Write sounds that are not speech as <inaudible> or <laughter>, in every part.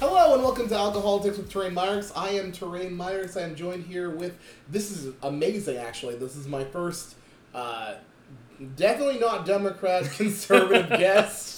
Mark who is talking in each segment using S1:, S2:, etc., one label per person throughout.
S1: and welcome to Alcoholics with Terrain Myers. I am Terrain Myers. I am joined here with this is amazing actually. This is my first uh, definitely not Democrat <laughs>
S2: <laughs>
S1: conservative guest.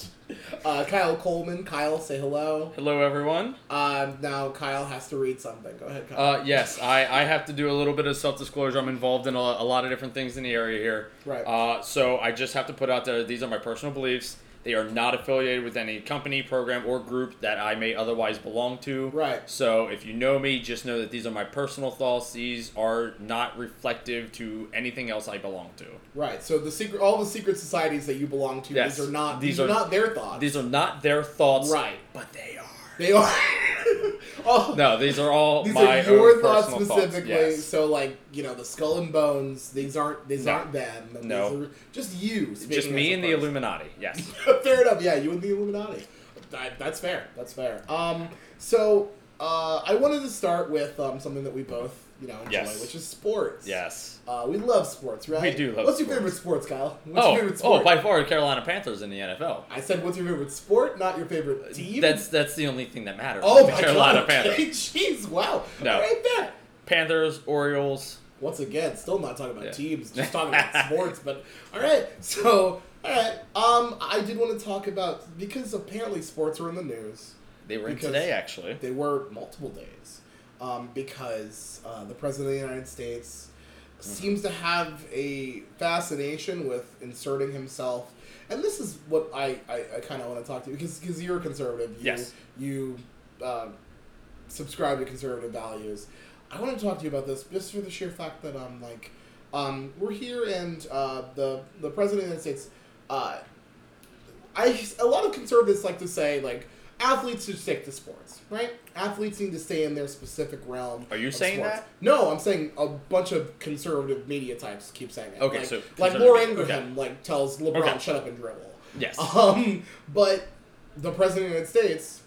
S1: Uh, Kyle Coleman. Kyle, say hello.
S2: Hello, everyone.
S1: Uh, now Kyle has to read something. Go ahead, Kyle.
S2: Uh, yes, I, I have to do a little bit of self disclosure. I'm involved in a, a lot of different things in the area here.
S1: Right.
S2: Uh, so I just have to put out there these are my personal beliefs. They are not affiliated with any company, program, or group that I may otherwise belong to.
S1: Right.
S2: So if you know me, just know that these are my personal thoughts. These are not reflective to anything else I belong to.
S1: Right. So the secret, all the secret societies that you belong to,
S2: Yes.
S1: these are not these,
S2: These
S1: are,
S2: are-
S1: not their thoughts.
S2: These are not their thoughts.
S1: Right.
S2: But they are.
S1: they are. <laughs> oh,
S2: No, these are all
S1: these
S2: my
S1: are your
S2: own
S1: thoughts
S2: personal
S1: specifically.
S2: Thoughts. Yes.
S1: So like you know the skull and bones. These aren't these
S2: No.
S1: aren't them.
S2: No.
S1: These are just you.
S2: Just
S1: speaking as
S2: me
S1: a
S2: and the
S1: person.
S2: Illuminati.
S1: <laughs>
S2: Yes.
S1: fair enough. Yeah, you and the Illuminati. That, that's fair. That's fair. Um, so uh, I wanted to start with um, something that we both you know enjoy,
S2: Yes.
S1: which is sports.
S2: Yes.
S1: Uh, we love sports, right?
S2: do love
S1: What's your
S2: sports.
S1: favorite sports, Kyle? What's your favorite
S2: oh,
S1: sport?
S2: oh, by far, Carolina Panthers in the NFL.
S1: I said, what's your favorite sport? Not your favorite team.
S2: Uh, That's that's the only thing that matters.
S1: oh
S2: the
S1: my
S2: Carolina
S1: god. <laughs>
S2: Panthers.
S1: Okay, Jeez, wow.
S2: No.
S1: All right there.
S2: Panthers, Orioles.
S1: Once again, still not talking about
S2: Yeah.
S1: teams,
S2: <laughs>
S1: just talking about sports. But all right, so all right. Um, I did want to talk about because apparently sports are in the news.
S2: They were in
S1: Because-
S2: today, actually.
S1: They were multiple days um, because uh, the President of the United States seems to have a fascination with inserting himself. And this is what I, I, I kind of want to talk to you because because you're a conservative. You,
S2: Yes.
S1: You uh, subscribe to conservative values. I want to talk to you about this just for the sheer fact that um, like um, we're here and uh, the the President of the United States. Uh, I a lot of conservatives like to say like athletes should stick to sports, right? Athletes need to stay in their specific realm.
S2: Are you
S1: of
S2: saying
S1: sports.
S2: that?
S1: No, I'm saying a bunch of conservative media types keep saying it.
S2: Okay,
S1: like,
S2: so
S1: like
S2: conservative-
S1: Laura Ingraham
S2: okay.
S1: like tells LeBron
S2: Okay.
S1: shut up and dribble.
S2: Yes.
S1: Um, but the president of the United States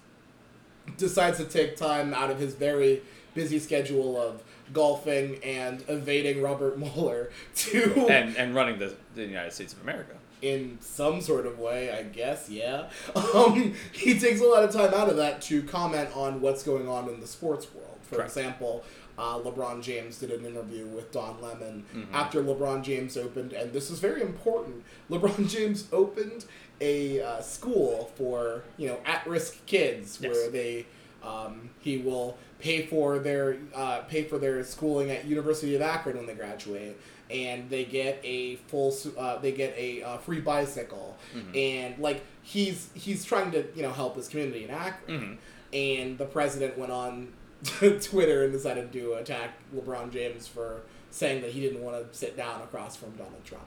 S1: decides to take time out of his very busy schedule of golfing and evading Robert <laughs> Mueller to
S2: and and running the, the United States of America.
S1: in some sort of way, I guess, yeah. <laughs> Um, he takes a lot of time out of that to comment on what's going on in the sports world. For
S2: Correct.
S1: example, uh, LeBron James did an interview with Don Lemon after LeBron James opened, and this is very important. <laughs> LeBron James opened a uh, school for you know at-risk kids
S2: Yes.
S1: where they um, he will pay for their uh, pay for their schooling at University of Akron when they graduate, and they get a full s- uh, they get a uh, free bicycle, and like he's he's trying to you know help his community in Akron, and the president went on <laughs> Twitter and decided to attack LeBron James for saying that he didn't want to sit down across from Donald Trump.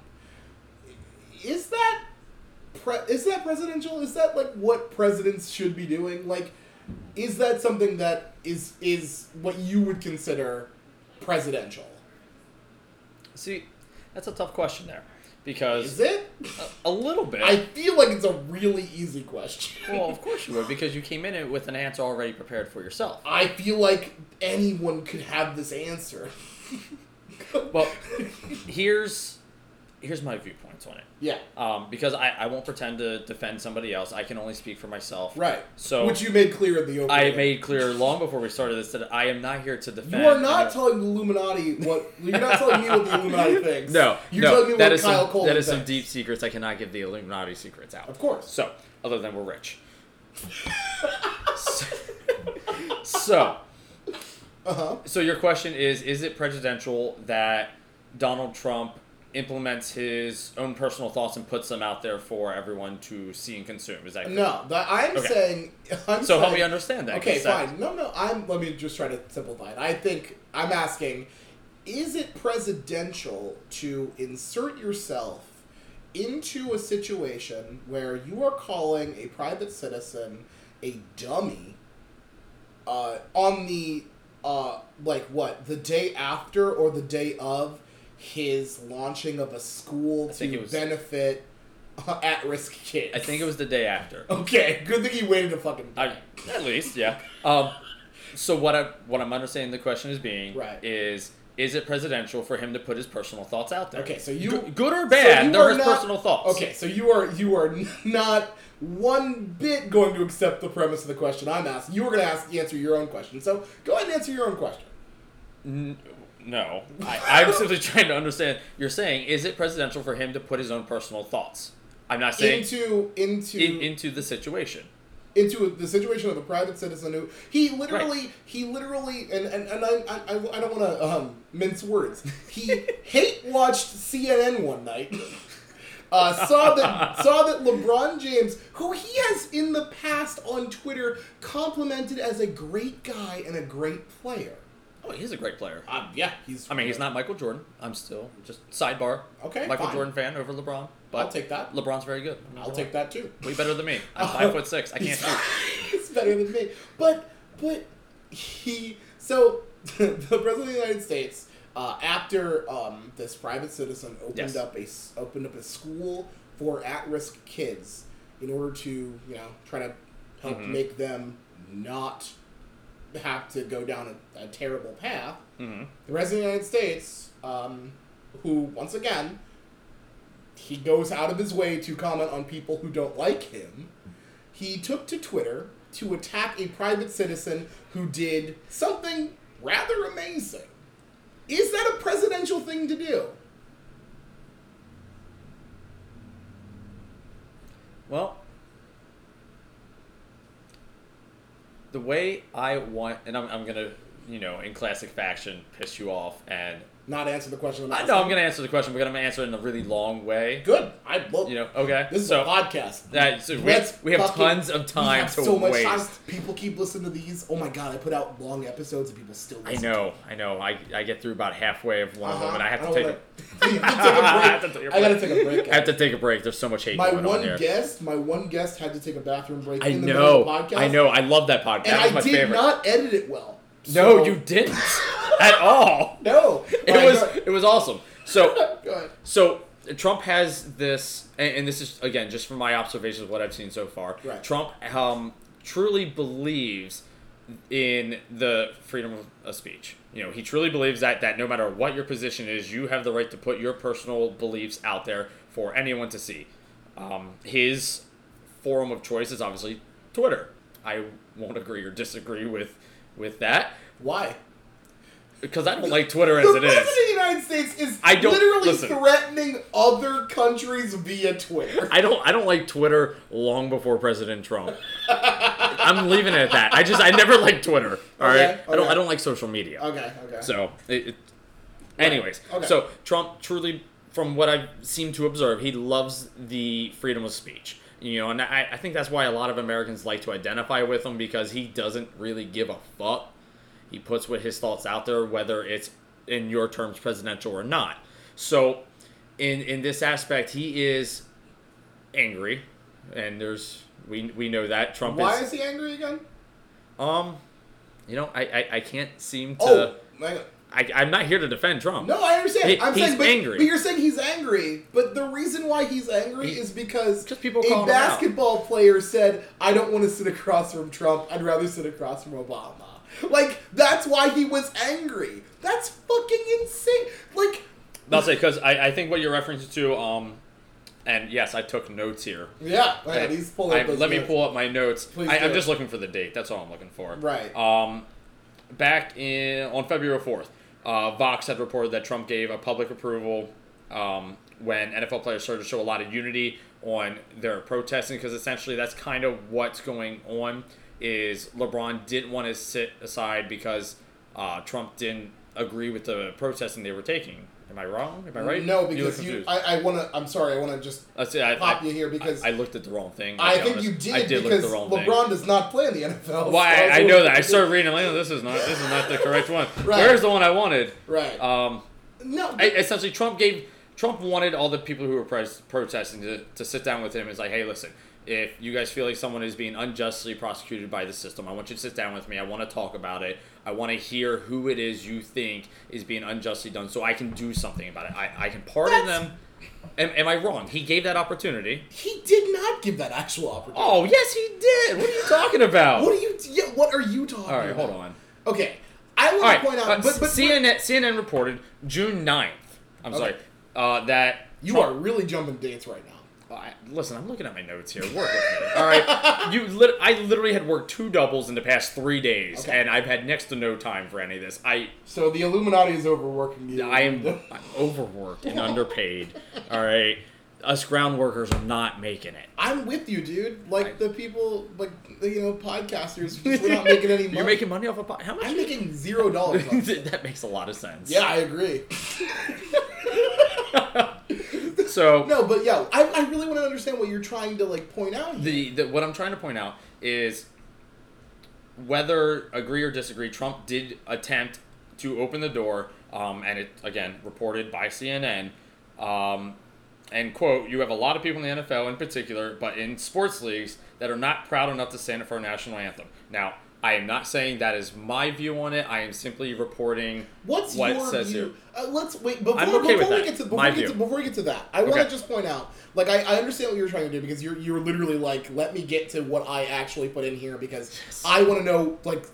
S1: Is that pre- is that presidential? Is that like what presidents should be doing? Like, is that something that is is what you would consider presidential?
S2: See, that's a tough question there, because
S1: Is it?
S2: a, a little bit.
S1: I feel like it's a really easy question.
S2: well, of course you would, because you came in it with an answer already prepared for yourself.
S1: I feel like anyone could have this answer.
S2: <laughs> Well, here's here's my viewpoints on it.
S1: yeah,
S2: Um, because I, I won't pretend to defend somebody else. I can only speak for myself.
S1: right.
S2: So-
S1: which you made clear in the opening.
S2: I made clear long before we started this that I am not here to defend.
S1: You are not
S2: No.
S1: telling the Illuminati what you're not telling me what the
S2: <laughs>
S1: Illuminati thinks.
S2: No,
S1: you're
S2: no,
S1: telling me
S2: that
S1: what
S2: is
S1: Kyle
S2: some,
S1: Coleman
S2: That is some
S1: thinks.
S2: deep secrets. I cannot give the Illuminati secrets out.
S1: Of course.
S2: So, other than we're rich. <laughs> so, so,
S1: Uh huh.
S2: so your question is: Is it prejudicial that Donald Trump implements his own personal thoughts and puts them out there for everyone to see and consume? Is that
S1: No, that I'm
S2: Okay.
S1: saying. <laughs> I'm
S2: So help
S1: saying-
S2: me understand that.
S1: Okay,
S2: 'cause that-
S1: fine. No, no. I'm. Let me just try to simplify it. I think I'm asking: Is it presidential to insert yourself into a situation where you are calling a private citizen a dummy uh, on the uh, like what the day after or the day of his launching of a school
S2: think
S1: to
S2: it was-
S1: benefit <laughs> uh, at-risk kids?
S2: I think it was the day after.
S1: Okay, good thing he waited a fucking.
S2: I, at least, yeah. Um, so what I what I'm understanding the question is being
S1: Right.
S2: is Is it presidential for him to put his personal thoughts out there?
S1: Okay, so you-
S2: Good- good or
S1: So
S2: bad,
S1: you
S2: there
S1: are
S2: are his
S1: not-
S2: personal thoughts.
S1: Okay, so you are you are <laughs> not one bit going to accept the premise of the question I'm asking. You were going to ask answer your own question. So go ahead and answer your own question.
S2: No, I, I'm simply <laughs> trying to understand. You're saying is it presidential for him to put his own personal thoughts? I'm not saying
S1: Into into
S2: in, into the situation.
S1: into the situation of the private citizen who he literally he literally and and, and I, I, I- I don't want to um, mince words he <laughs> hate watched cnn one night <laughs> uh, saw <laughs> that saw that lebron james who he has in the past on twitter complimented as a great guy and a great player
S2: Oh, he's a great player.
S1: um, yeah he's
S2: I mean, he's not Michael Jordan. I'm still just sidebar.
S1: Okay,
S2: Michael
S1: fine.
S2: Jordan fan over LeBron. But
S1: I'll take that.
S2: LeBron's very good. I'm not
S1: i'll
S2: gonna
S1: take
S2: lie.
S1: that too
S2: Way better than me.
S1: <laughs>
S2: I'm five foot six. I can't shoot.
S1: He's better than me. But but he so <laughs> the president of the United States uh, after um, this private citizen opened
S2: Yes.
S1: up a s- opened up a school for at risk kids in order to you know try to help
S2: Mhm.
S1: make them not have to go down a, a terrible path.
S2: hmm
S1: The president of the United States, um, who once again he goes out of his way to comment on people who don't like him. He took to Twitter to attack a private citizen who did something rather amazing. Is that a presidential thing to do?
S2: Well, the way I want, and I'm, I'm gonna, you know, in classic fashion, piss you off, and
S1: Not answer the question.
S2: I know I'm gonna answer the question, but I'm gonna answer it in a really long way.
S1: Good. I love.
S2: You know, okay.
S1: this is
S2: so
S1: a podcast.
S2: that- so we-
S1: Let's
S2: we have
S1: fucking-
S2: tons of time
S1: we have
S2: to
S1: so much
S2: waste.
S1: time. People keep listening to these. Oh my god! I put out long episodes and people still.
S2: I
S1: Listen
S2: know, I know. I, I get through about halfway of one of them, and I have to
S1: Uh-huh. don't
S2: take.
S1: wanna-
S2: a-
S1: You <laughs> have to
S2: <laughs> I have to
S1: take a break.
S2: take a
S1: I gotta
S2: break.
S1: take a break.
S2: I have to take a break. There's so much hate
S1: my
S2: going on
S1: one
S2: here.
S1: guest, my one guest had to take a bathroom break.
S2: I
S1: in the middle
S2: know.
S1: of the podcast,
S2: I know. I love that podcast.
S1: and
S2: that was
S1: I
S2: my
S1: did
S2: favorite.
S1: not edit it well.
S2: no,
S1: So-
S2: you didn't <laughs> at all.
S1: No,
S2: <laughs> It
S1: Alright,
S2: was
S1: go ahead.
S2: it was awesome.
S1: <laughs>
S2: So
S1: Go ahead.
S2: so Trump has this, and, and this is again just from my observations of what I've seen so far.
S1: Right.
S2: Trump um, truly believes in the freedom of, of speech. You know, he truly believes that that no matter what your position is, you have the right to put your personal beliefs out there for anyone to see. Um, his forum of choice is obviously Twitter. I won't agree or disagree with with that
S1: Why?
S2: because I don't like Twitter as
S1: the
S2: it
S1: president
S2: is.
S1: of the United States is
S2: I don't-
S1: literally
S2: listen.
S1: threatening other countries via Twitter.
S2: I don't I don't like Twitter long before President Trump. I'm leaving it at that. I just I never liked Twitter. All right.
S1: Okay,
S2: I don't
S1: okay.
S2: I don't like social media.
S1: okay, okay.
S2: So it, it anyways.
S1: okay.
S2: So Trump truly from what I've seemed to observe, he loves the freedom of speech. You know, and I, I think that's why a lot of Americans like to identify with him because he doesn't really give a fuck. He puts what his thoughts out there, whether it's in your terms presidential or not. So in in this aspect, he is angry, and there's we we know that Trump
S1: Why
S2: is
S1: is he angry again?
S2: um, you know I I, I can't seem to
S1: Oh, my God.
S2: I I'm not here to defend Trump.
S1: No, I understand.
S2: He-
S1: I'm
S2: he's
S1: saying, but,
S2: angry.
S1: but you're saying he's angry. But the reason why he's angry
S2: He-
S1: is because
S2: Just people calling
S1: a
S2: him out.
S1: basketball player said, "I don't want to sit across from Trump. I'd rather sit across from Obama." Like that's why he was angry. That's fucking insane. Like,
S2: That's it, because I, I think what you're referencing to, um, and yes, I took notes here.
S1: yeah, man,
S2: I-
S1: he's pulling.
S2: I-
S1: up those
S2: let me
S1: notes.
S2: pull up my notes.
S1: Please
S2: I, I'm
S1: do.
S2: just looking for the date. That's all I'm looking for.
S1: Right.
S2: Um, back in on February 4th, uh, Vox had reported that Trump gave a public approval um, when NFL players started to show a lot of unity on their protesting because essentially that's kind of what's going on. Is LeBron didn't want to sit aside because uh, Trump didn't agree with the protesting they were taking. Am I wrong? Am I right?
S1: No,
S2: look
S1: because you.
S2: confused.
S1: I, I want to. I'm sorry. I want to just
S2: I see, I-
S1: pop
S2: I-
S1: you here because
S2: I looked at the wrong thing.
S1: I
S2: I'll be
S1: think
S2: honest.
S1: you did,
S2: I did look at
S1: because
S2: the wrong thing.
S1: LeBron does not play in the NFL.
S2: Well, I,
S1: so-
S2: I know that. I started reading. Like, oh, this is not. This is not the correct one.
S1: <laughs> Right.
S2: Where's the one I wanted?
S1: Right.
S2: Um,
S1: no.
S2: I, essentially, Trump gave. Trump wanted all the people who were pres- protesting to, to sit down with him. and say, hey, listen, if you guys feel like someone is being unjustly prosecuted by the system, I want you to sit down with me. I want to talk about it. I want to hear who it is you think is being unjustly done, so I can do something about it. I, I can pardon
S1: That's-
S2: them. Am, am I wrong? He gave that opportunity.
S1: he did not give that actual opportunity.
S2: Oh yes, he did. What are you talking about?
S1: What are you? Yeah, what are you talking?
S2: All right,
S1: about?
S2: hold on.
S1: Okay, I want
S2: All right.
S1: to point out,
S2: uh,
S1: but, but
S2: CNN, CNN reported June 9th, I'm
S1: Okay.
S2: sorry, uh, that.
S1: you
S2: Trump-
S1: are really jumping dates right now.
S2: I- listen, I'm looking at my notes here. Work with me. All
S1: <laughs>
S2: right. You lit- I literally had worked two doubles in the past three days,
S1: Okay.
S2: and I've had next to no time for any of this. I.
S1: So the Illuminati is overworking you.
S2: I am
S1: <laughs>
S2: I'm overworked and underpaid. All right. Us ground workers are not making it.
S1: I'm with you, dude. Like
S2: I-
S1: the people, like you know,
S2: <laughs>
S1: podcasters, we're not making any money.
S2: You're making money off a pot. How much?
S1: I'm
S2: you- <laughs>
S1: making zero dollars. off this.
S2: that makes a lot of sense.
S1: yeah, I agree.
S2: So
S1: No, but yeah, I, I really want to understand what you're trying to like point out. Here.
S2: the, the what I'm trying to point out is whether agree or disagree, Trump did attempt to open the door, um, and it again reported by CNN. Um, and quote, you have a lot of people in the NFL in particular, but in sports leagues that are not proud enough to stand up for our national anthem. Now, I am not saying that is my view on it. I am simply reporting
S1: What's
S2: what it
S1: your
S2: says
S1: view?
S2: here.
S1: Uh, let's wait before,
S2: I'm okay with
S1: before we
S2: that.
S1: get to before,
S2: My
S1: we get
S2: view.
S1: to before we get to that. I want
S2: Okay.
S1: to just point out, like, I, I understand what you're trying to do because you're you're literally like, let me get to what I actually put in here because I want to know, like,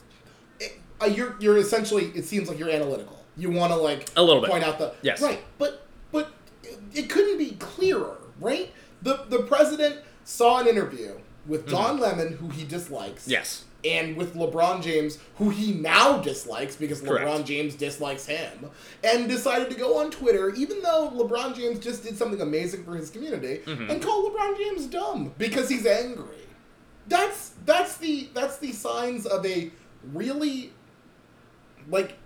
S1: it, uh, you're you're essentially it seems like you're analytical. You want to like
S2: A little bit.
S1: point out the
S2: Yes.
S1: right, but but it, it couldn't be clearer, right? The the president saw an interview with Don Lemon, who he dislikes.
S2: Mm-hmm. Yes.
S1: and with LeBron James, who he now dislikes because
S2: Correct.
S1: LeBron James dislikes him, and decided to go on Twitter, even though LeBron James just did something amazing for his community, and call LeBron James dumb because he's angry. That's that's the that's the signs of a really like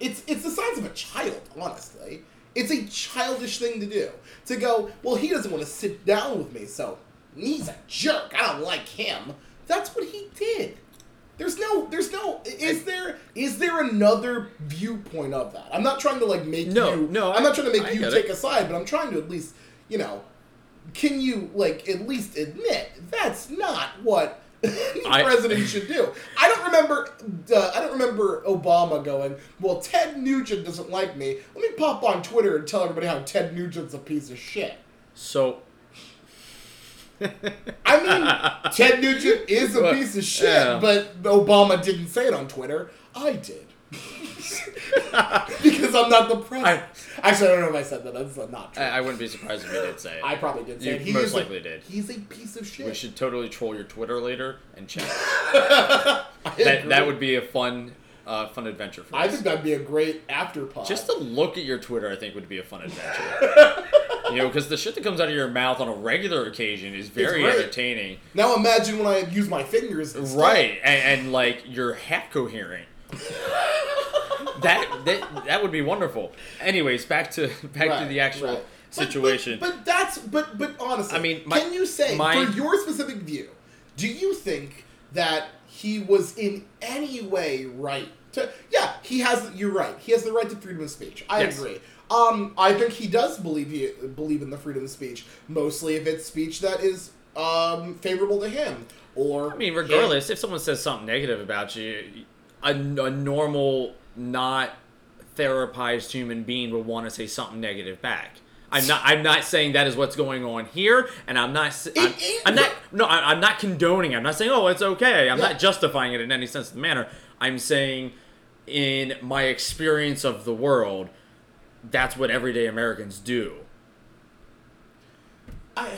S1: it's it's the signs of a child, honestly. It's a childish thing to do. To go, well, he doesn't want to sit down with me, so he's a jerk. I don't like him. That's what he did. There's no, there's no. Is there, is there another viewpoint of that? I'm not trying to like make
S2: No,
S1: you.
S2: no,
S1: I'm
S2: I-
S1: not trying to make
S2: I
S1: you
S2: get
S1: take
S2: it.
S1: a side, but I'm trying to at least, you know, can you like at least admit that's not what <laughs> any
S2: I-
S1: president should do? I don't remember. Uh, I don't remember Obama going, "Well, Ted Nugent doesn't like me. Let me pop on Twitter and tell everybody how Ted Nugent's a piece of shit."
S2: So
S1: I
S2: <laughs>
S1: mean, Ted Nugent is a
S2: Well,
S1: piece of shit,
S2: yeah.
S1: but Obama didn't say it on Twitter. I did. <laughs> because I'm not the president. Actually, I don't know if I said that. That's not true.
S2: I,
S1: I,
S2: I wouldn't be surprised if you did say it.
S1: probably did say
S2: You
S1: it. He
S2: most
S1: is
S2: likely
S1: a,
S2: did.
S1: He's a piece of shit.
S2: We should totally troll your Twitter later and check.
S1: I
S2: that
S1: agree.
S2: that would be a fun uh, fun adventure for
S1: I
S2: us.
S1: think that'd be a great after pod.
S2: Just to look at your Twitter, I think would be a fun adventure.
S1: <laughs>
S2: you know, because the shit that comes out of your mouth on a regular occasion is very
S1: great.
S2: entertaining,
S1: now imagine when I use my fingers. instead.
S2: right? And, and like you're half coherent.
S1: <laughs>
S2: that that that would be wonderful. Anyways, back to back to
S1: Right,
S2: the actual
S1: right. But- but-
S2: situation.
S1: But, that's but but honestly,
S2: I mean, my-
S1: can you say
S2: my-
S1: for your specific view, do you think that he was in any way right? To, yeah, he has. You're right. He has the right to freedom of speech. I
S2: Yes.
S1: agree. Um, I think he does believe he, believe in the freedom of speech, mostly if it's speech that is um, favorable to him. Or
S2: I mean, regardless, if someone says something negative about you, a, a normal, not therapized human being would want to say something negative back. I'm not. I'm not saying that is what's going on here, and I'm not. s- I'm,
S1: is-
S2: I'm not. No, I- I'm not condoning. it. I'm not saying, oh, it's okay. I'm
S1: Yeah.
S2: not justifying it in any sense of the manner. I'm saying, in my experience of the world, that's what everyday Americans do.
S1: I,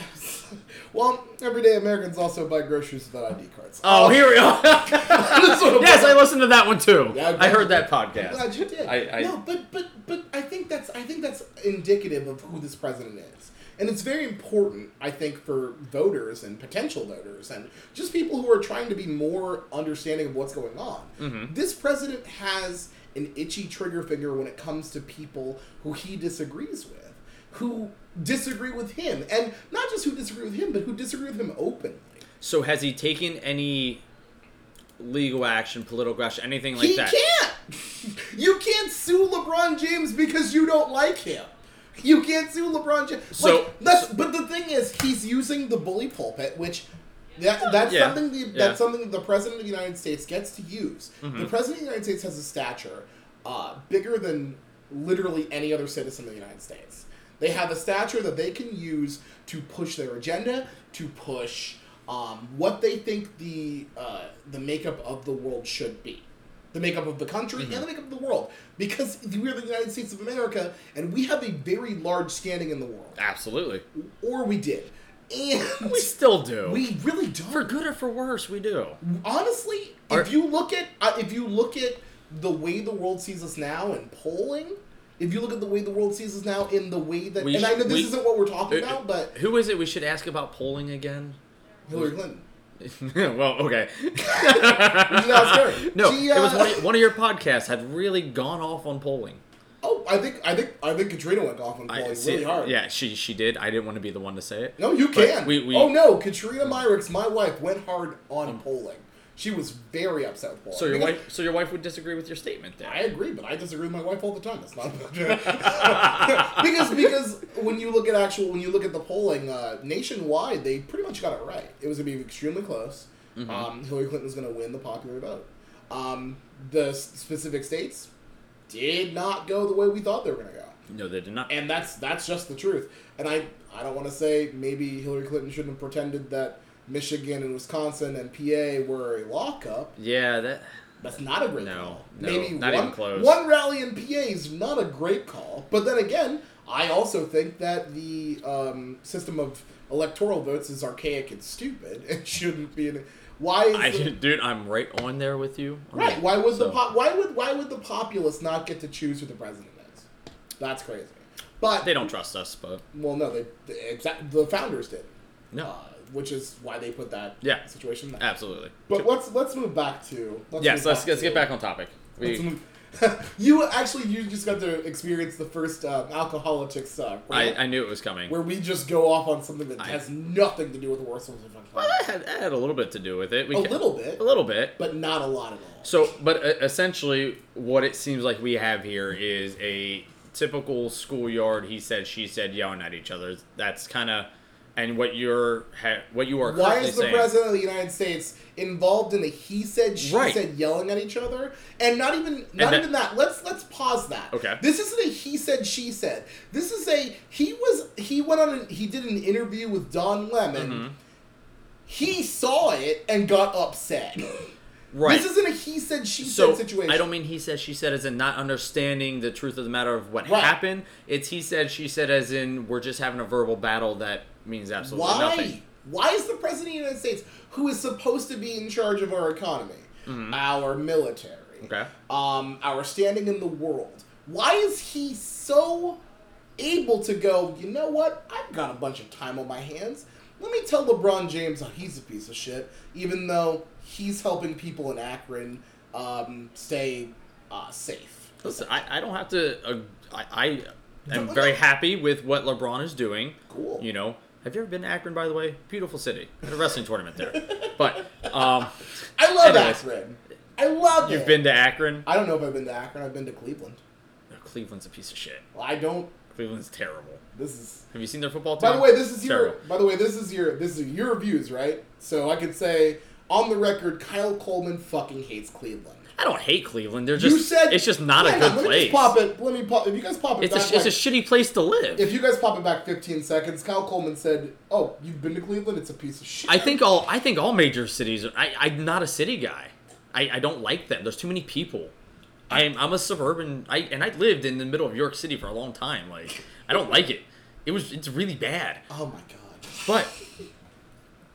S1: <laughs> well, everyday Americans also buy groceries without ID cards.
S2: Oh, here
S1: <laughs>
S2: we are. yes, I
S1: love.
S2: listened to that one too.
S1: Yeah, I'm
S2: I
S1: glad you
S2: heard that
S1: did. I'm
S2: podcast.
S1: glad you did.
S2: I- I-
S1: no, but but but I think that's I think that's indicative of who this president is, and it's very important I think for voters and potential voters and just people who are trying to be more understanding of what's going on.
S2: Mm-hmm.
S1: This president has an itchy trigger finger when it comes to people who he disagrees with, who disagree with him, and not just who disagree with him, but who disagree with him openly.
S2: So has he taken any legal action, political action, anything like
S1: he
S2: that?
S1: can't. you can't sue LeBron James because you don't like him. You can't sue LeBron James.
S2: So-
S1: like, that's but the thing is, he's using the bully pulpit, which that, that's
S2: Yeah,
S1: something the,
S2: yeah.
S1: that's something the president of the United States gets to use.
S2: Mm-hmm.
S1: The president of the United States has a stature uh, bigger than literally any other citizen of the United States. They have a stature that they can use to push their agenda, to push um, what they think the uh, the makeup of the world should be the makeup of the country
S2: Mm-hmm.
S1: and the makeup of the world because we're the United States of America and we have a very large standing in the world,
S2: Absolutely.
S1: or we did, and
S2: We still do.
S1: we really don't.
S2: for good or for worse, we do.
S1: honestly,
S2: Are-
S1: if you look at uh, if you look at the way the world sees us now in polling, if you look at the way the world sees us now in the way that,
S2: We
S1: and I
S2: sh-
S1: know this
S2: we-
S1: isn't what we're talking
S2: Uh,
S1: about, but
S2: Who is it we should ask about polling again? <laughs>
S1: Hillary Clinton.
S2: well, okay.
S1: You know, it's her.
S2: <laughs> No,
S1: She,
S2: it was
S1: uh,
S2: one of, one of your podcasts had really gone off on polling.
S1: Oh, I think I think I think Katrina went off on
S2: I-
S1: polling
S2: see-
S1: really hard.
S2: Yeah, she she did. I didn't want to be the one to say it.
S1: No, you
S2: But
S1: can.
S2: we- we- Um,
S1: oh no, Katrina Myricks, my wife, went hard on polling. She was very upset with polling. <laughs>
S2: So your
S1: Because-
S2: wife, so your wife would disagree with your statement there.
S1: I agree, but I disagree with my wife all the time. That's not because because when you look at actual when you look at the polling uh, nationwide, they pretty much got it right. It was going to be extremely close. Um, Hillary Clinton was going to win the popular vote. Um, the s- specific states did not go the way we thought they were going to go,
S2: no, they did not.
S1: and that's that's just the truth. And I I don't want to say maybe Hillary Clinton shouldn't have pretended that Michigan and Wisconsin and PA were a lockup.
S2: yeah, that.
S1: That's not a great
S2: No,
S1: call.
S2: no,
S1: Maybe
S2: not
S1: one,
S2: even close.
S1: one rally in PA is not a great call. But then again, I also think that the um, system of electoral votes is archaic and stupid and <laughs> shouldn't be. In, why is <laughs>
S2: I,
S1: the-
S2: dude, I'm right on there with you. on
S1: right?
S2: that.
S1: Why would the
S2: So-
S1: po- why would why would the populace not get to choose who the president is? That's crazy. But
S2: They don't trust us, but
S1: well, no, they, the exact the founders did, uh,
S2: no,
S1: which is why they put that
S2: Yeah.
S1: situation. There.
S2: absolutely.
S1: But let's let's move back to let's
S2: yes,
S1: move
S2: let's let's
S1: to-
S2: get back on topic.
S1: That's
S2: We,
S1: when- <laughs> you actually you just got to experience the first um, alcoholics suck,
S2: I,
S1: right?
S2: I knew it was coming.
S1: where we just go off on something that
S2: I-
S1: has nothing to do with the worst ones of
S2: Well,
S1: fucking
S2: that had, that had a little bit to do with it. We
S1: A
S2: ca-
S1: little bit,
S2: a little bit.
S1: but not a lot at all.
S2: So, but uh, essentially, what it seems like we have here is a typical schoolyard. He said, she said, yelling at each other. That's kind of, and what you're, ha- what you are.
S1: Why
S2: currently
S1: is the
S2: saying,
S1: president of the United States involved in the he said she
S2: Right.
S1: said yelling at each other? And not even not
S2: that-
S1: even that. Let's let's pause that.
S2: Okay.
S1: This isn't a he said she said. This is a he was he went on an, he did an interview with Don Lemon.
S2: Mm-hmm.
S1: He saw it and got upset.
S2: Right.
S1: This isn't a he said she
S2: so
S1: said situation.
S2: I don't mean he said, she said, as in not understanding the truth of the matter of what
S1: Right.
S2: happened. It's he said, she said, as in we're just having a verbal battle that means absolutely
S1: Why?
S2: nothing.
S1: Why is the president of the United States, who is supposed to be in charge of our economy, our military,
S2: Mm-hmm. Okay.
S1: um, our standing in the world, why is he so able to go? You know what? I've got a bunch of time on my hands. Let me tell LeBron James how he's a piece of shit, even though he's helping people in Akron um, stay uh, safe.
S2: Listen, I, I don't have to. Uh, I, I
S1: No,
S2: am very
S1: no.
S2: happy with what LeBron is doing.
S1: Cool.
S2: You know, have you ever been to Akron? By the way, beautiful city. Had a wrestling tournament there. But um,
S1: I love
S2: Anyways.
S1: Akron. I love it.
S2: you've been to Akron.
S1: I don't know if I've been to Akron. I've been to Cleveland.
S2: Cleveland's a piece of shit.
S1: Well, I don't.
S2: Cleveland's terrible.
S1: This is.
S2: Have you seen their football team?
S1: By the way, this is your.
S2: terrible.
S1: By the way, this is your. This is your views, right? So I could say on the record, Kyle Coleman fucking hates Cleveland.
S2: I don't hate Cleveland. They're just.
S1: you said
S2: it's just not
S1: Hang
S2: a good
S1: on, let Me
S2: place.
S1: just pop it. Let me pop. If you guys pop it
S2: It's
S1: back,
S2: a, it's a
S1: like-
S2: shitty place to live.
S1: if you guys pop it back 15 seconds, Kyle Coleman said, "Oh, you've been to Cleveland? It's a piece of shit."
S2: I think all I think all major cities. Are, I I'm not a city guy. I, I don't like them. There's too many people. I'm I'm a suburban. I and I lived in the middle of York City for a long time. Like I don't like it. It was it's really bad.
S1: Oh my god.
S2: But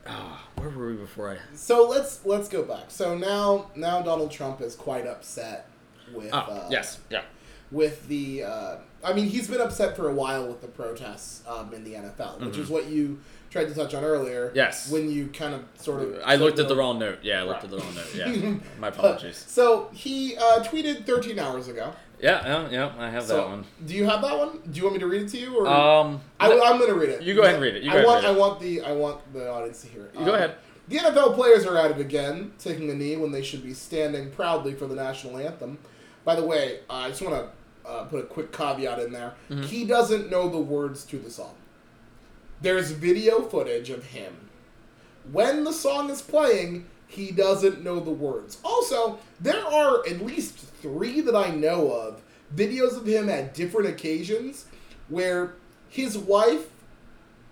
S2: ah, where were we before I?
S1: So let's let's go back. So now now Donald Trump is quite upset with.
S2: Oh
S1: uh,
S2: yes, yeah.
S1: with the. Uh, I mean, he's been upset for a while with the protests um, in the NFL, which is what you tried to touch on earlier.
S2: Mm-hmm. Yes.
S1: When you kind of sort of.
S2: I looked at the
S1: wrong.
S2: wrong note. Yeah, I looked at the wrong
S1: <laughs>
S2: note. Yeah, my apologies.
S1: So he uh, tweeted 13 hours ago.
S2: Yeah, yeah, yeah. I have
S1: So
S2: that one.
S1: do you have that one? Do you want me to read it to you, or
S2: Um,
S1: I, am going to read it.
S2: You go ahead and read it. You
S1: I
S2: go ahead
S1: want.
S2: and read
S1: I want the. I want the audience to hear it. Um,
S2: You go ahead.
S1: The NFL players are at it again, taking a knee when they should be standing proudly for the national anthem. By the way, I just want to uh, put a quick caveat in there.
S2: Mm-hmm.
S1: He doesn't know the words to the song. There's video footage of him. When the song is playing, he doesn't know the words. Also, there are at least three that I know of videos of him at different occasions where his wife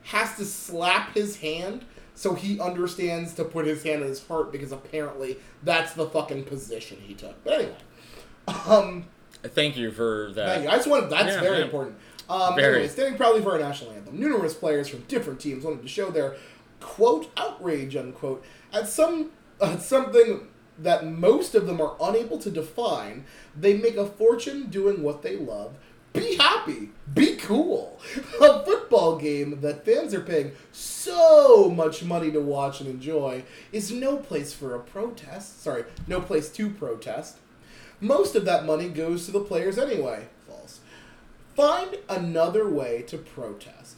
S1: has to slap his hand so he understands to put his hand in his heart because apparently that's the fucking position he took. But anyway, um,
S2: Thank you for that.
S1: Thank you. I just wanted that's
S2: Yeah,
S1: very
S2: yeah.
S1: important. Um,
S2: Very.
S1: anyway, standing proudly for our national anthem, numerous players from different teams wanted to show their quote outrage unquote at some <laughs> at something that most of them are unable to define. They make a fortune doing what they love. Be happy. Be cool. <laughs> A football game that fans are paying so much money to watch and enjoy is no place for a protest. Sorry, no place to protest. Most of that money goes to the players anyway. False. Find another way to protest.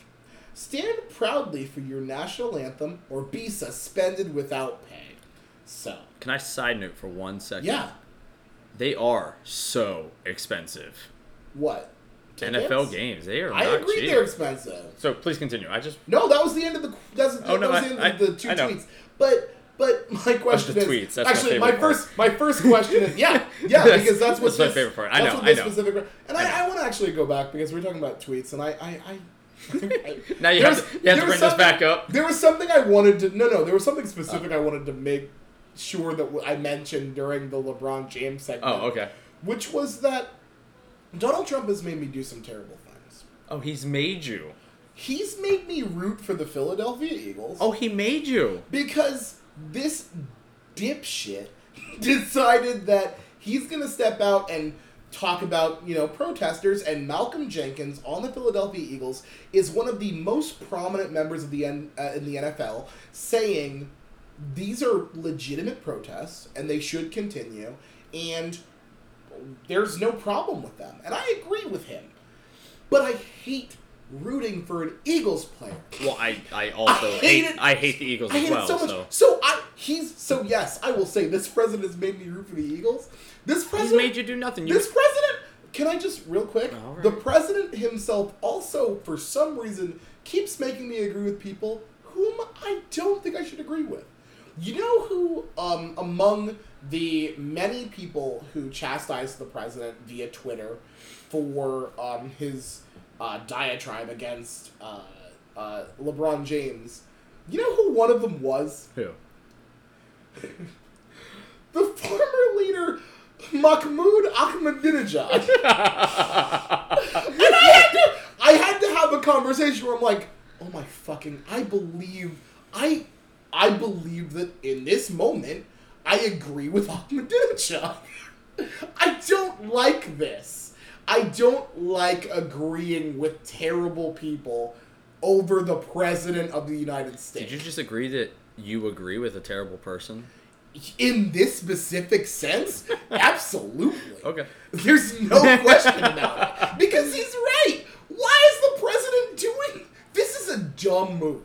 S1: Stand proudly for your national anthem or be suspended without pay. So,
S2: Can I side note for one second?
S1: yeah.
S2: They are so expensive.
S1: What?
S2: NFL
S1: Tickets?
S2: games, they are
S1: I
S2: not
S1: agree
S2: cheap.
S1: they're expensive.
S2: So please continue. I just
S1: No, that was the end of the that's,
S2: Oh,
S1: that
S2: no,
S1: was
S2: I-
S1: the end
S2: I-
S1: of the two
S2: I know.
S1: tweets. But but my question
S2: the
S1: is
S2: tweets, that's my
S1: actually my,
S2: favorite part.
S1: first my first question is
S2: <laughs>
S1: yeah yeah
S2: That's-
S1: because that's what
S2: that's my
S1: this-
S2: favorite part. I
S1: that's
S2: know,
S1: what
S2: I
S1: this
S2: know.
S1: specific and
S2: I
S1: I,
S2: know.
S1: I want to actually go back because we're talking about tweets and I I. I <laughs>
S2: <laughs> now
S1: There's-
S2: you have to, you have
S1: there
S2: to
S1: was
S2: bring this
S1: something-
S2: back up. Oh.
S1: There was something I wanted to. No, no, there was something specific I wanted to make sure that w- I mentioned during the LeBron James segment.
S2: Oh, okay.
S1: Which was that Donald Trump has made me do some terrible things.
S2: Oh, he's made you.
S1: He's made me root for the Philadelphia Eagles
S2: Oh, he made you.
S1: because this dipshit <laughs> decided that he's going to step out and talk about, you know, protesters and Malcolm Jenkins on the Philadelphia Eagles is one of the most prominent members of the N- uh, in the NFL saying these are legitimate protests and they should continue and there's no problem with them. And I agree with him. But I hate rooting for an Eagles player.
S2: Well, I, I also
S1: I hate
S2: hate,
S1: it.
S2: I hate the Eagles
S1: I
S2: as
S1: hate
S2: well.
S1: it so much.
S2: so.
S1: So. I he's so yes, I will say this president has made me root for the Eagles. This
S2: he's
S1: president
S2: made you do nothing. You,
S1: this president can I just real quick?
S2: All right.
S1: The president himself also for some reason keeps making me agree with people whom I don't think I should agree with. You know who um, among the many people who chastised the president via Twitter for um, his uh, diatribe against uh, uh, LeBron James, you know who one of them was?
S2: who?
S1: The former leader Mahmoud
S2: <laughs>
S1: Ahmadinejad. And I had to, I had to have a conversation where I'm like, oh my fucking, I believe, I, I believe that in this moment, I agree with Ahmadinejad. <laughs> I don't like this. I don't like agreeing with terrible people over the president of the United States.
S2: Did you just agree that you agree with a terrible person?
S1: in this specific sense,
S2: <laughs>
S1: absolutely.
S2: Okay.
S1: There's
S2: <laughs>
S1: no question about it. Because he's right. Why is the president doing this is a dumb move.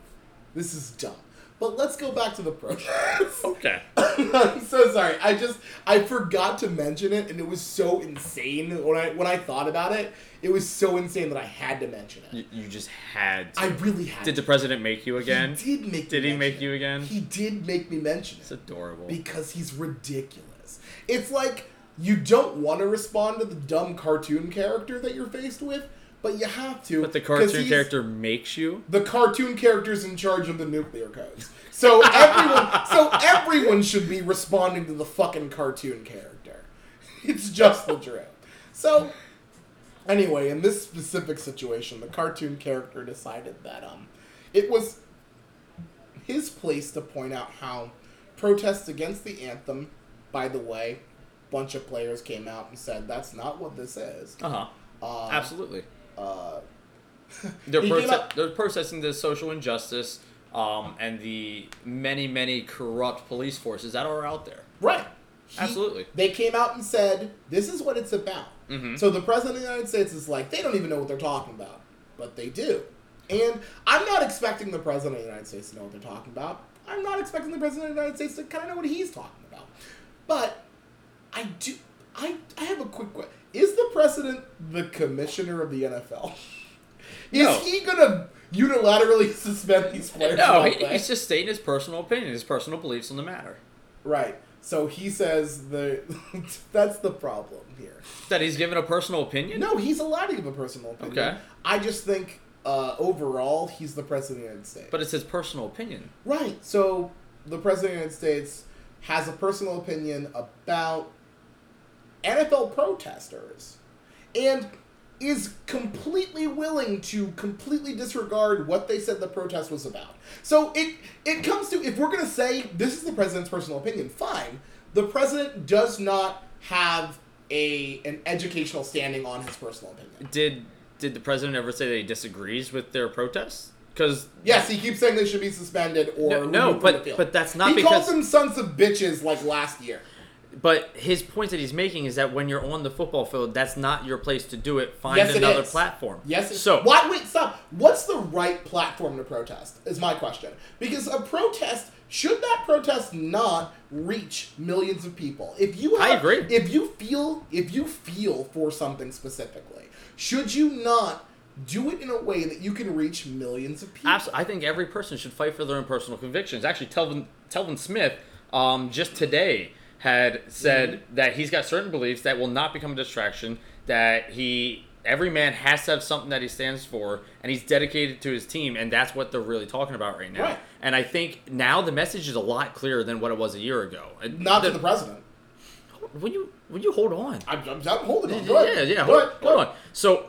S1: This is dumb. But let's go back to the
S2: <laughs>
S1: protests.
S2: Okay.
S1: I'm so sorry. I just I forgot to mention it and it was so insane when I when I thought about it. It was so insane that I had to mention it.
S2: You, you just had. To.
S1: I really had
S2: Did the
S1: to.
S2: president make you again?
S1: He did make
S2: Did
S1: me
S2: he make
S1: mention
S2: you
S1: it.
S2: again?
S1: He did make me mention it.
S2: It's adorable.
S1: because he's ridiculous. It's like you don't want to respond to the dumb cartoon character that you're faced with, but you have to.
S2: but the
S1: 'cause
S2: cartoon
S1: he's-
S2: character makes you.
S1: the cartoon character's in charge of the nuclear codes. So everyone, so everyone should be responding to the fucking cartoon character. <laughs> It's just the drill. So anyway, in this specific situation, the cartoon character decided that um, it was his place to point out how protests against the anthem. By the way, bunch of players came out and said that's not what this is.
S2: Uh huh.
S1: Uh,
S2: Absolutely.
S1: uh,
S2: <laughs> They're,
S1: He
S2: prote-
S1: came up-
S2: they're processing the social injustice um, and the many, many corrupt police forces that are out there.
S1: Right. He-
S2: Absolutely. Mm-hmm.
S1: They came out and said, this is what it's about. So the president of the United States is like, they don't even know what they're talking about. But they do. And I'm not expecting the president of the United States to know what they're talking about. I'm not expecting the president of the United States to kind of know what he's talking about. But I do. I, I have a quick question. Is the president the commissioner of the NFL? Is
S2: No.
S1: he going to unilaterally <laughs> suspend these players?
S2: No,
S1: about
S2: he,
S1: that?
S2: he's just stating his personal opinion, his personal beliefs on the matter.
S1: Right. So he says the <laughs> that's the problem here.
S2: That he's given a personal opinion?
S1: No, he's allowed to give a personal opinion.
S2: Okay.
S1: I just think uh, overall, he's the president of the United States.
S2: But it's his personal opinion.
S1: Right. So the president of the United States has a personal opinion about NFL protesters and is completely willing to completely disregard what they said the protest was about. So it it comes to if we're going to say this is the president's personal opinion, fine. The president does not have a an educational standing on his personal opinion.
S2: Did did the president ever say that he disagrees with their protests? Because
S1: Yes, he keeps saying they should be suspended or
S2: No-
S1: removed
S2: no,
S1: from
S2: but-
S1: the field.
S2: but that's not
S1: he
S2: because-
S1: calls them sons of bitches like last year.
S2: but his point that he's making is that when you're on the football field, that's not your place to do it. Find
S1: Yes, it
S2: another
S1: is.
S2: platform.
S1: Yes. it-
S2: So
S1: why? Wait, stop. What's the right platform to protest? Is my question because a protest should that protest not reach millions of people? If you,
S2: I
S1: have-
S2: agree.
S1: If you feel, if you feel for something specifically, should you not do it in a way that you can reach millions of people?
S2: Absolutely. I think every person should fight for their own personal convictions. Actually, Telvin, Telvin Smith um, just today had said that he's got certain beliefs that will not become a distraction, that he every man has to have something that he stands for and he's dedicated to his team and that's what they're really talking about right now.
S1: Right.
S2: And I think now the message is a lot clearer than what it was a year ago. And
S1: Not to the president.
S2: Will you will you hold on?
S1: I'm, I'm, I'm holding on. Go
S2: Yeah, yeah,
S1: ahead.
S2: yeah.
S1: Go
S2: Hold,
S1: ahead. Go
S2: hold
S1: ahead.
S2: on. So,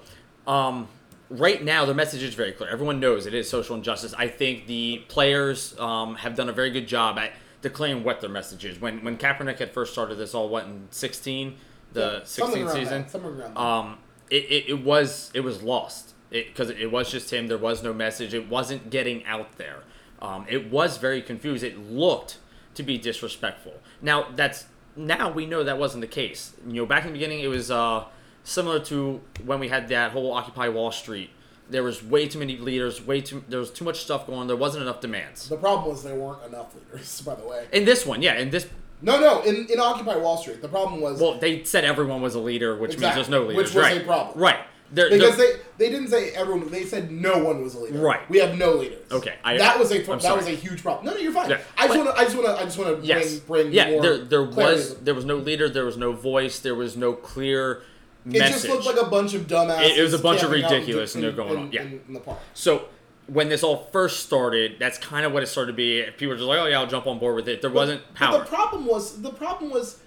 S2: um, right now the message is very clear. Everyone knows it is social injustice. I think the players um, have done a very good job at declaring what their message is. When when Kaepernick had first started this all, what in sixteen, the
S1: Yeah, something
S2: sixteen
S1: around
S2: season,
S1: That, somewhere around that.
S2: um, it, it, it was it was lost because it, was just him. There was no message. It wasn't getting out there. Um, it was very confused. It looked to be disrespectful. Now that's now we know that wasn't the case. You know, back in the beginning, it was uh, similar to when we had that whole Occupy Wall Street. There was way too many leaders. Way too there was too much stuff going. on. There wasn't enough demands.
S1: the problem was there weren't enough leaders. <laughs> By the way,
S2: In this one, yeah, in this
S1: no, no. In, in Occupy Wall Street, the problem was
S2: well, they said everyone was a leader, which means
S1: Exactly.
S2: there's no
S1: Which
S2: leaders,
S1: was
S2: right?
S1: a problem.
S2: Right. There,
S1: Because
S2: there-
S1: they, they didn't say everyone. They said no one was a leader.
S2: Right.
S1: We have no leaders.
S2: Okay, I-
S1: that was a
S2: I'm
S1: that
S2: sorry.
S1: was a huge problem. No, no, you're fine.
S2: Yeah,
S1: I just
S2: but-
S1: want to. I just want to. I just want to
S2: yes.
S1: bring bring
S2: yeah,
S1: more.
S2: there there
S1: clarity.
S2: was there was no leader, there was no voice, there was no clear
S1: It
S2: message.
S1: just looked like a bunch of dumbasses.
S2: It- it was a bunch of
S1: camping out in-
S2: ridiculous and they're going
S1: in,
S2: on, yeah.
S1: in, in the park.
S2: so when this all first started, that's kind of what it started to be. People were just like, "Oh yeah, I'll jump on board with it." There wasn't
S1: But
S2: power.
S1: the problem was the problem was.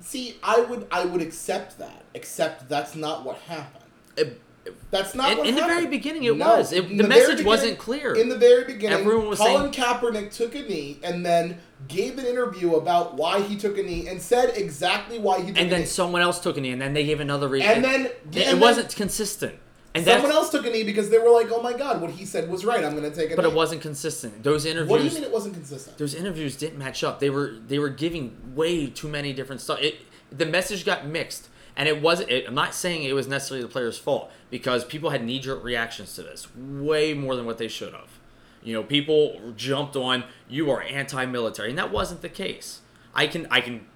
S1: See, I would I would accept that, except that's not what happened.
S2: It-
S1: That's not
S2: In-
S1: what
S2: in the very
S1: happened.
S2: beginning it
S1: No,
S2: was. It-
S1: in
S2: the
S1: very
S2: message
S1: beginning-
S2: wasn't clear.
S1: In the very beginning,
S2: Everyone was
S1: Colin Kaepernick took a knee and then gave an interview about why he took a knee and said exactly why he took
S2: and
S1: a
S2: then
S1: knee.
S2: someone else took an knee, and then they gave another reason.
S1: And then-
S2: it,
S1: and
S2: it
S1: then-
S2: wasn't consistent. And that's,
S1: Someone else took a knee because they were like, "Oh my God, what he said was right. I'm going to take a
S2: but
S1: knee."
S2: it wasn't consistent. Those interviews.
S1: What do you mean it wasn't consistent?
S2: those interviews didn't match up. They were they were giving way too many different stuff. It the message got mixed, and it wasn't. It, I'm not saying it was necessarily the player's fault because people had knee jerk reactions to this way more than what they should have. You know, people jumped on you are anti military, and that wasn't the case. I can I can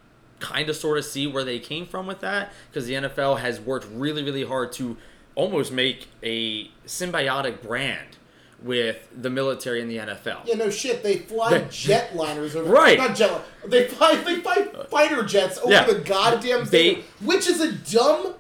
S2: kind of sort of see where they came from with that because the NFL has worked really really hard to almost make a symbiotic brand with the military and the NFL.
S1: Yeah, no shit. They fly
S2: They-
S1: jetliners over
S2: Right. Uh,
S1: Not jet. They fly. They fly fighter jets over
S2: Yeah.
S1: the goddamn
S2: They-
S1: stadium, which is a dumb,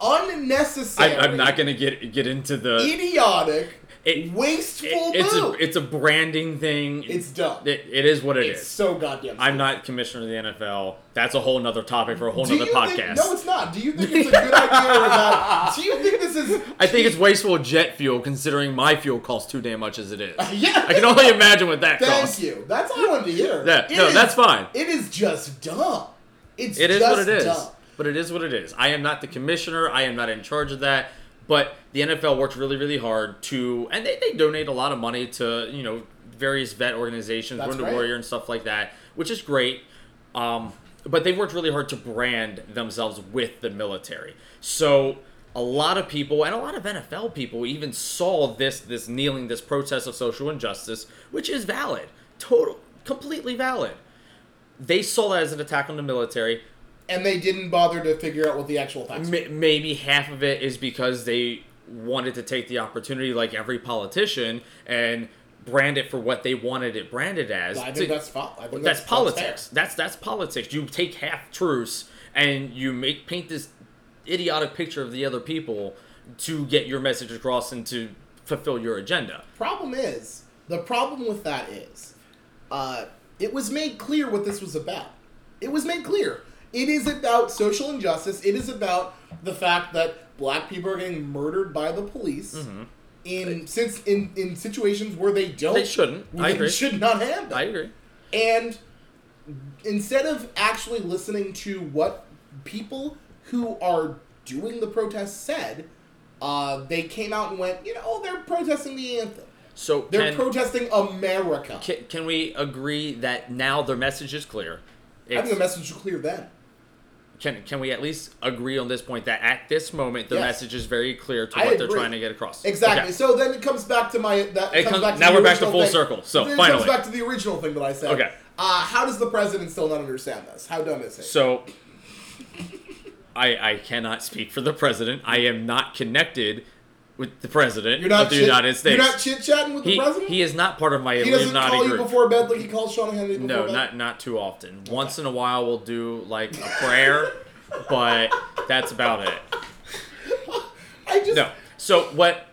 S1: unnecessary.
S2: I, I'm not gonna get get into the.
S1: idiotic,
S2: It-
S1: wasteful
S2: it- it's a
S1: move.
S2: it's a branding thing.
S1: It's dumb.
S2: It, it is what it
S1: It's
S2: is.
S1: so goddamn.
S2: I'm not commissioner of the NFL. That's a whole nother topic for a whole
S1: Do
S2: nother
S1: you
S2: podcast.
S1: Think, no, it's not. Do you think it's a
S2: <laughs>
S1: good idea or not? Do you think this is?
S2: I think it's wasteful jet fuel considering my fuel costs too damn much as it is.
S1: <laughs> Yeah.
S2: I can only imagine what that
S1: Thank
S2: costs.
S1: you. That's all I wanted to hear.
S2: Yeah,
S1: It
S2: no,
S1: is-
S2: that's fine.
S1: It is just dumb. It's
S2: It is
S1: just
S2: what it is.
S1: Dumb.
S2: But it is what it is. I am not the commissioner. I am not in charge of that. But the NFL worked really, really hard to, and they, they donate a lot of money to, you know, various vet organizations,
S1: That's
S2: Wounded
S1: great.
S2: Warrior and stuff like that, which is great. Um, but they've worked really hard to brand themselves with the military. So a lot of people, and a lot of NFL people, even saw this this kneeling, this protest of social injustice, which is valid, total, completely valid. They saw that as an attack on the military.
S1: And they didn't bother to figure out what the actual facts. were.
S2: Ma- maybe half of it is because they wanted to take the opportunity, like every politician, and brand it for what they wanted it branded as.
S1: I
S2: To-
S1: think that's fine. I think
S2: that's,
S1: that's
S2: politics. That's, that's politics. You take half truths and you make paint this idiotic picture of the other people to get your message across and to fulfill your agenda.
S1: Problem is, the problem with that is, uh, it was made clear what this was about. It was made clear. It is about social injustice. It is about the fact that black people are getting murdered by the police
S2: Mm-hmm.
S1: in since in, in situations where they don't
S2: They shouldn't.
S1: where
S2: I
S1: they
S2: agree.
S1: should not happen.
S2: I agree.
S1: And instead of actually listening to what people who are doing the protest said, uh, they came out and went, you know, oh, they're protesting the anthem.
S2: So
S1: They're
S2: can,
S1: protesting America.
S2: can can we agree that now their message is clear?
S1: I think
S2: It's-
S1: the message was clear then.
S2: can can we at least agree on this point that at this moment the
S1: Yes.
S2: message is very clear to
S1: I
S2: what they're
S1: agree.
S2: trying to get across?
S1: Exactly.
S2: Okay.
S1: So then it comes back to my. That
S2: It
S1: comes,
S2: comes-
S1: back to
S2: now
S1: the
S2: we're back to
S1: original
S2: full
S1: thing.
S2: circle. So,
S1: then it
S2: finally.
S1: comes back to the original thing that I said.
S2: Okay.
S1: Uh, how does the president still not understand this? How dumb is he?
S2: So I I cannot speak for the president. I am not connected with the president
S1: you're not
S2: of the
S1: chit-
S2: United States.
S1: You're not chit chatting with
S2: he,
S1: the president.
S2: he is not part of my
S1: He doesn't
S2: Illuminati
S1: call you
S2: group.
S1: before bed like he calls Sean Hannity before
S2: no,
S1: bed.
S2: not not too often. Once in a while we'll do like a prayer, but that's about it.
S1: I just
S2: No. So
S1: <laughs>
S2: what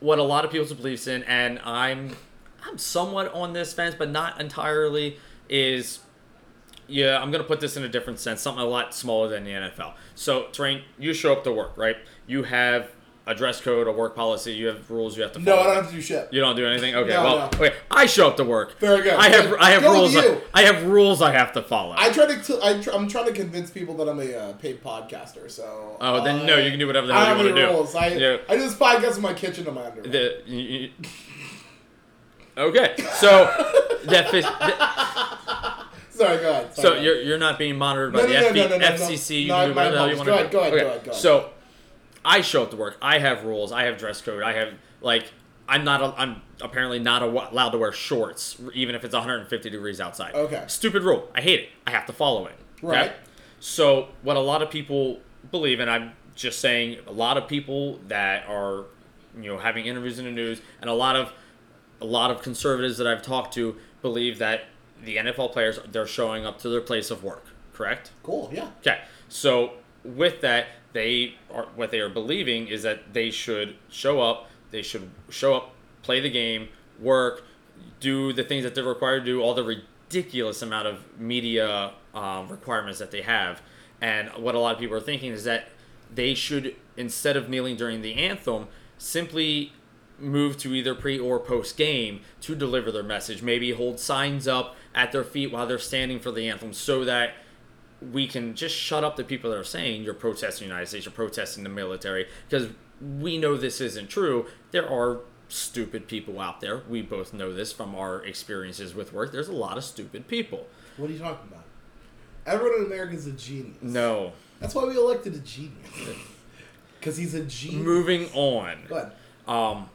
S2: what a lot of people's beliefs in, and I'm I'm somewhat on this fence, but not entirely, is yeah, I'm gonna put this in a different sense, something a lot smaller than the NFL. So Terrain, you show up to work, right? You have a dress code, a work policy, you have rules you have to
S1: No,
S2: follow.
S1: I don't have to do shit.
S2: You don't do anything. Okay,
S1: No,
S2: well,
S1: no.
S2: okay. I show up to work.
S1: Very good.
S2: I have
S1: Good.
S2: I have
S1: Go with
S2: rules. I,
S1: you.
S2: I have rules I have to follow.
S1: I try to. T- I tr- I'm trying to convince people that I'm a uh, paid podcaster. So.
S2: Oh, then
S1: uh,
S2: no, you can do whatever the
S1: I
S2: hell
S1: don't
S2: you
S1: have any
S2: wanna do.
S1: rules. I
S2: Yeah.
S1: I do this podcast in my kitchen in my underwear.
S2: The, you, you- okay,
S1: <laughs>
S2: so that fits. that-
S1: Sorry, go ahead. Sorry,
S2: so
S1: go
S2: you're you're not being monitored by
S1: No,
S2: the E
S1: no, no,
S2: FB
S1: no, no, no, no.
S2: FCC. You
S1: No,
S2: can do
S1: my
S2: whatever the hell you want
S1: apologies.
S2: to do.
S1: Go ahead, go
S2: okay.
S1: ahead, go ahead.
S2: So I show up to work. I have rules. I have dress code. I have like I'm not. A, I'm apparently not a- allowed to wear shorts, even if it's 150 degrees outside.
S1: Okay.
S2: Stupid rule. I hate it. I have to follow it. Okay?
S1: Right.
S2: So what a lot of people believe, and I'm just saying, a lot of people that are, you know, having interviews in the news, and a lot of, a lot of conservatives that I've talked to believe that the NFL players they're showing up to their place of work. Correct.
S1: cool. Yeah.
S2: Okay. So with that, they are what they are believing is that they should show up. They should show up, play the game, work, do the things that they're required to do. All the ridiculous amount of media um, requirements that they have, and what a lot of people are thinking is that they should instead of kneeling during the anthem, simply move to either pre or post game to deliver their message. Maybe hold signs up at their feet while they're standing for the anthem, so that we can just shut up the people that are saying you're protesting the United States, you're protesting the military, because we know this isn't true. There are stupid people out there. We both know this from our experiences with work. There's a lot of stupid people.
S1: What are you talking about? Everyone in America is a genius.
S2: No.
S1: That's why we elected a genius. <laughs> Because he's a genius.
S2: Moving on.
S1: Go ahead.
S2: um,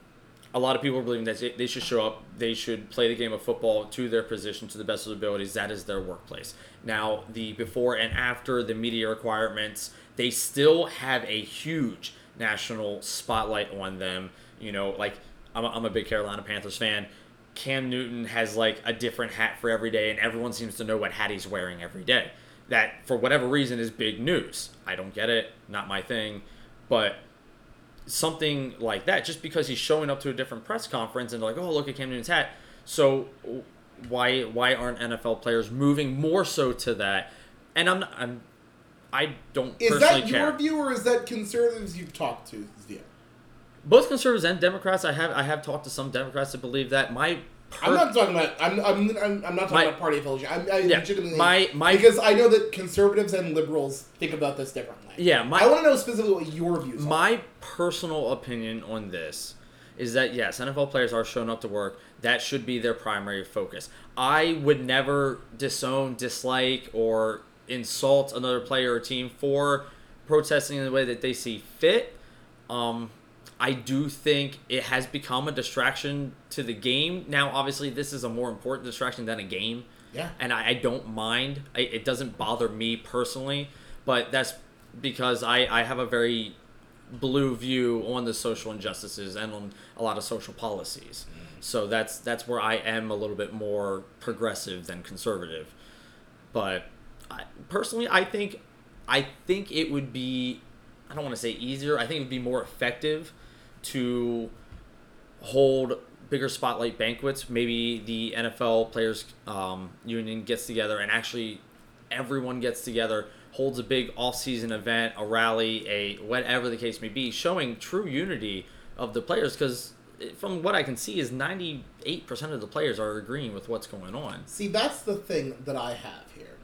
S2: a lot of people are believing that they- they should show up, they should play the game of football to their position, to the best of their abilities. That is their workplace. Now, the before and after the media requirements, they still have a huge national spotlight on them. You know, like I'm a, I'm a big Carolina Panthers fan. Cam Newton has like a different hat for every day, and everyone seems to know what hat he's wearing every day. That, for whatever reason, is big news. I don't get it, not my thing, but something like that just because he's showing up to a different press conference and like, oh, look at Cam Newton's hat. So why why aren't NFL players moving more so to that? And I'm I'm I don't
S1: Is
S2: personally
S1: that
S2: care.
S1: your view or is that conservatives you've talked to? View?
S2: Both conservatives and Democrats, I have I have talked to some Democrats that believe that my per-
S1: I'm not talking about. I'm. I'm. I'm, I'm not talking
S2: My-
S1: about party affiliation. I'm, I
S2: Yeah,
S1: legitimately.
S2: my- my-
S1: Because I know that conservatives and liberals think about this differently.
S2: Yeah, my-
S1: I want to know specifically what your views are.
S2: My personal opinion on this is that yes, NFL players are showing up to work. That should be their primary focus. I would never disown, dislike, or insult another player or team for protesting in the way that they see fit. Um, I do think it has become a distraction to the game. Now, obviously, this is a more important distraction than a game
S1: Yeah.
S2: and I, I don't mind. I, it doesn't bother me personally, but that's because I, I have a very blue view on the social injustices and on a lot of social policies. So that's that's where I am a little bit more progressive than conservative. But I, personally, I think I think it would be I don't want to say easier. I think it would be more effective to hold bigger spotlight banquets. Maybe the NFL Players um, Union gets together and actually everyone gets together, holds a big off-season event, a rally, a whatever the case may be, showing true unity of the players. Because from what I can see, is ninety-eight percent of the players are agreeing with what's going on.
S1: See, that's the thing that I have here,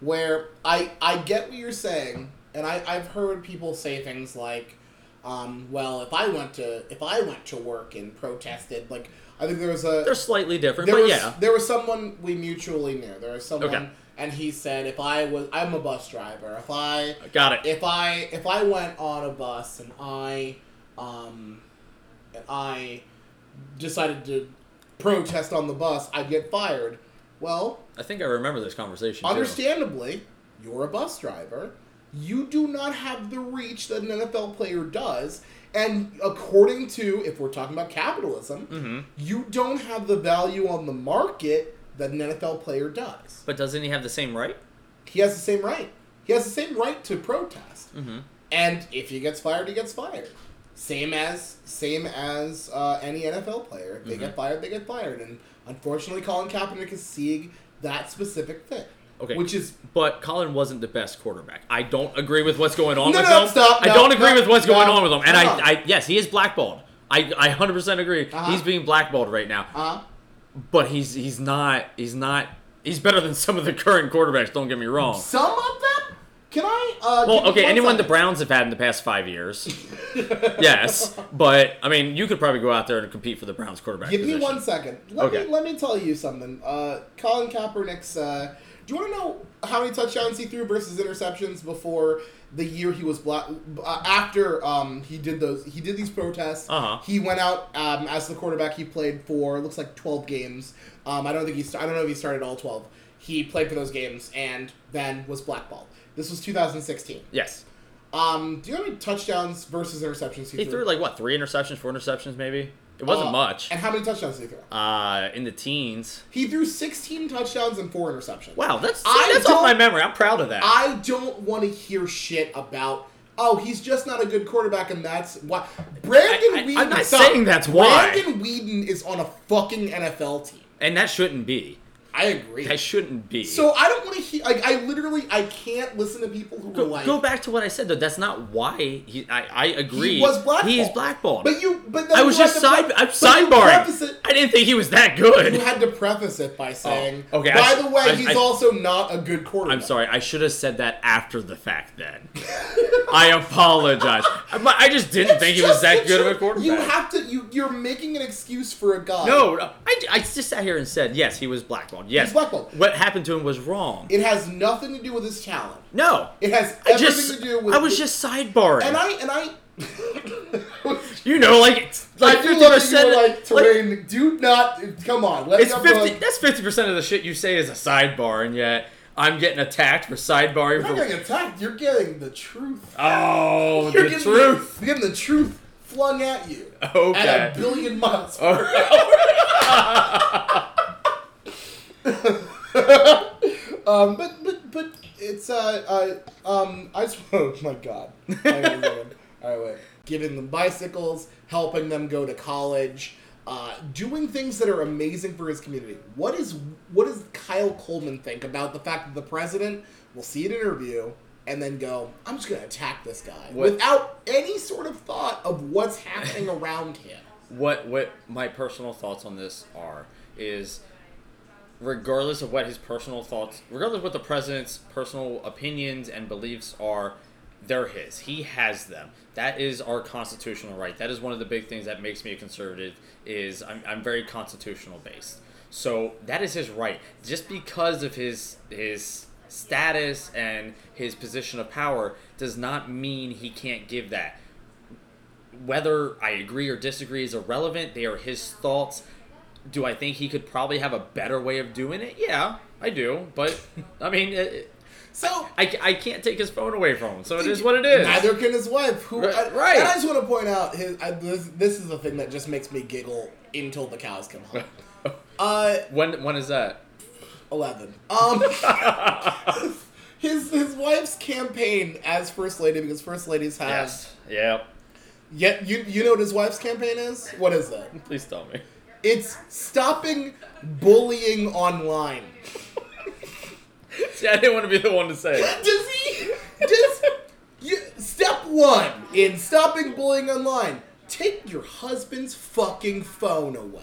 S1: where I I get what you're saying, and I I've heard people say things like, um, well, if I went to if I went to work and protested, like I think there was a
S2: They're slightly different,
S1: there
S2: but
S1: was
S2: yeah,
S1: there was someone we mutually knew. There was someone,
S2: Okay.
S1: and he said, if I was I'm a bus driver, if I
S2: got it.
S1: if I if I went on a bus and I um and I decided to protest on the bus, I'd get fired. Well,
S2: I think I remember this conversation. too.
S1: understandably, you're a bus driver. You do not have the reach that an NFL player does. And according to, if we're talking about capitalism,
S2: Mhm.
S1: you don't have the value on the market that an NFL player does.
S2: But doesn't he have the same right?
S1: He has the same right. He has the same right to protest.
S2: Mm-hmm.
S1: And if he gets fired, he gets fired. Same as same as uh, any NFL player. If they
S2: Mm-hmm.
S1: get fired, they get fired. And unfortunately, Colin Kaepernick is seeing that specific thing.
S2: Okay.
S1: Which is
S2: But Colin wasn't the best quarterback. I don't agree with what's going on
S1: No,
S2: with
S1: no,
S2: him.
S1: stop,
S2: I
S1: no,
S2: don't agree
S1: no,
S2: with what's going
S1: no,
S2: on with him. And
S1: no.
S2: I, I yes, he is blackballed. I, I 100% agree.
S1: Uh-huh.
S2: He's being blackballed right now.
S1: uh,
S2: But he's he's not he's not he's better than some of the current quarterbacks, don't get me wrong.
S1: some of them. Can I? Uh,
S2: Well,
S1: give me
S2: okay,
S1: one
S2: anyone the
S1: second?
S2: Browns have had in the past 5 years.
S1: <laughs>
S2: yes, but I mean, you could probably go out there and compete for the Browns quarterback
S1: Give
S2: position.
S1: me one second. Let
S2: Okay.
S1: me let me tell you something. Uh, Colin Kaepernick's. Uh, do you want to know how many touchdowns he threw versus interceptions before the year he was black? Uh, after um, he did those, he did these protests.
S2: Uh-huh.
S1: He went out um, as the quarterback. He played for it looks like twelve games. Um, I don't think he. St- I don't know if he started all twelve. He played for those games and then was blackballed. This was 2016.
S2: Yes.
S1: Um, do you know how many touchdowns versus interceptions he,
S2: He threw like what, 3 interceptions, 4 interceptions maybe? It wasn't
S1: Uh,
S2: much.
S1: And how many touchdowns did he throw?
S2: Uh in the teens.
S1: He threw 16 touchdowns and four interceptions.
S2: Wow, that's
S1: I
S2: that's off
S1: don't-
S2: my memory. I'm proud of that.
S1: I don't want to hear shit about. Oh, he's just not a good quarterback, and that's why. Brandon
S2: I- I- I'm
S1: Whedon.
S2: not
S1: stop.
S2: saying that's why.
S1: Brandon Whedon is on a fucking NFL team.
S2: and that shouldn't be.
S1: I agree.
S2: That shouldn't be.
S1: so I don't want to hear. Like, I literally, I can't listen to people who
S2: go,
S1: are like,
S2: go back to what I said though. That's not why he. I, I agree.
S1: He was blackballed.
S2: He's blackballed.
S1: But you, but then
S2: I
S1: you
S2: was
S1: had
S2: just
S1: to pre-
S2: side. I'm
S1: but you preface
S2: sidebarring.
S1: it-
S2: I didn't think he was that good. <laughs>
S1: You had to preface it by saying,
S2: Oh, okay, I
S1: By
S2: s-
S1: the way,
S2: I-
S1: he's
S2: I-
S1: also not a good quarterback.
S2: I'm sorry. I should have said that after the fact. Then <laughs> I
S1: <laughs>
S2: apologize. I'm not- I just didn't think he was
S1: Just
S2: that
S1: the
S2: good of a
S1: truth.
S2: quarterback.
S1: You have to. You you're making an excuse for a guy.
S2: no, no. I, I just sat here and said yes. He was blackballed. Yes,
S1: blackballed.
S2: What happened to him was wrong.
S1: It has nothing to do with his talent.
S2: no,
S1: It has
S2: I
S1: everything
S2: just
S1: to do with.
S2: I was just sidebarring.
S1: And I and I.
S2: you know, like <laughs> like
S1: I do love
S2: fifty
S1: that you
S2: percent.
S1: were like Terrain. do not come on. Let me
S2: it's
S1: upload-
S2: fifty. That's fifty percent of the shit you say is a sidebar, and yet I'm getting attacked for sidebarring.
S1: You're not
S2: For,
S1: getting attacked. You're getting the truth.
S2: oh,
S1: You're
S2: the
S1: getting
S2: truth.
S1: you're getting the truth flung at you.
S2: <laughs> Okay. Oh.
S1: At a billion miles. per Um, but but but it's uh, uh um I <laughs> just oh my god. All right, wait. Giving them bicycles, helping them go to college, uh, doing things that are amazing for his community. What is what does Kyle Coleman think about the fact that the president will see an interview and then go, I'm just gonna attack this guy
S2: What-
S1: without any sort of thought of what's happening around him.
S2: what what my personal thoughts on this are is regardless of what his personal thoughts regardless of what the president's personal opinions and beliefs are they're his he has them that is our constitutional right that is one of the big things that makes me a conservative is i'm, I'm very constitutional based so that is his right just because of his his status and his position of power does not mean he can't give that whether I agree or disagree is irrelevant. They are his thoughts. Do I think he could probably have a better way of doing it? Yeah, I do. But I mean, it,
S1: So
S2: I, I can't take his phone away from him, so it is what it is.
S1: Neither can his wife. Who
S2: Right-
S1: I-
S2: right.
S1: And I just want to point out his. I, this, this is the thing that just makes me giggle until the cows come
S2: <laughs>
S1: home. uh,
S2: <laughs> When when is <laughs> that?
S1: eleven. Um, <laughs> his his wife's campaign as first lady because first ladies have
S2: Yes. Yeah.
S1: Yet you you know what his wife's campaign is? What is that?
S2: Please tell me.
S1: It's stopping bullying online.
S2: <laughs> See, I didn't want to be the one to say it.
S1: <laughs> Does he? Does you, step one in stopping bullying online? Take your husband's fucking phone away.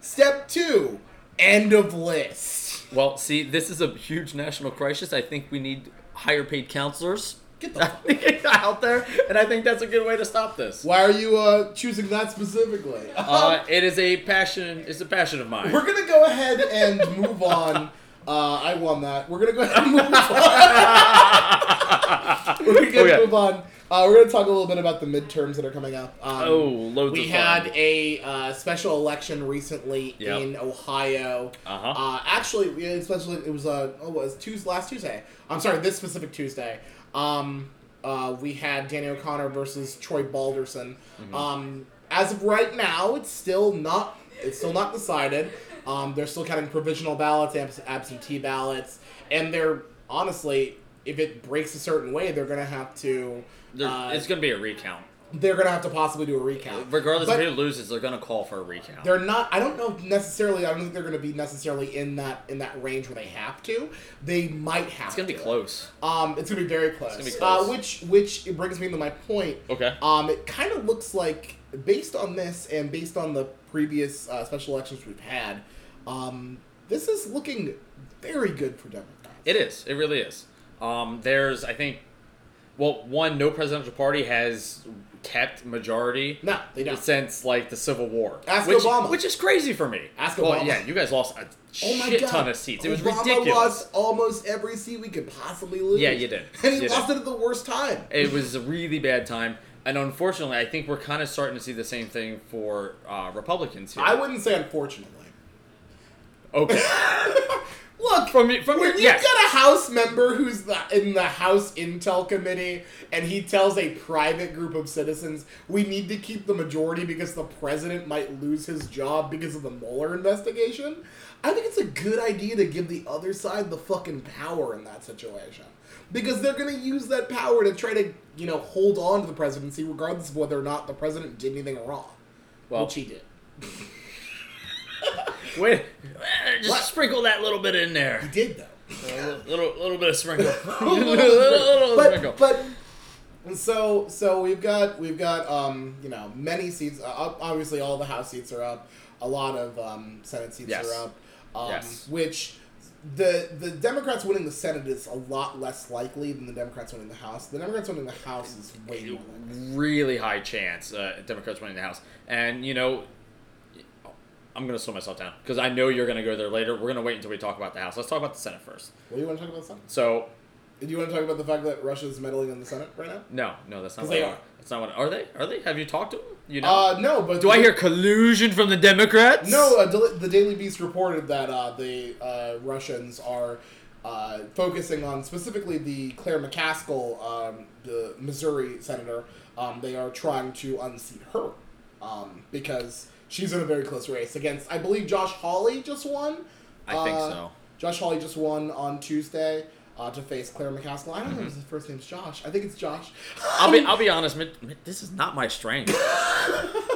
S1: Step two, end of list.
S2: Well, see, this is a huge national crisis. I think we need higher paid counselors <laughs>
S1: Get the.
S2: I
S1: Fuck.
S2: think it's out there, and I think that's a good way to stop this.
S1: Why are you uh, choosing that specifically?
S2: Uh, it is a passion. It's a passion of mine.
S1: We're gonna go ahead and move on. Uh, I won that. We're gonna go ahead and move on. <laughs> we're gonna
S2: Okay.
S1: move on. Uh, we're gonna talk a little bit about the midterms that are coming up. Um,
S2: Oh, loads
S1: we
S2: of
S1: had
S2: fun.
S1: a uh, special election recently
S2: Yep.
S1: in Ohio.
S2: Uh-huh.
S1: Uh, actually, we- especially it was uh, oh, it was Tuesday, last Tuesday. I'm sorry, this specific Tuesday. Um, uh, we had Danny O'Connor versus Troy Balderson.
S2: Mm-hmm.
S1: Um, as of right now, it's still not it's still not decided. Um, they're still counting provisional ballots, abs- absentee ballots, and they're honestly, if it breaks a certain way, they're gonna have to.
S2: There-
S1: uh,
S2: it's going to be a recount.
S1: they're gonna have to possibly do a recount.
S2: Regardless
S1: But-
S2: of who loses, they're going to call for a recount.
S1: they're not i don't know if necessarily i don't think they're going to be necessarily in that in that range where they have to they might have
S2: it's going to
S1: to
S2: be close.
S1: um it's going to be very close,
S2: gonna be
S1: Uh,
S2: close.
S1: which which it brings me to my point
S2: Okay.
S1: um it kind of looks like based on this and based on the previous uh, special elections we've had um this is looking very good for democrats
S2: It is. It really is. Um, there's, I think, well, one, no presidential party has kept majority
S1: no they don't
S2: since like the Civil War.
S1: Ask
S2: which,
S1: Obama.
S2: which is crazy for me.
S1: Ask
S2: well,
S1: Obama.
S2: Yeah, you guys lost a
S1: Oh my
S2: shit
S1: god!
S2: ton of seats. It was
S1: Obama
S2: ridiculous.
S1: lost almost every seat we could possibly lose.
S2: Yeah, you did.
S1: And he
S2: You
S1: lost
S2: did.
S1: it at the worst time.
S2: It was a really bad time. And unfortunately, I think we're kind of starting to see the same thing for uh, Republicans here.
S1: I wouldn't say unfortunately.
S2: okay.
S1: Look,
S2: From y- from
S1: when
S2: your-
S1: you
S2: yes.
S1: got a House member who's the, in the House Intel Committee, and he tells a private group of citizens, "We need to keep the majority because the president might lose his job because of the Mueller investigation." I think it's a good idea to give the other side the fucking power in that situation because they're gonna use that power to try to you know hold on to the presidency, regardless of whether or not the president did anything wrong,
S2: Well,
S1: which he did.
S2: wait. eh, Just
S1: What?
S2: sprinkle that little bit in there.
S1: <laughs> He did though.
S2: A little, little bit
S1: <laughs>
S2: of sprinkle. <laughs> little, little sprinkle.
S1: but, but so so we've got we've got um you know many seats. Uh, ob- obviously, all the House seats are up. A lot of um, Senate seats
S2: Yes.
S1: are up. Um,
S2: Yes.
S1: Which the the Democrats winning the Senate is a lot less likely than the Democrats winning the House. The Democrats winning the House is way more likely.
S2: really high chance uh, Democrats winning the House. And you know, I'm gonna slow myself down because I know you're gonna go there later. We're gonna wait until we talk about the House. Let's talk about the Senate first.
S1: What do you want to talk about? Senate?
S2: So
S1: Do you want to talk about the fact that Russia's meddling in the Senate right now?
S2: no, no, that's not
S1: 'Cause
S2: what
S1: they
S2: I-
S1: are.
S2: That's not what. Are they? Are they? Have you talked to them? You know.
S1: Uh, no, but
S2: Do I hear collusion from the Democrats?
S1: No, uh, Dil- the Daily Beast reported that uh, the uh, Russians are uh, focusing on specifically the Claire McCaskill, um, the Missouri senator. Um, they are trying to unseat her um, because she's in a very close race against, I believe, Josh Hawley just won.
S2: I think
S1: Uh,
S2: so.
S1: Josh Hawley just won on Tuesday. Uh, to face Claire McCaskill, I don't know if his first name's Josh. I think it's Josh.
S2: Mm-hmm. I'll be. I'll be honest. Mitt, Mitt, this is not my strength.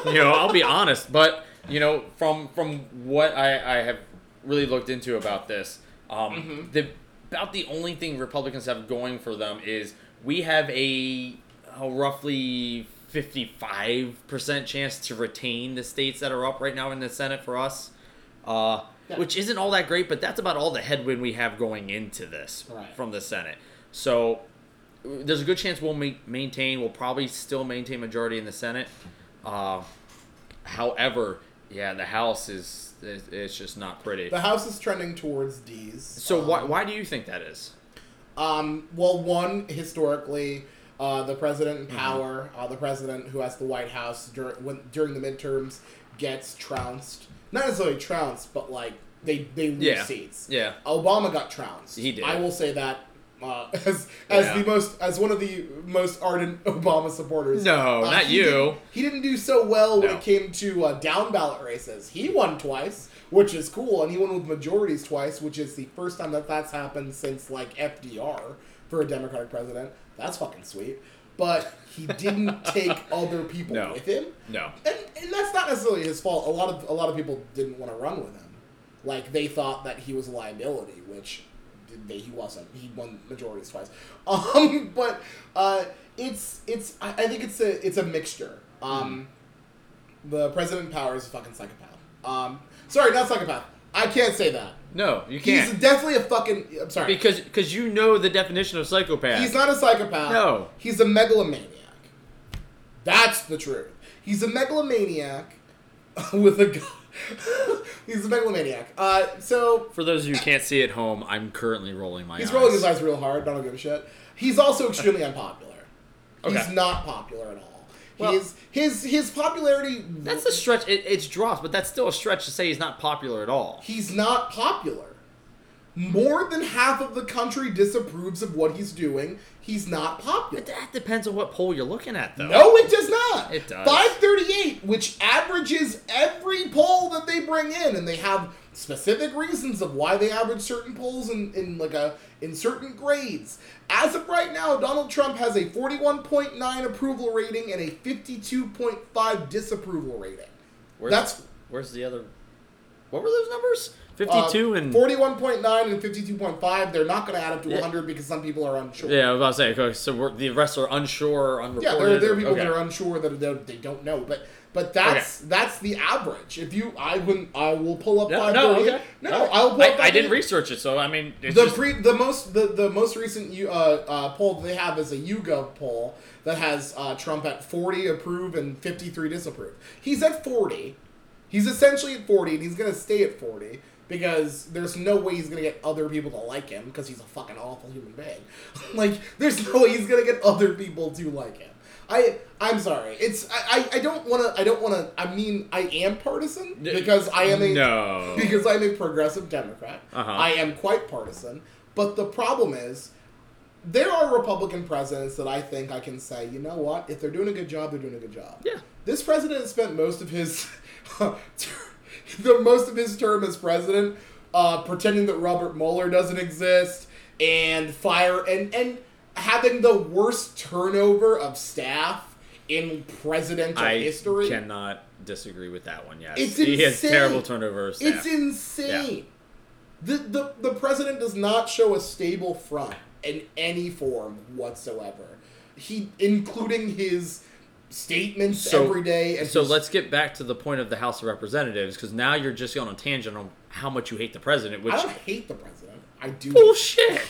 S2: you know, I'll be honest. But you know, from from what I, I have really looked into about this, um, the about the only thing Republicans have going for them is we have a, a roughly fifty five percent chance to retain the states that are up right now in the Senate for us. Uh,
S1: Yeah.
S2: Which isn't all that great, but that's about all the headwind we have going into this
S1: Right.
S2: from the Senate. So there's a good chance we'll ma- maintain. We'll probably still maintain majority in the Senate. Uh, however, yeah, the House is it- it's just not
S1: <laughs>
S2: pretty.
S1: the House is trending towards D's.
S2: So why
S1: Um,
S2: why do you think that is?
S1: Um, well, one historically, uh, the president in
S2: Mm-hmm.
S1: power, uh, the president who has the White House dur- when, during the midterms, gets trounced. Not necessarily trounced, but like they they lose
S2: Yeah.
S1: seats.
S2: Yeah.
S1: Obama got trounced.
S2: He did.
S1: I will say that uh, <laughs> as as
S2: Yeah.
S1: the most as one of the most ardent <laughs> Obama supporters.
S2: No,
S1: Uh,
S2: not
S1: he
S2: you.
S1: didn't- he didn't do so well when
S2: No.
S1: it came to uh, down ballot races. He won twice, which is cool, and he won with majorities twice, which is the first time that that's happened since like FDR for a Democratic president. That's fucking sweet. but he
S2: <laughs>
S1: didn't take other people
S2: No.
S1: with him.
S2: No.
S1: And, and that's not necessarily his fault. A lot of a lot of people didn't want to run with him. Like they thought that he was a liability, which they, he wasn't. He won majorities twice. <laughs> Um, but uh, it's it's I, I think it's a it's a mixture. Um,
S2: Mm-hmm.
S1: The president power is a fucking psychopath. Um, sorry, not psychopath. I can't say that.
S2: No, you
S1: He's
S2: can't.
S1: definitely a fucking. I'm sorry.
S2: Because because you know the definition of psychopath.
S1: He's not a psychopath.
S2: No.
S1: He's a megalomaniac. That's the truth. He's a megalomaniac <laughs> with a gun. <laughs> he's a megalomaniac. Uh, so
S2: For those of you who can't see at home, I'm currently rolling my
S1: he's
S2: eyes.
S1: rolling his eyes real hard. I don't give a shit. He's also extremely unpopular.
S2: Okay.
S1: He's not popular at all.
S2: Well-
S1: He's, his his popularity.
S2: That's a stretch. It, it's drops, but that's still a stretch to say he's not popular at all.
S1: He's not popular. More than half of the country disapproves of what he's doing. He's not popular.
S2: But that depends on what poll you're looking at, though.
S1: No, it does not.
S2: It does.
S1: 538, which averages every poll that they bring in, and they have specific reasons of why they average certain polls in, in like a in certain grades. As of right now, Donald Trump has a 41.9 approval rating and a 52.5 disapproval rating.
S2: Where's,
S1: That's
S2: where's the other? What were those numbers?
S1: uh,
S2: Fifty-two and
S1: 41.9 and 52.5. They're not going to add up to
S2: Yeah.
S1: 100 because some people are unsure.
S2: Yeah, I was about to say. okay, So we're, the rest are unsure, or
S1: Yeah, there,
S2: unreported.
S1: there are
S2: or-
S1: people that
S2: okay.
S1: are unsure that they don't- they don't know, but but that's that's the average. If you, I wouldn't. I will pull up.
S2: No,
S1: five
S2: no,
S1: thirty.
S2: okay.
S1: no,
S2: All right.
S1: I will pull up.
S2: I, I
S1: 538.
S2: didn't research it, so I mean, it's
S1: the
S2: just-
S1: pre the most the, the most recent you, uh, uh, poll that they have is a YouGov poll that has uh, Trump at forty approve and fifty three disapprove. He's at forty. He's essentially at forty, and he's gonna stay at forty because there's no way he's gonna get other people to like him because he's a fucking awful human being. <laughs> like there's no way he's gonna get other people to like him. I I'm sorry. It's I, I, I don't wanna I don't wanna I mean I am partisan because I am a
S2: no.
S1: <laughs> because I'm a progressive Democrat.
S2: Uh-huh.
S1: I am quite partisan. But the problem is, there are Republican presidents that I think I can say, you know what? If they're doing a good job, they're doing a good job.
S2: Yeah.
S1: This president has spent most of his, <laughs> the most of his term as president, uh, pretending that Robert Mueller doesn't exist and fire and and having the worst turnover of staff in presidential
S2: I
S1: history.
S2: cannot disagree with that one. Yes,
S1: It's
S2: he has
S1: insane.
S2: terrible turnover. of staff.
S1: It's insane. The, the the president does not show a stable front in any form whatsoever. He including his statements
S2: So-
S1: every day and
S2: So
S1: his-
S2: let's get back to the point of the House of Representatives, because now you're just on a tangent on how much you hate the president, which
S1: I don't hate the president. I do
S2: bullshit.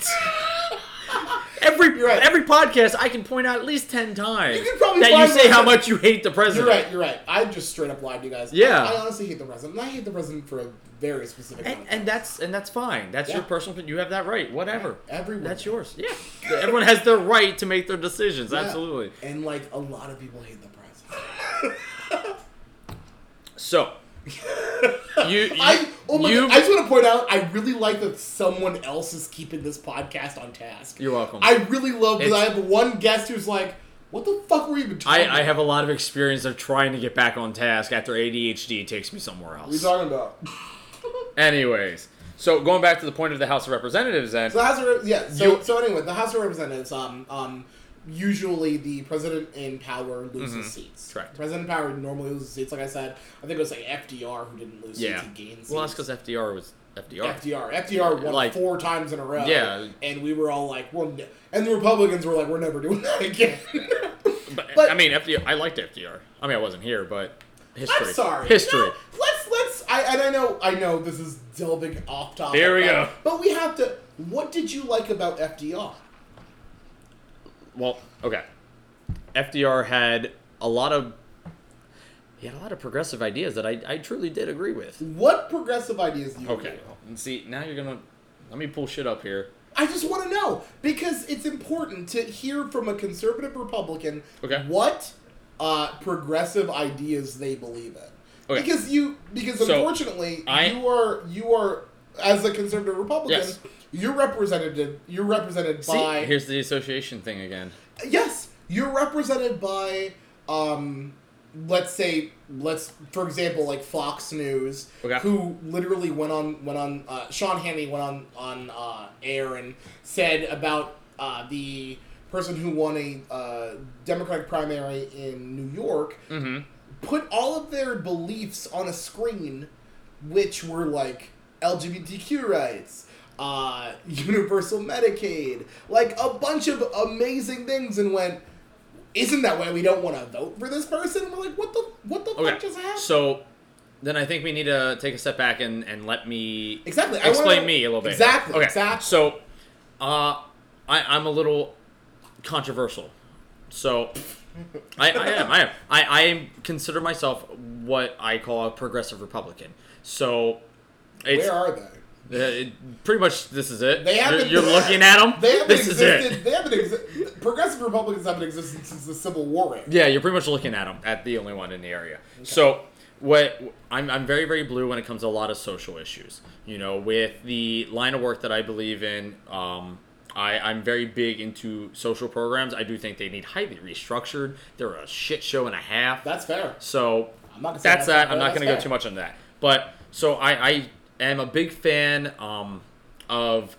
S2: every
S1: You're right.
S2: every podcast, I can point out at least ten times
S1: You can probably
S2: that you
S1: find
S2: say
S1: one-
S2: how much you hate the
S1: You're
S2: president.
S1: right, you're right. I just straight up lied to you guys.
S2: Yeah.
S1: I, I honestly hate the president. and I hate the president for a very specific
S2: And,
S1: context.
S2: and that's and that's fine. That's your
S1: Yeah.
S2: personal. opinion. You have that right. Whatever.
S1: Everyone
S2: That's
S1: does.
S2: yours. Yeah. Everyone has their right to make their decisions.
S1: Yeah.
S2: Absolutely.
S1: And like a lot of people hate the president.
S2: So <laughs> you, you
S1: <laughs> I oh my
S2: you
S1: God, I just want to point out I really like that someone else is keeping this podcast on task.
S2: You're welcome.
S1: I really love that I
S2: It's-
S1: have one guest who's like, "What the fuck were you even talking?"
S2: I, I have a lot of experience of trying to get back on task after ADHD takes me somewhere
S1: What are you
S2: else.
S1: talking about?
S2: Anyways, so going back to the point of the House of Representatives, then
S1: So the House of Rep- yeah. So,
S2: You-
S1: so anyway, the House of Representatives. Um, um, usually the president in power loses seats.
S2: Mm-hmm. Correct.
S1: President in power normally loses seats. Like I said, I think it was like FDR who didn't lose
S2: yeah,
S1: seats. He gained seats.
S2: well that's because FDR was FDR.
S1: FDR. FDR won
S2: Like-
S1: four times in a row.
S2: Yeah.
S1: And we were all like, we're ne- and the Republicans were like, we're never doing that again. <laughs>
S2: But,
S1: But-
S2: I mean, FDR. I liked FDR. I mean, I wasn't here, but history.
S1: I'm sorry.
S2: History.
S1: No, let's let's. I and I know I know this is delving off topic.
S2: Here we
S1: but,
S2: go.
S1: But we have to. What did you like about FDR?
S2: Well, okay. FDR had a lot of he had a lot of progressive ideas that I, I truly did agree with.
S1: What progressive ideas do you?
S2: Okay.
S1: do?
S2: And see, now you're gonna let me pull shit up here.
S1: I just want to know because it's important to hear from a conservative Republican
S2: Okay.
S1: what uh, progressive ideas they believe in.
S2: Okay.
S1: Because you because
S2: So,
S1: unfortunately
S2: I-
S1: you are you are as a conservative Republican
S2: Yes.
S1: you're represented you're represented
S2: See,
S1: by
S2: here's the association thing again.
S1: Yes, you're represented by, um, let's say, let's for example, like Fox News,
S2: Okay.
S1: who literally went on went on. Uh, Sean Hannity went on on uh, air and said about uh, the person who won a uh, Democratic primary in New York
S2: Mm-hmm.
S1: put all of their beliefs on a screen, which were like LGBTQ rights, uh, <laughs> universal Medicaid, like a bunch of amazing things, and went, "Isn't that why we don't want to vote for this person?" And we're like, "What the what the fuck
S2: Okay.
S1: just happened?"
S2: So then I think we need to take a step back and, and let me
S1: exactly. I wanna
S2: explain
S1: know-
S2: me a little bit.
S1: Exactly.
S2: Okay.
S1: Exactly.
S2: So, uh, I, I'm a little controversial. So, I, I am. I am. I, I am- consider myself what I call a progressive Republican. So, it's
S1: Where are they?
S2: uh, it- pretty much this is it.
S1: They
S2: you're,
S1: haven't. <laughs>
S2: you're looking at them.
S1: They haven't
S2: this
S1: existed.
S2: is it.
S1: They haven't existed. Progressive Republicans haven't existed since the Civil War. Era.
S2: Yeah, you're pretty much looking at them at the only one in the area. So what I'm, I'm very very blue when it comes to a lot of social issues. You know, with the line of work that I believe in, um, I I'm very big into social programs. I do think they need highly restructured. They're a shit show and a half.
S1: That's fair.
S2: So
S1: I'm not gonna say that's
S2: that's that.
S1: not
S2: I'm not
S1: fair,
S2: going to
S1: that's
S2: go
S1: fair.
S2: too much on that. But so I, I am a big fan um, of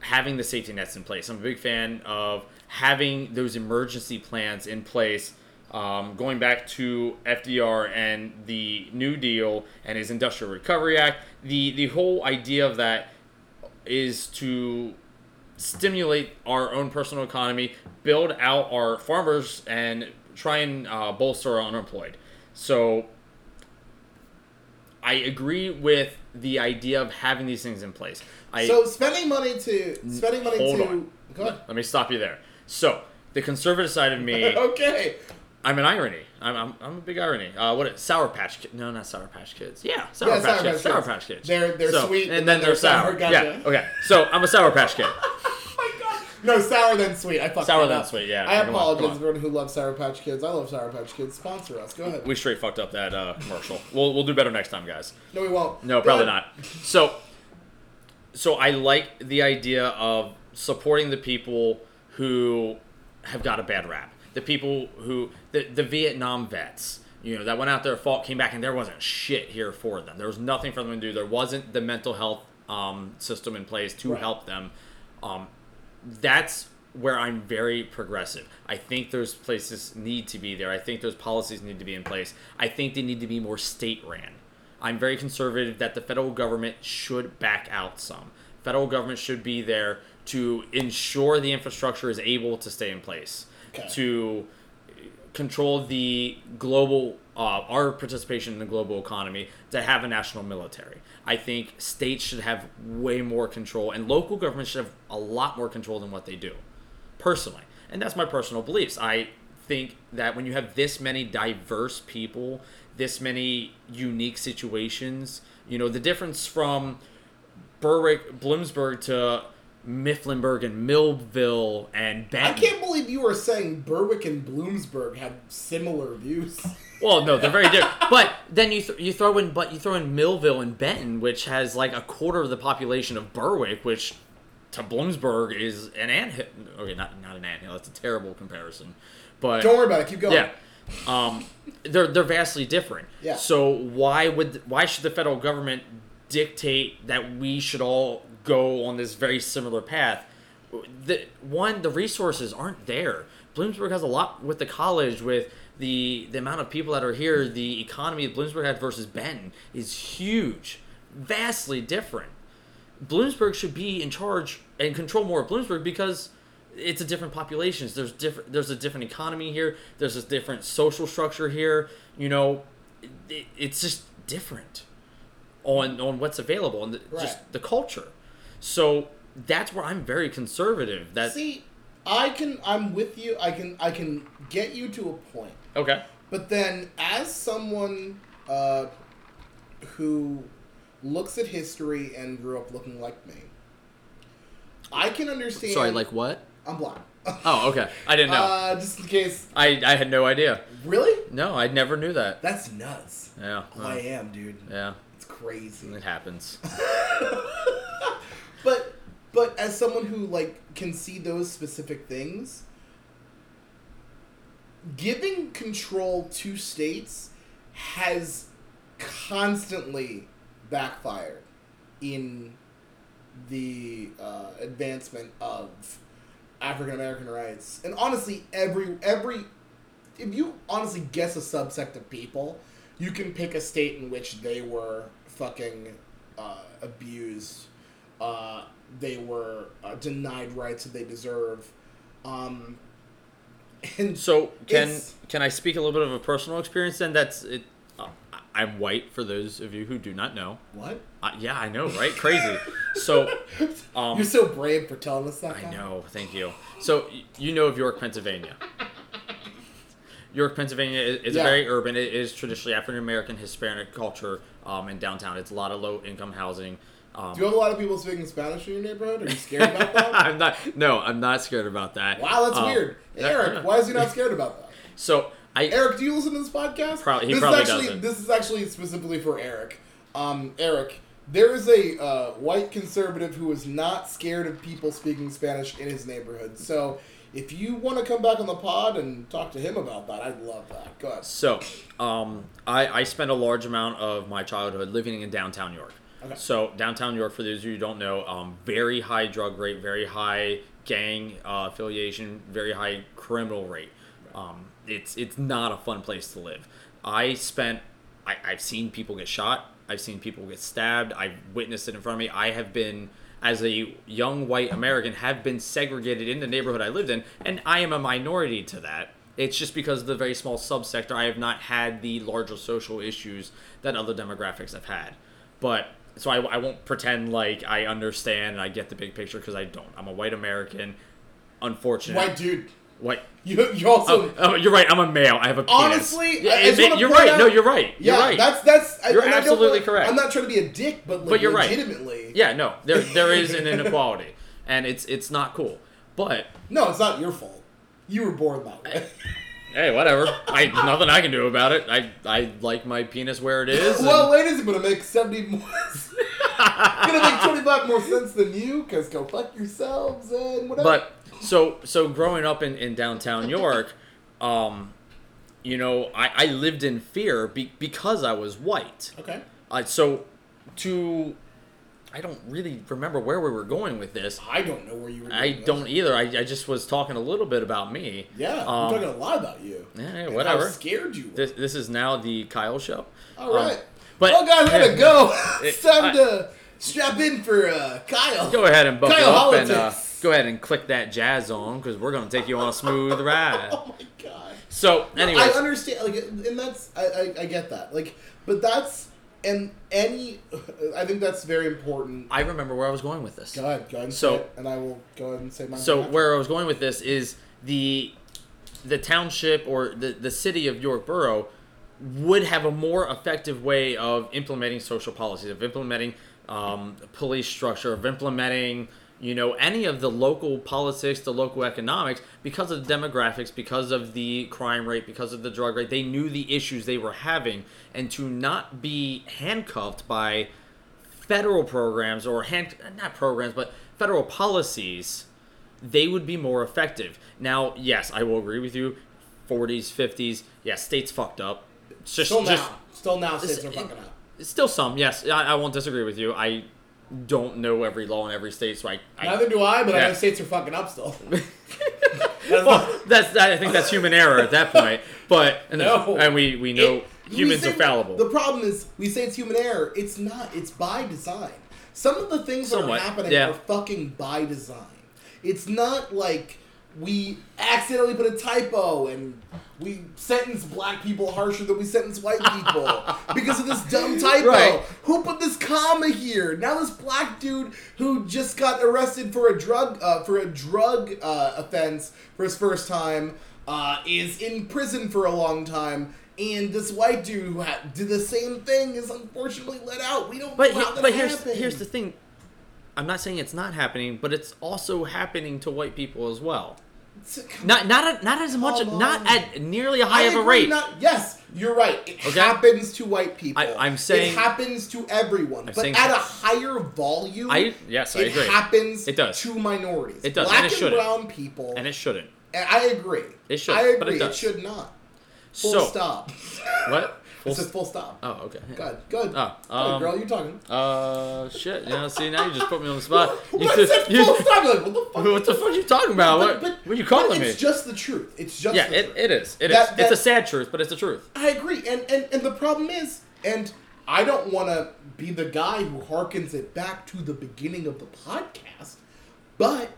S2: having the safety nets in place. I'm a big fan of having those emergency plans in place. Um, going back to FDR and the New Deal and his Industrial Recovery Act, the the whole idea of that is to stimulate our own personal economy, build out our farmers, and try and uh, bolster our unemployed. So I agree with the idea of having these things in place. I
S1: so spending money to spending money
S2: hold
S1: to
S2: on.
S1: go ahead.
S2: let me stop you there. So the conservative side of me,
S1: <laughs> Okay.
S2: I'm an irony. I'm, I'm, I'm a big irony. Uh, what Sour Patch Kids? No, not Sour Patch Kids. Yeah, Sour
S1: Yeah,
S2: Patch
S1: Sour
S2: Kids.
S1: Patch
S2: Sour
S1: Kids.
S2: Patch Kids.
S1: They're- they're
S2: So-
S1: sweet,
S2: and, then they're, sour.
S1: Gotcha.
S2: Yeah. Okay. So I'm a Sour Patch Kid.
S1: No, sour than sweet. I fucked
S2: Sour
S1: that
S2: than
S1: up.
S2: sweet, yeah.
S1: I
S2: Come on, come
S1: apologize
S2: on.
S1: for everyone who loves Sour Patch Kids. I love Sour Patch Kids. Sponsor us. Go ahead.
S2: we straight fucked up that uh, commercial. We'll we'll do better next time, guys.
S1: no, we won't.
S2: No,
S1: Go
S2: probably
S1: ahead.
S2: not. So, so I like the idea of supporting the people who have got a bad rap. The people who the the Vietnam vets, you know, that went out there, fought, came back, and there wasn't shit here for them. There was nothing for them to do. There wasn't the mental health um, system in place to
S1: Right.
S2: help them. Um, that's where I'm very progressive. I think those places need to be there. I think those policies need to be in place. I think they need to be more state ran. I'm very conservative that the federal government should back out some. Federal government should be there to ensure the infrastructure is able to stay in place,
S1: Okay.
S2: to control the global uh, our participation in the global economy to have a national military. I think states should have way more control, and local governments should have a lot more control than what they do, personally. And that's my personal beliefs. I think that when you have this many diverse people, this many unique situations, you know, the difference from Berwick, Bloomsburg to Mifflinburg and Millville and
S1: I
S2: Benton.
S1: can't believe you were saying Berwick and Bloomsburg had similar views.
S2: Well, no, they're very different. But then you th- you throw in but you throw in Millville and Benton, which has like a quarter of the population of Berwick, which to Bloomsburg is an anthill. Okay, not not an anthill. That's a terrible comparison. But
S1: Don't worry about it. Keep going.
S2: yeah, um, they're they're vastly different.
S1: Yeah.
S2: So why would why should the federal government dictate that we should all go on this very similar path? The one, the resources aren't there. Bloomsburg has a lot with the college, with the the amount of people that are here. The economy of Bloomsburg had versus Benton is huge, vastly different. Bloomsburg should be in charge and control more of Bloomsburg because it's a different population. There's different. There's a different economy here. There's a different social structure here. You know, it, it's just different on on what's available and the, just
S1: Right.
S2: the culture. So that's where I'm very conservative. That
S1: See, I can. I'm with you. I can. I can get you to a point.
S2: okay.
S1: But then, as someone uh, who looks at history and grew up looking like me, I can understand.
S2: Sorry, like what?
S1: I'm black. <laughs>
S2: Oh, okay. I didn't know.
S1: Uh, just in case.
S2: I I had no idea.
S1: Really?
S2: No, I never knew that.
S1: That's nuts. Oh,
S2: Yeah.
S1: I
S2: well,
S1: am, dude.
S2: yeah.
S1: It's crazy.
S2: It happens.
S1: But but as someone who like can see those specific things, giving control to states has constantly backfired in the uh, advancement of African American rights. And honestly, every every if you honestly guess a subsect of people, you can pick a state in which they were fucking uh, abused, uh, they were uh, denied rights that they deserve. Um, and
S2: So can
S1: It's-
S2: can I speak a little bit of a personal experience? Then that's it. uh, I'm white for those of you who do not know.
S1: what?
S2: Uh, yeah, I know, right? Crazy.
S1: <laughs>
S2: So, um,
S1: You're so brave for telling us that.
S2: I
S1: Kyle.
S2: know. Thank you. So y- you know of York, Pennsylvania. York, Pennsylvania is, is
S1: Yeah.
S2: very urban. It is traditionally African American Hispanic culture um, in downtown. It's a lot of low income housing. Um,
S1: Do you have a lot of people speaking Spanish in your neighborhood? Are you scared
S2: <laughs>
S1: about that?
S2: I'm not. No, I'm not scared about that.
S1: wow, that's
S2: Um,
S1: weird.
S2: yeah,
S1: Eric, why is he not scared about that?
S2: <laughs> So I.
S1: Eric, do you listen to this podcast?
S2: Probably- he
S1: this
S2: probably
S1: is actually,
S2: doesn't.
S1: This is actually specifically for Eric. Um, Eric, there is a uh, white conservative who is not scared of people speaking Spanish in his neighborhood. So, if you want to come back on the pod and talk to him about that, I'd love that. Go ahead.
S2: So, um, I, I spent a large amount of my childhood living in downtown York.
S1: Okay.
S2: So, downtown York, for those of you who don't know, um, very high drug rate, very high gang uh, affiliation, very high criminal rate. Um, it's it's not a fun place to live. I spent, I, I've seen people get shot. I've seen people get stabbed. I've witnessed it in front of me. I have been, as a young white American, have been segregated in the neighborhood I lived in, and I am a minority to that. It's just because of the very small subsector, I have not had the larger social issues that other demographics have had. But so I, I won't pretend like I understand and I get the big picture because I don't. I'm a white American, unfortunate.
S1: White dude, <laughs>
S2: White.
S1: you, you also
S2: Oh, oh, you're right. I'm a male. I have a penis.
S1: Honestly,
S2: yeah,
S1: I- I just
S2: admit-
S1: wanna
S2: you're
S1: point
S2: right.
S1: out-
S2: no, you're right.
S1: yeah,
S2: you're right.
S1: that's that's I-
S2: You're
S1: and I don't
S2: absolutely
S1: want-
S2: correct.
S1: I'm not trying to be a dick, but like
S2: But you're right.
S1: legitimately,
S2: yeah, no, there there is an inequality, and it's it's not cool. But
S1: no, it's not your fault. You were born that way.
S2: hey, whatever. I nothing I can do about it. I I like my penis where it is. and-
S1: Well, ladies, I'm gonna make seventy more. <laughs> gonna make twenty five more sense than you, cause go fuck yourselves and whatever.
S2: but so so growing up in, in downtown York, um, you know, I, I lived in fear be, because I was white.
S1: okay,
S2: Uh, so to I don't really remember where we were going with this.
S1: I don't know where you were.
S2: I
S1: going with
S2: don't
S1: this.
S2: either. I, I just was talking a little bit about me.
S1: Yeah,
S2: Um,
S1: I'm talking a lot about you.
S2: yeah, yeah,
S1: And
S2: whatever.
S1: How scared you were.
S2: This, this is now the Kyle show. Um,
S1: All right.
S2: but-
S1: well, guys,
S2: yeah.
S1: I'm gonna go. <laughs>
S2: It-
S1: it's time
S2: I-
S1: to strap in for uh, Kyle.
S2: Go ahead and buckle
S1: Kyle
S2: up and uh,
S1: Politics.
S2: go ahead and click that jazz on because we're gonna take you on a smooth
S1: <laughs>
S2: ride.
S1: Oh my god.
S2: So,
S1: I
S2: anyways,
S1: understand, like, and that's I, I, I get that, like, but that's and any, I think that's very important.
S2: I remember where I was going with this.
S1: Go ahead, go ahead and
S2: So-
S1: say it, and I will go ahead and say mine.
S2: So
S1: after.
S2: where I was going with this is the the township or the the city of York Borough would have a more effective way of implementing social policies, of implementing um, police structure, of implementing you know any of the local politics, the local economics, because of the demographics, because of the crime rate, because of the drug rate. They knew the issues they were having, and to not be handcuffed by federal programs or hand not programs but federal policies they would be more effective now yes i will agree with you 40s 50s yeah states fucked up It's just,
S1: Still
S2: just
S1: now, still now, states are
S2: it-
S1: fucking up.
S2: still some yes I, I won't disagree with you i don't know every law in every state so i, I
S1: Neither do I, but I
S2: Yeah.
S1: know states are fucking up
S2: <laughs>
S1: still.
S2: well, that's i think that's human error at that point
S1: <laughs>
S2: but and,
S1: No.
S2: and we we know
S1: It- we
S2: humans
S1: say-
S2: are fallible
S1: The problem is we say it's human error. It's not. It's by design. Some of the things
S2: Somewhat,
S1: that are happening
S2: yeah.
S1: are fucking by design. It's not like we accidentally put a typo and we sentence black people harsher than we sentence white
S2: <laughs>
S1: people because of this dumb typo.
S2: Right.
S1: Who put this comma here? Now this black dude who just got arrested for a drug uh, for a drug uh, offense for his first time uh, is in prison for a long time, and this white dude who ha- did the same thing is unfortunately let out. We don't.
S2: But,
S1: know
S2: he-
S1: how that
S2: but here's
S1: happened.
S2: here's the thing. I'm not saying it's not happening, but it's also happening to white people as well.
S1: It's- come
S2: Not not a, not as much,
S1: Come
S2: not
S1: on.
S2: at nearly a
S1: I
S2: high of a
S1: agree
S2: rate.
S1: not- yes, you're right. It
S2: Okay.
S1: happens to white people.
S2: I- I'm saying-
S1: it happens to everyone, but
S2: saying-
S1: at a higher volume.
S2: I- yes, I
S1: it
S2: agree.
S1: happens.
S2: It does.
S1: to minorities.
S2: It does,
S1: Black
S2: and it shouldn't.
S1: brown people.
S2: and it shouldn't.
S1: And I agree.
S2: It should,
S1: I agree.
S2: but it does. <laughs>
S1: should not. Full
S2: So
S1: stop.
S2: what?
S1: it says full stop.
S2: Oh, okay.
S1: Good, good.
S2: Oh,
S1: Good,
S2: um,
S1: girl, you talking.
S2: Uh, shit. You know, see, now you just put me on the
S1: <laughs>
S2: spot.
S1: When
S2: You
S1: I
S2: just-
S1: said
S2: <laughs> you-
S1: full stop, you're like, what the fuck?
S2: what the fuck are you talking about?
S1: But-
S2: <laughs> What,
S1: but-
S2: what are you calling
S1: but
S2: me?
S1: It's just the truth. It's just
S2: yeah,
S1: the
S2: it,
S1: truth.
S2: it is. It is.
S1: That-
S2: It's a
S1: that-
S2: sad truth, but it's the truth.
S1: I agree, and and and the problem is, and I don't want to be the guy who harkens it back to the beginning of the podcast, but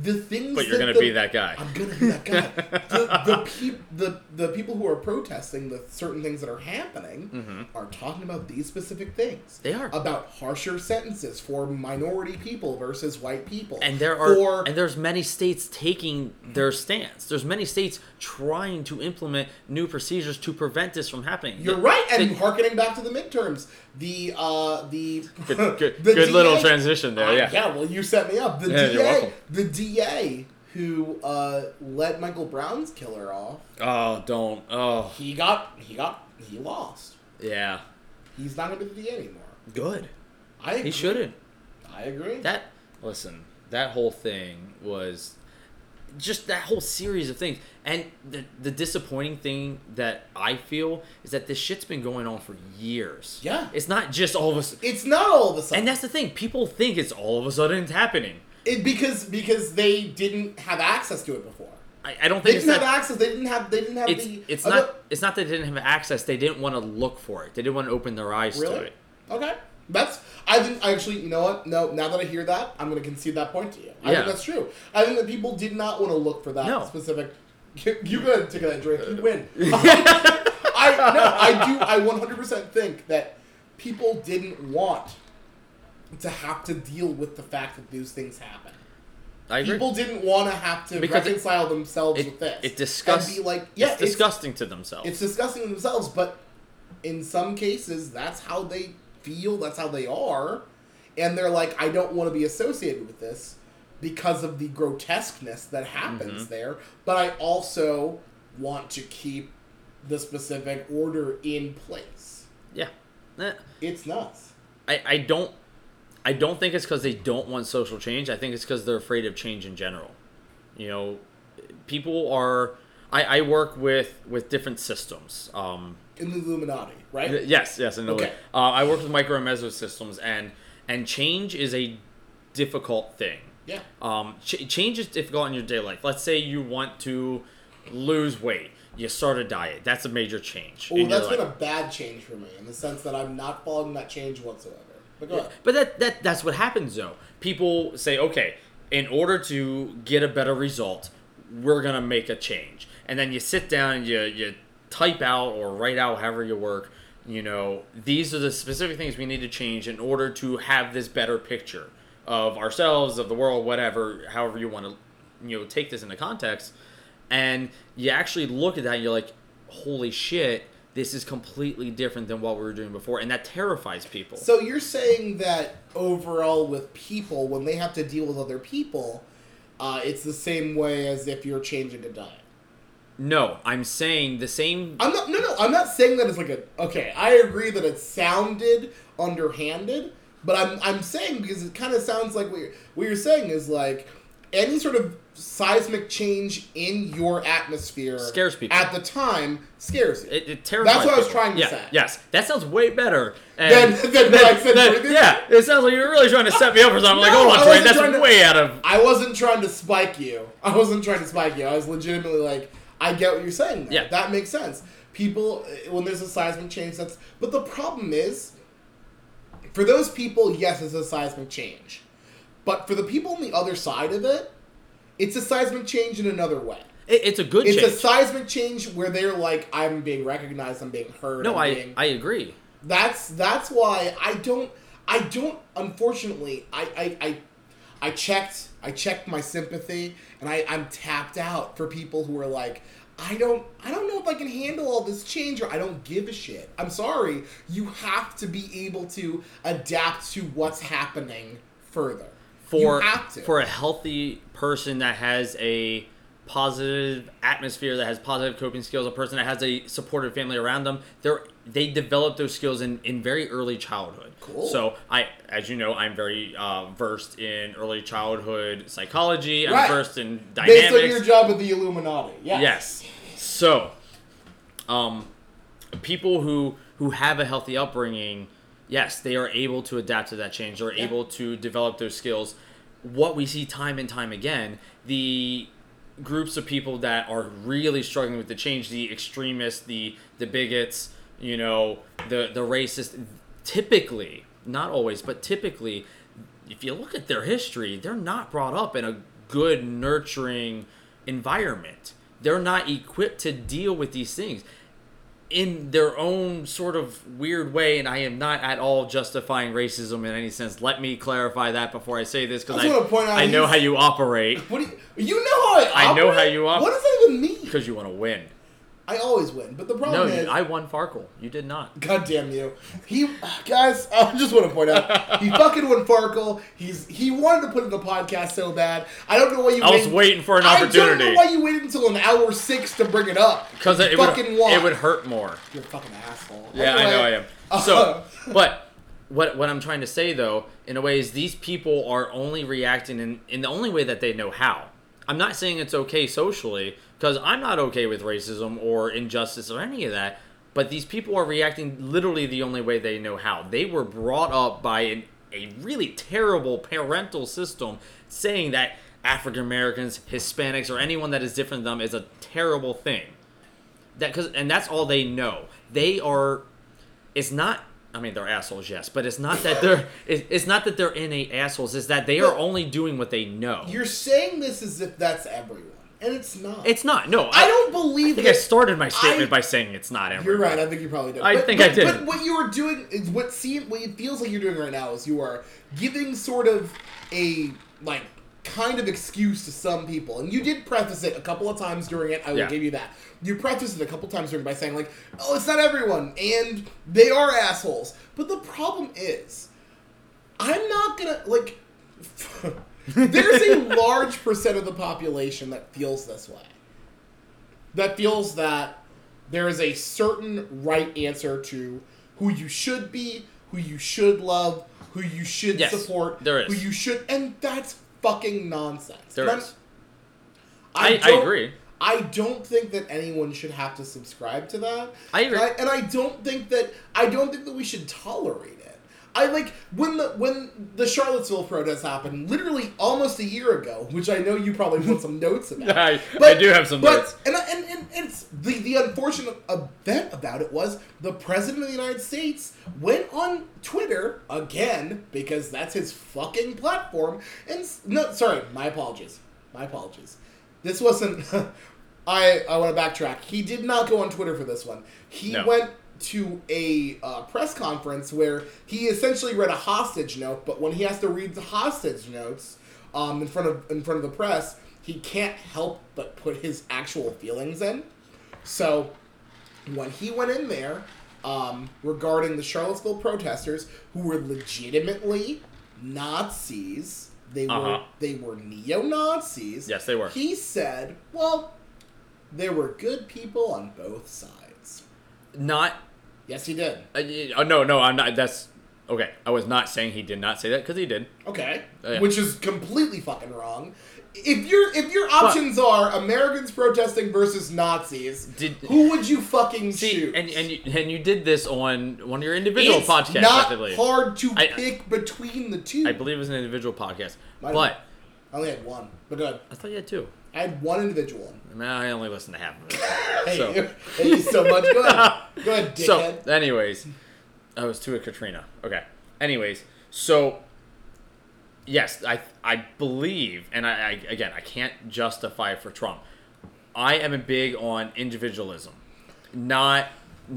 S1: the things.
S2: But
S1: that
S2: you're gonna
S1: the-
S2: be that guy.
S1: I'm gonna be that
S2: <laughs>
S1: guy. the the, peop, the the people who are protesting the certain things that are happening are talking about these specific things.
S2: Mm-hmm. They are.
S1: about harsher sentences for minority people versus white people,
S2: And there are
S1: for
S2: and there's many states taking their stance. There's many states trying to implement new procedures to prevent this from happening.
S1: You're
S2: The-
S1: right, and
S2: the-
S1: harkening back to the midterms, the uh, the
S2: good
S1: <laughs>
S2: good,
S1: the
S2: good little
S1: DA
S2: transition there.
S1: Uh,
S2: Yeah.
S1: yeah. Well, you set me up. The
S2: Yeah,
S1: DA,
S2: you're welcome.
S1: the DA who uh, let Michael Brown's killer off,
S2: Oh, don't. Oh,
S1: he got he got he lost.
S2: yeah.
S1: He's not going to be the DA anymore.
S2: Good.
S1: I agree.
S2: He shouldn't.
S1: I agree.
S2: That listen, that whole thing was just that whole series of things. And the the disappointing thing that I feel is that this shit's been going on for years.
S1: Yeah.
S2: It's not just all of a sudden.
S1: it's not all of a sudden,
S2: And that's the thing. People think it's all of a sudden it's happening.
S1: it, because because they didn't have access to it before.
S2: I, I don't
S1: They
S2: think it's
S1: didn't
S2: that.
S1: have access. They didn't have. They didn't have
S2: it's
S1: the.
S2: it's
S1: uh,
S2: not it's not that they didn't have access. They didn't want to look for it. They didn't want to open their eyes to
S1: Really?
S2: it.
S1: Okay. That's I think actually you know what no now that I hear that I'm gonna concede that point to you I
S2: Yeah.
S1: think that's true I think that people did not want to look for that
S2: No.
S1: specific <laughs> you gotta take that drink you
S2: <laughs>
S1: win <laughs> I no I do I 100 percent think that people didn't want to have to deal with the fact that these things happen
S2: I agree.
S1: people didn't want to have to
S2: Because it-
S1: reconcile themselves
S2: it,
S1: with this
S2: it disgusts.
S1: and be like yeah
S2: it's
S1: it's,
S2: disgusting to themselves.
S1: it's disgusting to themselves, but in some cases, that's how they feel, that's how they are, and they're like, I don't want to be associated with this because of the grotesqueness that happens there, but I also want to keep the specific order in place.
S2: yeah. Eh.
S1: It's nuts.
S2: I, I don't I don't think it's because they don't want social change. I think it's because they're afraid of change in general. You know, people are. I, I work with with different systems. Um,
S1: In the Illuminati, right?
S2: th- yes, yes, in a way.
S1: Okay.
S2: Uh, I work with micro and meso systems, and and change is a difficult thing.
S1: yeah.
S2: Um, ch- change is difficult in your day life. Let's say you want to lose weight. You start a diet. That's a major change. in
S1: Well,
S2: your
S1: that's
S2: life.
S1: been a bad change for me in the sense that I'm not following that change whatsoever. But go ahead.
S2: But that, that that's what happens though. People say, okay, in order to get a better result, we're gonna make a change. And then you sit down and you you type out or write out however you work, you know, these are the specific things we need to change in order to have this better picture of ourselves, of the world, whatever, however you wanna you know, take this into context. And you actually look at that and you're like, holy shit, this is completely different than what we were doing before. And that terrifies people.
S1: So you're saying that overall, with people, when they have to deal with other people, uh, it's the same way as if you're changing a diet.
S2: No, I'm saying the same.
S1: I'm not. No, no. I'm not saying that it's like a. Okay, I agree that it sounded underhanded, but I'm I'm saying because it kind of sounds like what you're, what you're saying is like any sort of seismic change in your atmosphere
S2: Scares people.
S1: at the time scares you.
S2: It, it terrifies.
S1: That's what I was
S2: people.
S1: trying to
S2: Yeah,
S1: say.
S2: Yes, that sounds way better.
S1: Then-
S2: And
S1: then what I said
S2: then-
S1: previously?
S2: yeah, it sounds like you're really trying to set me up for
S1: No,
S2: something. I'm like,
S1: I
S2: hold on, Dwayne,
S1: wasn't
S2: that's
S1: trying to-
S2: way out of.
S1: I wasn't trying to spike you. I wasn't trying to spike you. I was legitimately like, I get what you're saying. There.
S2: Yeah.
S1: that makes sense. People, uh, when there's a seismic change, that's. But the problem is, for those people, yes, it's a seismic change. But for the people on the other side of it, it's a seismic change in another way.
S2: It, it's a good
S1: It's
S2: change.
S1: a seismic change where they're like, I'm being recognized, I'm being heard.
S2: no,
S1: i
S2: I I agree.
S1: that's that's why I don't I don't unfortunately I I, I I checked I checked my sympathy and I, I'm tapped out for people who are like I don't I don't know if I can handle all this change or I don't give a shit. I'm sorry. You have to be able to adapt to what's happening further.
S2: For
S1: you have to.
S2: for a healthy person that has a positive atmosphere, that has positive coping skills, a person that has a supportive family around them, they're they develop those skills in in very early childhood.
S1: Cool.
S2: So I, as you know, I'm very uh, versed in early childhood psychology. I'm
S1: Right.
S2: versed in
S1: Based
S2: dynamics.
S1: on your job with the Illuminati. Yes.
S2: Yes. So, um, people who who have a healthy upbringing, yes, they are able to adapt to that change. They're
S1: Yeah.
S2: able to develop those skills. What we see time and time again, the groups of people that are really struggling with the change, the extremists, the the bigots, you know, the the racist, typically, not always, but typically, if you look at their history, they're not brought up in a good nurturing environment. They're not equipped to deal with these things in their own sort of weird way, and I am not at all justifying racism in any sense. Let me clarify that before I say this because
S1: I
S2: I,
S1: just wanna point out
S2: I know
S1: he's-
S2: how you operate
S1: What do you, you know how I,
S2: I know
S1: operate?
S2: how you op-
S1: What does that even mean?
S2: because you want to win.
S1: I always win, but the
S2: No,
S1: problem
S2: you-
S1: is,
S2: I won Farkle. You did not.
S1: God damn you. He guys, I just want to point out
S2: <laughs>
S1: he fucking won Farkle. He's he wanted to put in the podcast so bad. I don't know why you
S2: I was waiting for an
S1: I don't know
S2: opportunity.
S1: why you waited until an hour six to bring it up.
S2: Because
S1: You
S2: it, would,
S1: fucking won.
S2: it would hurt more.
S1: You're a fucking asshole.
S2: Yeah, I know I
S1: Anyway, uh,
S2: am.
S1: <laughs>
S2: So, but what what I'm trying to say though, in a way, is these people are only reacting in, in the only way that they know how. I'm not saying it's okay socially because I'm not okay with racism or injustice or any of that. But these people are reacting literally the only way they know how. They were brought up by an, a really terrible parental system saying that African Americans, Hispanics, or anyone that is different than them is a terrible thing that because and that's all they know they are it's not i mean they're assholes yes but it's not
S1: <laughs>
S2: that they're it, it's not that they're innate assholes it's that they are
S1: But-
S2: only doing what they know
S1: you're saying this as if that's everyone, and it's not.
S2: it's not no
S1: I don't believe
S2: I think i
S1: that-
S2: started my statement
S1: I-
S2: by saying it's not everyone.
S1: You're right. I think you probably did.
S2: I
S1: but,
S2: think
S1: but,
S2: I did.
S1: But what you are doing is what seem what it feels like you're doing right now is you are giving sort of a like kind of excuse to some people, and you did preface it a couple of times during it. I will
S2: Yeah.
S1: give you that. You prefaced it a couple times during it by saying like, "Oh, it's not everyone, and they are assholes." But the problem is, I'm not gonna like. <laughs> there's
S2: <laughs>
S1: a large percent of the population that feels this way. That feels that there is a certain right answer to who you should be, who you should love, who you should
S2: Yes,
S1: support,
S2: there is.
S1: who you should, and that's fucking nonsense.
S2: There
S1: And I'm-
S2: is. I- I
S1: don't-
S2: agree.
S1: I don't think that anyone should have to subscribe to that.
S2: I agree.
S1: And I, and I don't think that I don't think that we should tolerate it. I like when the when the Charlottesville protests happened, literally almost a year ago, which I know you probably want
S2: <laughs>
S1: some notes about.
S2: I- I do have some
S1: but,
S2: notes.
S1: And, I- and and and it's the the unfortunate event about it was the president of the United States went on Twitter again because that's his fucking platform. And s- no, sorry, my apologies, my apologies. This wasn't. <laughs> I I want to backtrack. He did not go on Twitter for this one. He
S2: No.
S1: went to a uh, press conference where he essentially read a hostage note, but when he has to read the hostage notes um, in front of in front of the press, he can't help but put his actual feelings in. So when he went in there um, regarding the Charlottesville protesters, who were legitimately Nazis, they were
S2: Uh-huh.
S1: they were neo Nazis.
S2: Yes, they were.
S1: He said, "Well, there were good people on both sides."
S2: not
S1: Yes, he did.
S2: uh, y- uh, no no i'm not that's okay i was not saying he did not say that because he did
S1: Okay,
S2: Oh, yeah.
S1: which is completely fucking wrong. If your if your options are Americans protesting versus Nazis,
S2: Did-
S1: who would you fucking
S2: see
S1: choose?
S2: and and you, and you did this on one of your individual
S1: it's
S2: podcasts
S1: not
S2: I believe.
S1: hard to
S2: I-
S1: pick between the two.
S2: I believe it was an individual podcast
S1: Might-
S2: but
S1: I only had one, but good.
S2: i thought you had two
S1: I had one individual. one.
S2: Man, I only listened to half of it.
S1: <laughs> Hey,
S2: so,
S1: you- thank you so much. Go ahead, go ahead,
S2: <laughs> so
S1: dickhead.
S2: anyways, I was to a Katrina. Okay. Anyways, so yes, I I believe, and I, I again I can't justify for Trump. I am big on individualism, not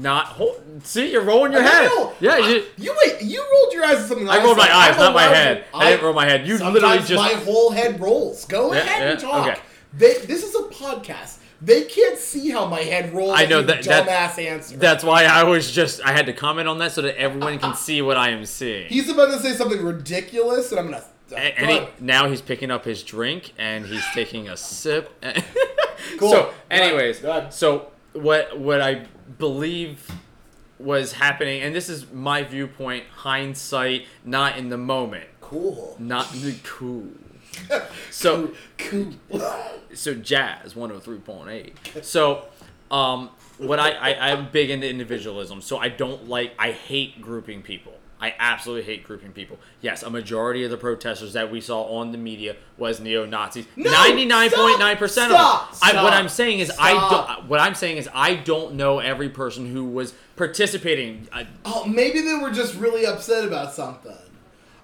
S2: not whole. See, you're rolling your
S1: I
S2: head.
S1: know.
S2: Yeah,
S1: I-
S2: you,
S1: you wait. You rolled your eyes at something.
S2: I rolled my
S1: said.
S2: eyes,
S1: I'm
S2: not my
S1: allowed to-
S2: head. I, didn't roll my head. You literally
S1: Sometimes
S2: just
S1: my whole head rolls. Go
S2: Yeah,
S1: ahead and
S2: yeah,
S1: talk.
S2: okay.
S1: They, this is a podcast. They can't see how my head rolls.
S2: I know
S1: you
S2: that-
S1: dumbass
S2: that-
S1: answer.
S2: That's why I was just I had to comment on that so that everyone can see what I am seeing.
S1: He's about to say something ridiculous, and I'm gonna. Uh,
S2: A- and he, now he's picking up his drink and he's taking a sip. <laughs>
S1: Cool.
S2: So, anyways,
S1: Go ahead.
S2: so what what I believe was happening, and this is my viewpoint, hindsight, not in the moment,
S1: cool.
S2: not the
S1: <laughs>
S2: cool. So
S1: Cool.
S2: oh so jazz 103.8 so Um, what I, I I'm big into individualism, so I don't like I hate grouping people. I absolutely hate grouping people. Yes, a majority of the protesters that we saw on the media was neo Nazis.
S1: No!
S2: Ninety nine point nine percent of them.
S1: Stop! Stop!
S2: I, what I'm saying is I
S1: Stop!
S2: don't. What I'm saying is I don't know every person who was participating. uh, I,
S1: Oh, maybe they were just really upset about something.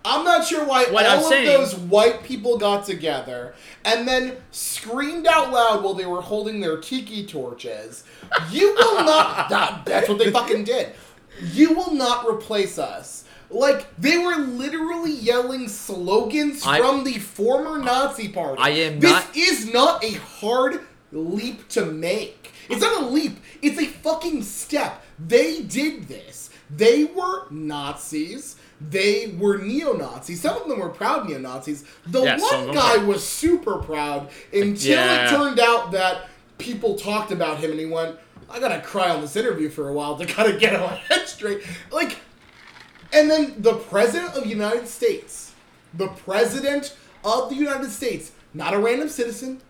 S1: I'm not sure why
S2: What
S1: all
S2: I'm
S1: of
S2: saying-
S1: those white people got together and then screamed out loud while they were holding their tiki torches. You will
S2: <laughs>
S1: not. that- that's what they fucking did. You will not replace us. Like they were literally yelling slogans
S2: I-
S1: from the former Nazi party.
S2: I am
S1: this
S2: not-
S1: is not a hard leap to make. It's not a leap, it's a fucking step. They did this. They were Nazis. They were neo Nazis. Some of them were proud neo Nazis. The
S2: Yes, some of
S1: one
S2: them
S1: guy
S2: were.
S1: was super proud until
S2: Yeah.
S1: it turned out that people talked about him and he went, I gotta cry on this interview for a while to kind of get <laughs> my head straight. Like, and then the president of the United States, the president of the United States, not a random citizen,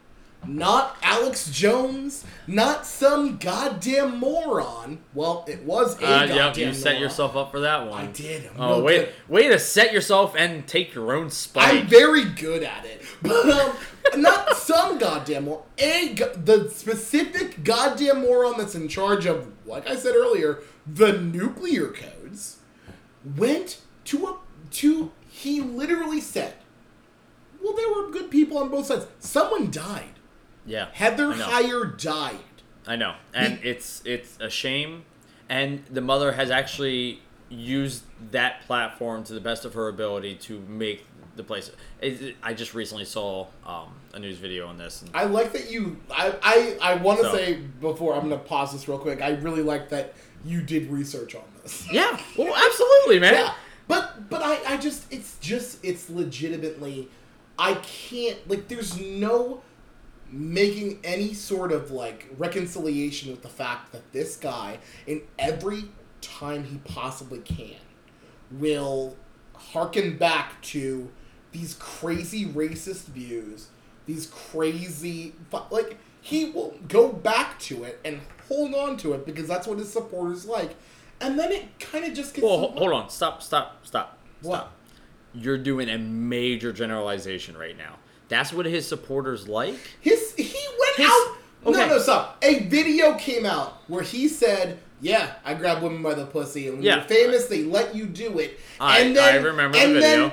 S1: not Alex Jones, not some goddamn moron. Well, it was a
S2: uh,
S1: goddamn
S2: yep, you set
S1: moron.
S2: yourself up for that one.
S1: I did. I'm
S2: Oh
S1: real
S2: wait,
S1: good.
S2: way to set yourself and take your own spike.
S1: I'm very good at it, <laughs> but um, not some goddamn moron. A go- the specific goddamn moron that's in charge of, like I said earlier, the nuclear codes, went to a to. He literally said, "Well, there were good people on both sides. Someone died.
S2: yeah,
S1: Heather
S2: I know.
S1: Heyer died.
S2: I know, and it's it's a shame. And the mother has actually used that platform to the best of her ability to make the place. It, it- I just recently saw um, a news video on this. And
S1: I like that you. I I, I want to
S2: So-
S1: say before I'm going to pause this real quick. I really like that you did research on this.
S2: yeah, well, absolutely, man.
S1: Yeah, but but I I just it's just it's legitimately I can't like there's no making any sort of like reconciliation with the fact that this guy in every time he possibly can will harken back to these crazy racist views, these crazy fu- like he will go back to it and hold on to it because that's what his supporters like. And then it kind of just gets
S2: Well,
S1: so
S2: ho- hold on, stop, stop, stop.
S1: What?
S2: You're doing a major generalization right now. That's what his supporters like.
S1: His he went
S2: His-
S1: out.
S2: okay.
S1: No, no, stop. A video came out where he said, "Yeah, I grabbed women by the pussy, and when
S2: Yeah.
S1: you're famous, they let you do it."
S2: I-
S1: and then,
S2: I remember the
S1: and
S2: video.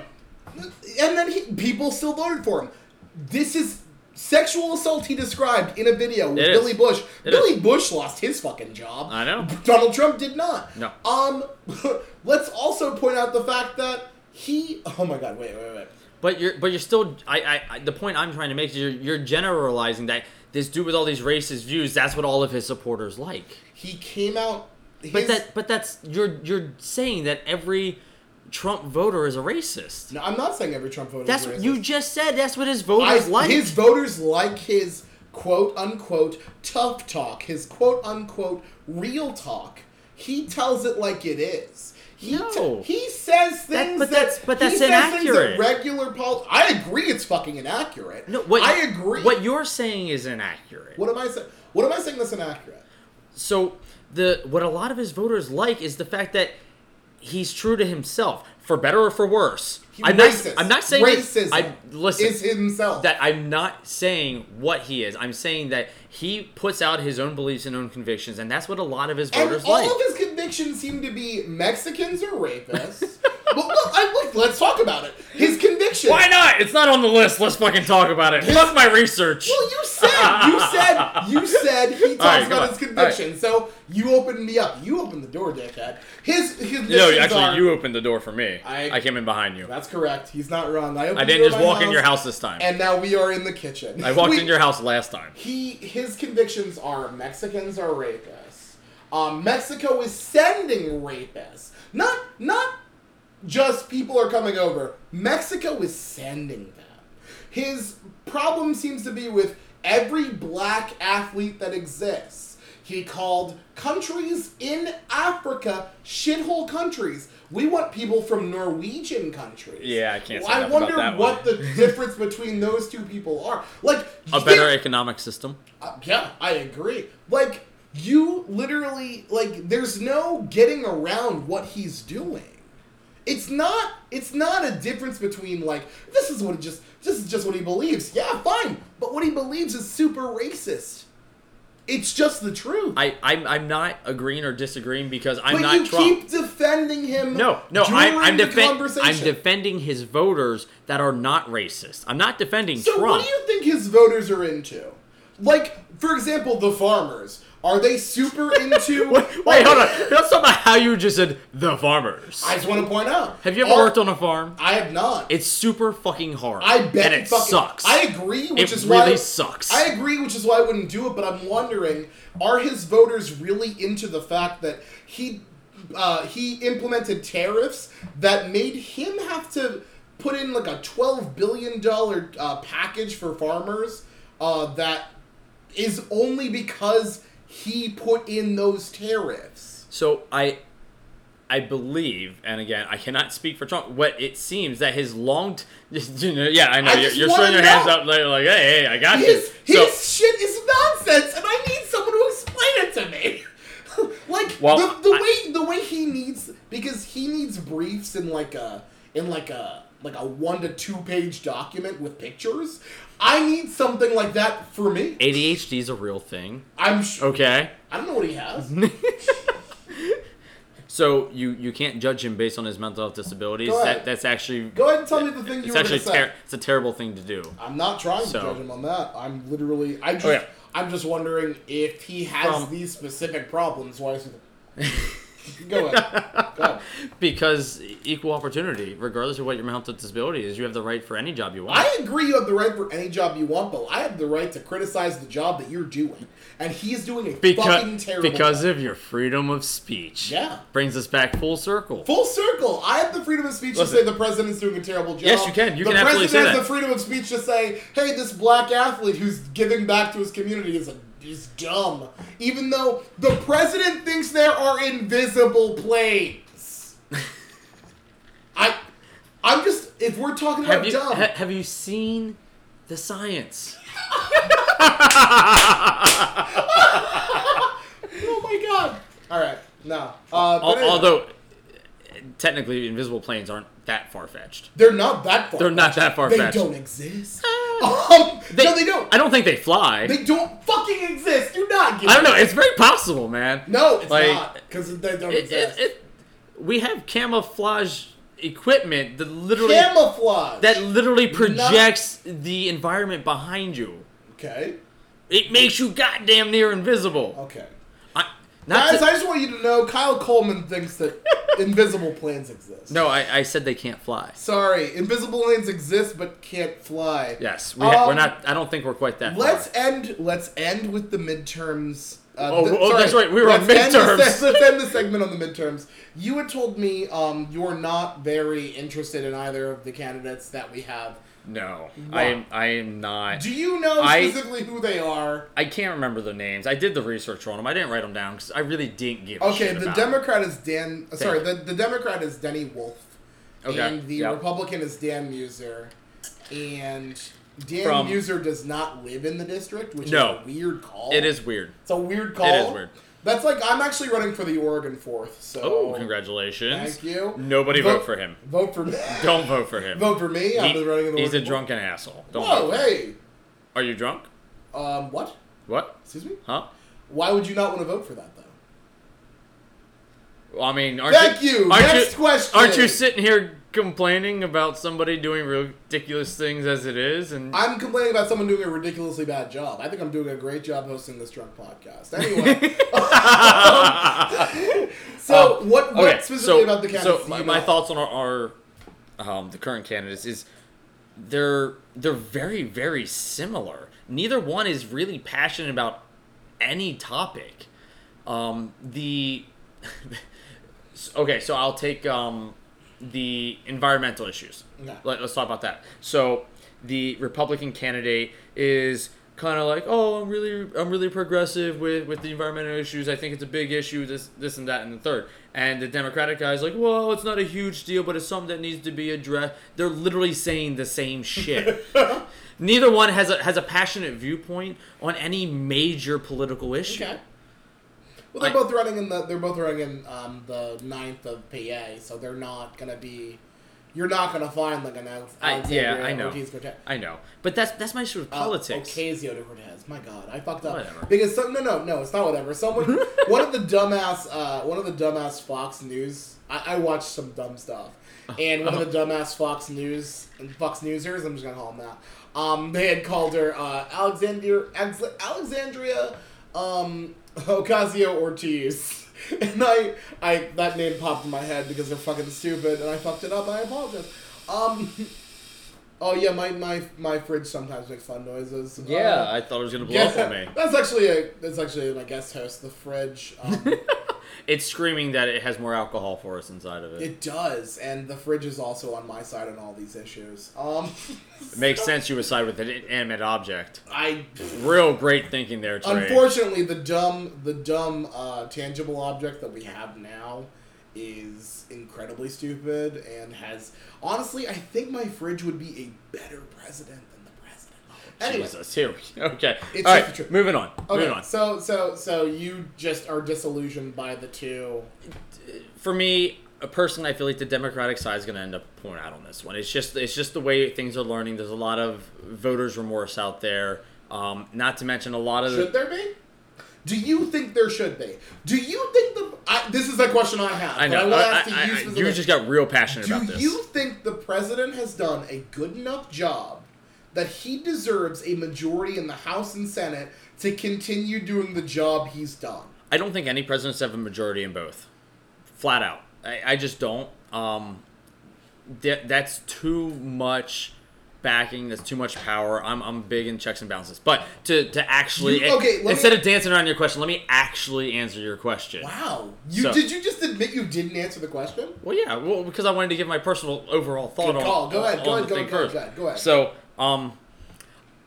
S1: Then, and then he, people still voted for him. This is sexual assault he described in a video with
S2: It is.
S1: Billy Bush.
S2: It
S1: Billy Bush lost his fucking job.
S2: I know.
S1: Donald Trump did not.
S2: No.
S1: Um, <laughs> let's also point out the fact that he. Oh my God! Wait, wait, wait.
S2: But you're but you're still I, I, I the point I'm trying to make is you're, you're generalizing that this dude with all these racist views that's what all of his supporters like.
S1: He came out.
S2: But
S1: his-
S2: that but that's you're you're saying that every Trump voter is a racist.
S1: No, I'm not saying every Trump voter.
S2: that's
S1: is
S2: what
S1: racist.
S2: you just said. That's what his
S1: I,
S2: voters like.
S1: His voters like his quote unquote tough talk, his quote unquote real talk. He tells it like it is. He
S2: No.
S1: t- he says things
S2: but
S1: that,
S2: that's- but that's
S1: he says things
S2: inaccurate.
S1: that regular pol- I agree, it's fucking inaccurate.
S2: no, what,
S1: I agree.
S2: What you're saying is inaccurate.
S1: what am I saying? What am I saying that's inaccurate?
S2: So the what a lot of his voters like is the fact that he's true to himself, for better or for worse.
S1: He-
S2: I'm
S1: racist.
S2: not. I'm not saying that-
S1: racism.
S2: I listen.
S1: Is himself
S2: that I'm not saying what he is. I'm saying that he puts out his own beliefs and own convictions, and that's what a lot of his
S1: And
S2: voters
S1: all
S2: like.
S1: of his convictions seem to be Mexicans or rapists. <laughs> but look, I, look, let's talk about it. His convictions.
S2: Why not? It's not on the list. Let's fucking talk about it. Fuck my research.
S1: Well, you said you said
S2: <laughs>
S1: you said he
S2: All right,
S1: talks
S2: come on.
S1: about his conviction. So you opened me up. You opened the door, dickhead. His his convictions
S2: No, actually,
S1: are.
S2: you opened the door for me. I,
S1: I-
S2: came in behind you.
S1: that's correct. He's not wrong. I, opened
S2: I
S1: the
S2: didn't
S1: door
S2: just
S1: of my
S2: walk in your house this time.
S1: And now we are in the kitchen.
S2: I walked
S1: We-
S2: in your house last time.
S1: He his convictions are Mexicans are rapists. Um, Mexico is sending rapists. Not not just people are coming over. Mexico is sending them. His problem seems to be with every black athlete that exists. He called countries in Africa shithole countries. We want people from Norwegian countries.
S2: Yeah, I can't say
S1: I
S2: enough
S1: wonder
S2: about that
S1: what
S2: one.
S1: the difference between those two people are. Like
S2: A
S1: you
S2: better
S1: think-
S2: economic system.
S1: uh, yeah, I agree. Like you literally like there's no getting around what he's doing. It's not it's not a difference between like this is what it just this is just what he believes. Yeah, fine. But what he believes is super racist. It's just the truth.
S2: I, I'm, I'm not agreeing or disagreeing because I'm
S1: but
S2: not
S1: you
S2: Trump.
S1: keep defending him.
S2: no, no, I'm,
S1: during
S2: I'm,
S1: the
S2: defen- I'm
S1: conversation.
S2: defending his voters that are not racist. I'm not defending
S1: So
S2: Trump.
S1: what do you think his voters are into? Like, for example, the farmers. Are they super
S2: <laughs>
S1: into?
S2: Wait, hold on. Let's talk about how you just said the farmers.
S1: I just want to point out.
S2: Have you ever
S1: all-
S2: worked on a farm?
S1: I have not.
S2: It's super fucking hard.
S1: I bet
S2: and it
S1: fucking-
S2: sucks.
S1: I agree, which
S2: It
S1: is why
S2: really sucks.
S1: I agree, which is why I wouldn't do it. But I'm wondering, are his voters really into the fact that he uh, he implemented tariffs that made him have to put in like a twelve billion dollar uh, package for farmers uh, that is only because he put in those tariffs.
S2: So I I believe, and again, I cannot speak for Trump. What it seems that his long, t- <laughs> you know, yeah, I know
S1: I
S2: you're,
S1: just
S2: you're throwing
S1: wanna
S2: your hands
S1: know.
S2: up like, like, hey, hey, I got
S1: His
S2: you.
S1: his
S2: So
S1: shit is nonsense, and I need someone to explain it to me. <laughs> like
S2: Well,
S1: the, the
S2: I-
S1: way the way he needs because he needs briefs in like a in like a like a one to two page document with pictures. I need something like that for me.
S2: ADHD is a real thing.
S1: I'm sure.
S2: Okay.
S1: I don't know what he
S2: <laughs>
S1: has.
S2: So you you can't judge him based on his mental health disabilities.
S1: Go ahead.
S2: That that's actually
S1: Go ahead and tell me the thing you
S2: it's
S1: were
S2: actually
S1: gonna say.
S2: ter- it's a terrible thing to do.
S1: I'm not trying
S2: So-
S1: to judge him on that. I'm literally. I just.
S2: Oh, yeah.
S1: I'm just wondering if he has
S2: From-
S1: these specific problems. Why is he?
S2: <laughs>
S1: Go ahead. Go ahead.
S2: Because equal opportunity, regardless of what your mental health disability is, you have the right for any job you want.
S1: I agree you have the right for any job you want, but I have the right to criticize the job that you're doing. And he's doing a fucking
S2: because
S1: terrible
S2: because
S1: job.
S2: of your freedom of speech.
S1: Yeah.
S2: Brings us back full circle.
S1: Full circle. I have the freedom of speech
S2: Listen.
S1: to say the president's doing a terrible job.
S2: Yes, you can. You
S1: the
S2: can absolutely
S1: president
S2: say
S1: has
S2: that.
S1: the freedom of speech to say, "Hey, this black athlete who's giving back to his community is a, is dumb," even though the president thinks there are invisible
S2: <laughs>
S1: planes. I, I'm just if we're talking about
S2: have you
S1: dumb,
S2: ha- have you seen the science?
S1: oh my god! All right, no. Uh, but
S2: Al-
S1: anyway.
S2: although technically invisible planes aren't that far fetched.
S1: They're not that far.
S2: They're not that far
S1: They
S2: fetched.
S1: don't exist. um, no, they don't.
S2: I don't think they fly.
S1: they don't fucking exist. Do not give.
S2: I don't
S1: me-
S2: know. It's very possible, man.
S1: No, it's
S2: Like,
S1: not because they don't
S2: It, it,
S1: exist.
S2: it, we have camouflage equipment that literally
S1: Camouflage.
S2: that literally projects the environment behind you.
S1: okay.
S2: It makes you goddamn near invisible.
S1: Okay.
S2: I, not
S1: Guys,
S2: to-
S1: I just want you to know, Kyle Coleman thinks
S2: <laughs>
S1: that invisible planes exist.
S2: no, I, I said they can't fly.
S1: Sorry, invisible planes exist but can't fly.
S2: Yes, we ha- we're
S1: Um,
S2: not. I don't think we're quite that. far.
S1: Let's end. Let's end with the midterms. Uh,
S2: Oh, oh, that's right, we were on
S1: Let's end the
S2: midterms.
S1: se- let's end the segment on the midterms. You had told me um, you're not very interested in either of the candidates that we have.
S2: No,
S1: Why?
S2: I am. I am not.
S1: Do you know
S2: I-
S1: specifically who they are?
S2: I can't remember the names. I did the research on them. I didn't write them down because I really didn't give. a
S1: Okay,
S2: shit
S1: the
S2: about 'em.
S1: Democrat is Dan. uh, sorry,
S2: you.
S1: the, the Democrat is Denny Wolf,
S2: Okay,
S1: and the
S2: yep.
S1: Republican is Dan Muser, and Dan
S2: From-
S1: Muser does not live in the district, which
S2: No.
S1: is a weird call.
S2: It is weird.
S1: It's a weird call.
S2: It is weird.
S1: That's like I'm actually running for the Oregon fourth. So
S2: Oh, congratulations!
S1: Thank you.
S2: Nobody vote, for him.
S1: Vote for
S2: <laughs>
S1: me. <laughs>
S2: Don't vote for him.
S1: vote for me. I'm
S2: He-
S1: the running in the
S2: he's a
S1: Oregon
S2: drunken asshole. Don't
S1: fourth. Whoa,
S2: vote for him.
S1: hey.
S2: Are you drunk?
S1: Um, what?
S2: What?
S1: Excuse me.
S2: Huh?
S1: Why would you not want to vote for that though?
S2: Well, I mean, aren't
S1: Thank you.
S2: Aren't
S1: Next
S2: you,
S1: question.
S2: Aren't you sitting here complaining about somebody doing ridiculous things as it is? And
S1: I'm complaining about someone doing a ridiculously bad job. I think I'm doing a great job hosting this drunk podcast.
S2: <laughs>
S1: Anyway, <laughs> so
S2: Um,
S1: what? What
S2: okay,
S1: specifically
S2: so,
S1: about the candidates?
S2: so
S1: do
S2: my,
S1: you
S2: my
S1: know?
S2: thoughts on our, our um, the current candidates is they're they're very very similar. Neither one is really passionate about any topic. Um, the <laughs> okay, so I'll take um, the environmental issues.
S1: Yeah.
S2: Let, us talk about that. So the Republican candidate is kind of like, oh, I'm really, I'm really progressive with with the environmental issues. I think it's a big issue. This, this, and that, and the third. And the Democratic guy is like, well, it's not a huge deal, but it's something that needs to be addressed. They're literally saying the same shit. Neither one has a has a passionate viewpoint on any major political issue.
S1: Okay. Well, they're
S2: I-
S1: both running in the they're both running in um, the 9th of PA, so they're not gonna be. You're not gonna find like an Alex-
S2: I- yeah,
S1: Alexandria
S2: I know.
S1: Ortiz Cortez.
S2: I know, but that's that's my sort of
S1: Uh,
S2: politics.
S1: Ocasio de Cortez. My God, I fucked up.
S2: Whatever.
S1: Because some, no, no, no, it's not whatever.
S2: <laughs>
S1: Someone, one of the dumbass, uh, one of the dumbass Fox News. I, I watched some dumb stuff, and one
S2: <laughs>
S1: of the
S2: Oh.
S1: dumbass Fox News Fox Newsers. I'm just gonna call them that. Um, they had called her uh, Alexandria Alex- Alexandria um, <laughs> Ocasio Ortiz. <laughs> And I, I that name popped in my head because they're fucking stupid, and I fucked it up. I apologize. Um, Oh yeah, my my my fridge sometimes makes fun noises.
S2: yeah,
S1: Uh,
S2: I thought it was gonna blow
S1: yeah,
S2: up
S1: <laughs>
S2: on me.
S1: That's actually a that's actually my guest host. The fridge,
S2: <laughs>
S1: um,
S2: It's screaming that it has more alcohol for us inside of it.
S1: it does, and the fridge is also on my side on all these issues.
S2: <laughs>
S1: Um,
S2: It Makes sense you would side with an inanimate object.
S1: I
S2: Real great thinking there, Trey.
S1: unfortunately the dumb the dumb uh, tangible object that we have now is incredibly stupid and has honestly I think my fridge would be a better president than the president. Anyway,
S2: Jesus, here we Okay.
S1: It's
S2: All
S1: just the
S2: right,
S1: truth.
S2: moving on. Moving
S1: okay,
S2: on.
S1: so so so you just are disillusioned by the two.
S2: For me, a person I feel like the Democratic side is going to end up pulling out on this one. It's just it's just the way things are learning. There's a lot of voters' remorse out there. Um, not to mention a lot of
S1: Should there be? Do you think there should be? Do you think the? I, this is a question I have.
S2: I
S1: but
S2: know.
S1: will
S2: I,
S1: ask
S2: I, I-
S1: you,
S2: you
S1: specifically.
S2: just got real passionate about
S1: Do
S2: this.
S1: you think the president has done a good enough job that he deserves a majority in the House and Senate to continue doing the job he's done?
S2: I don't think any presidents have a majority in both, flat out. I, I just don't. Um, that that's too much backing. That's too much power. I'm, I'm big in checks and balances. But to to actually
S1: You- okay, let me-
S2: instead of dancing around your question, let me actually answer your question.
S1: Wow, you
S2: So-
S1: did you just admit you didn't answer the question?
S2: Well, yeah, well, because I wanted to give my personal overall thought
S1: Good
S2: on.
S1: call. Go ahead, go
S2: on
S1: ahead,
S2: the
S1: go
S2: thing
S1: ahead, go ahead,
S2: first.
S1: go ahead, go ahead.
S2: So, um,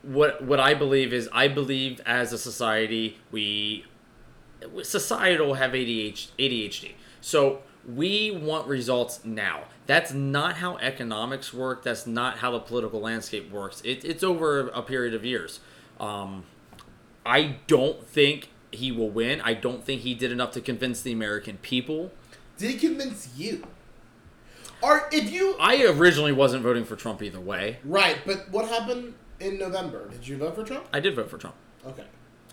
S2: what what I believe is, I believe as a society, we societal have ADHD. ADHD. So we want results now. That's not how economics work. That's not how the political landscape works. It, it's over a period of years. Um, I don't think he will win. I don't think he did enough to convince the American people.
S1: Did he convince you? Or if you
S2: I originally wasn't voting for Trump either way.
S1: right? But what happened in November? Did you vote for Trump?
S2: I did vote for Trump.
S1: Okay.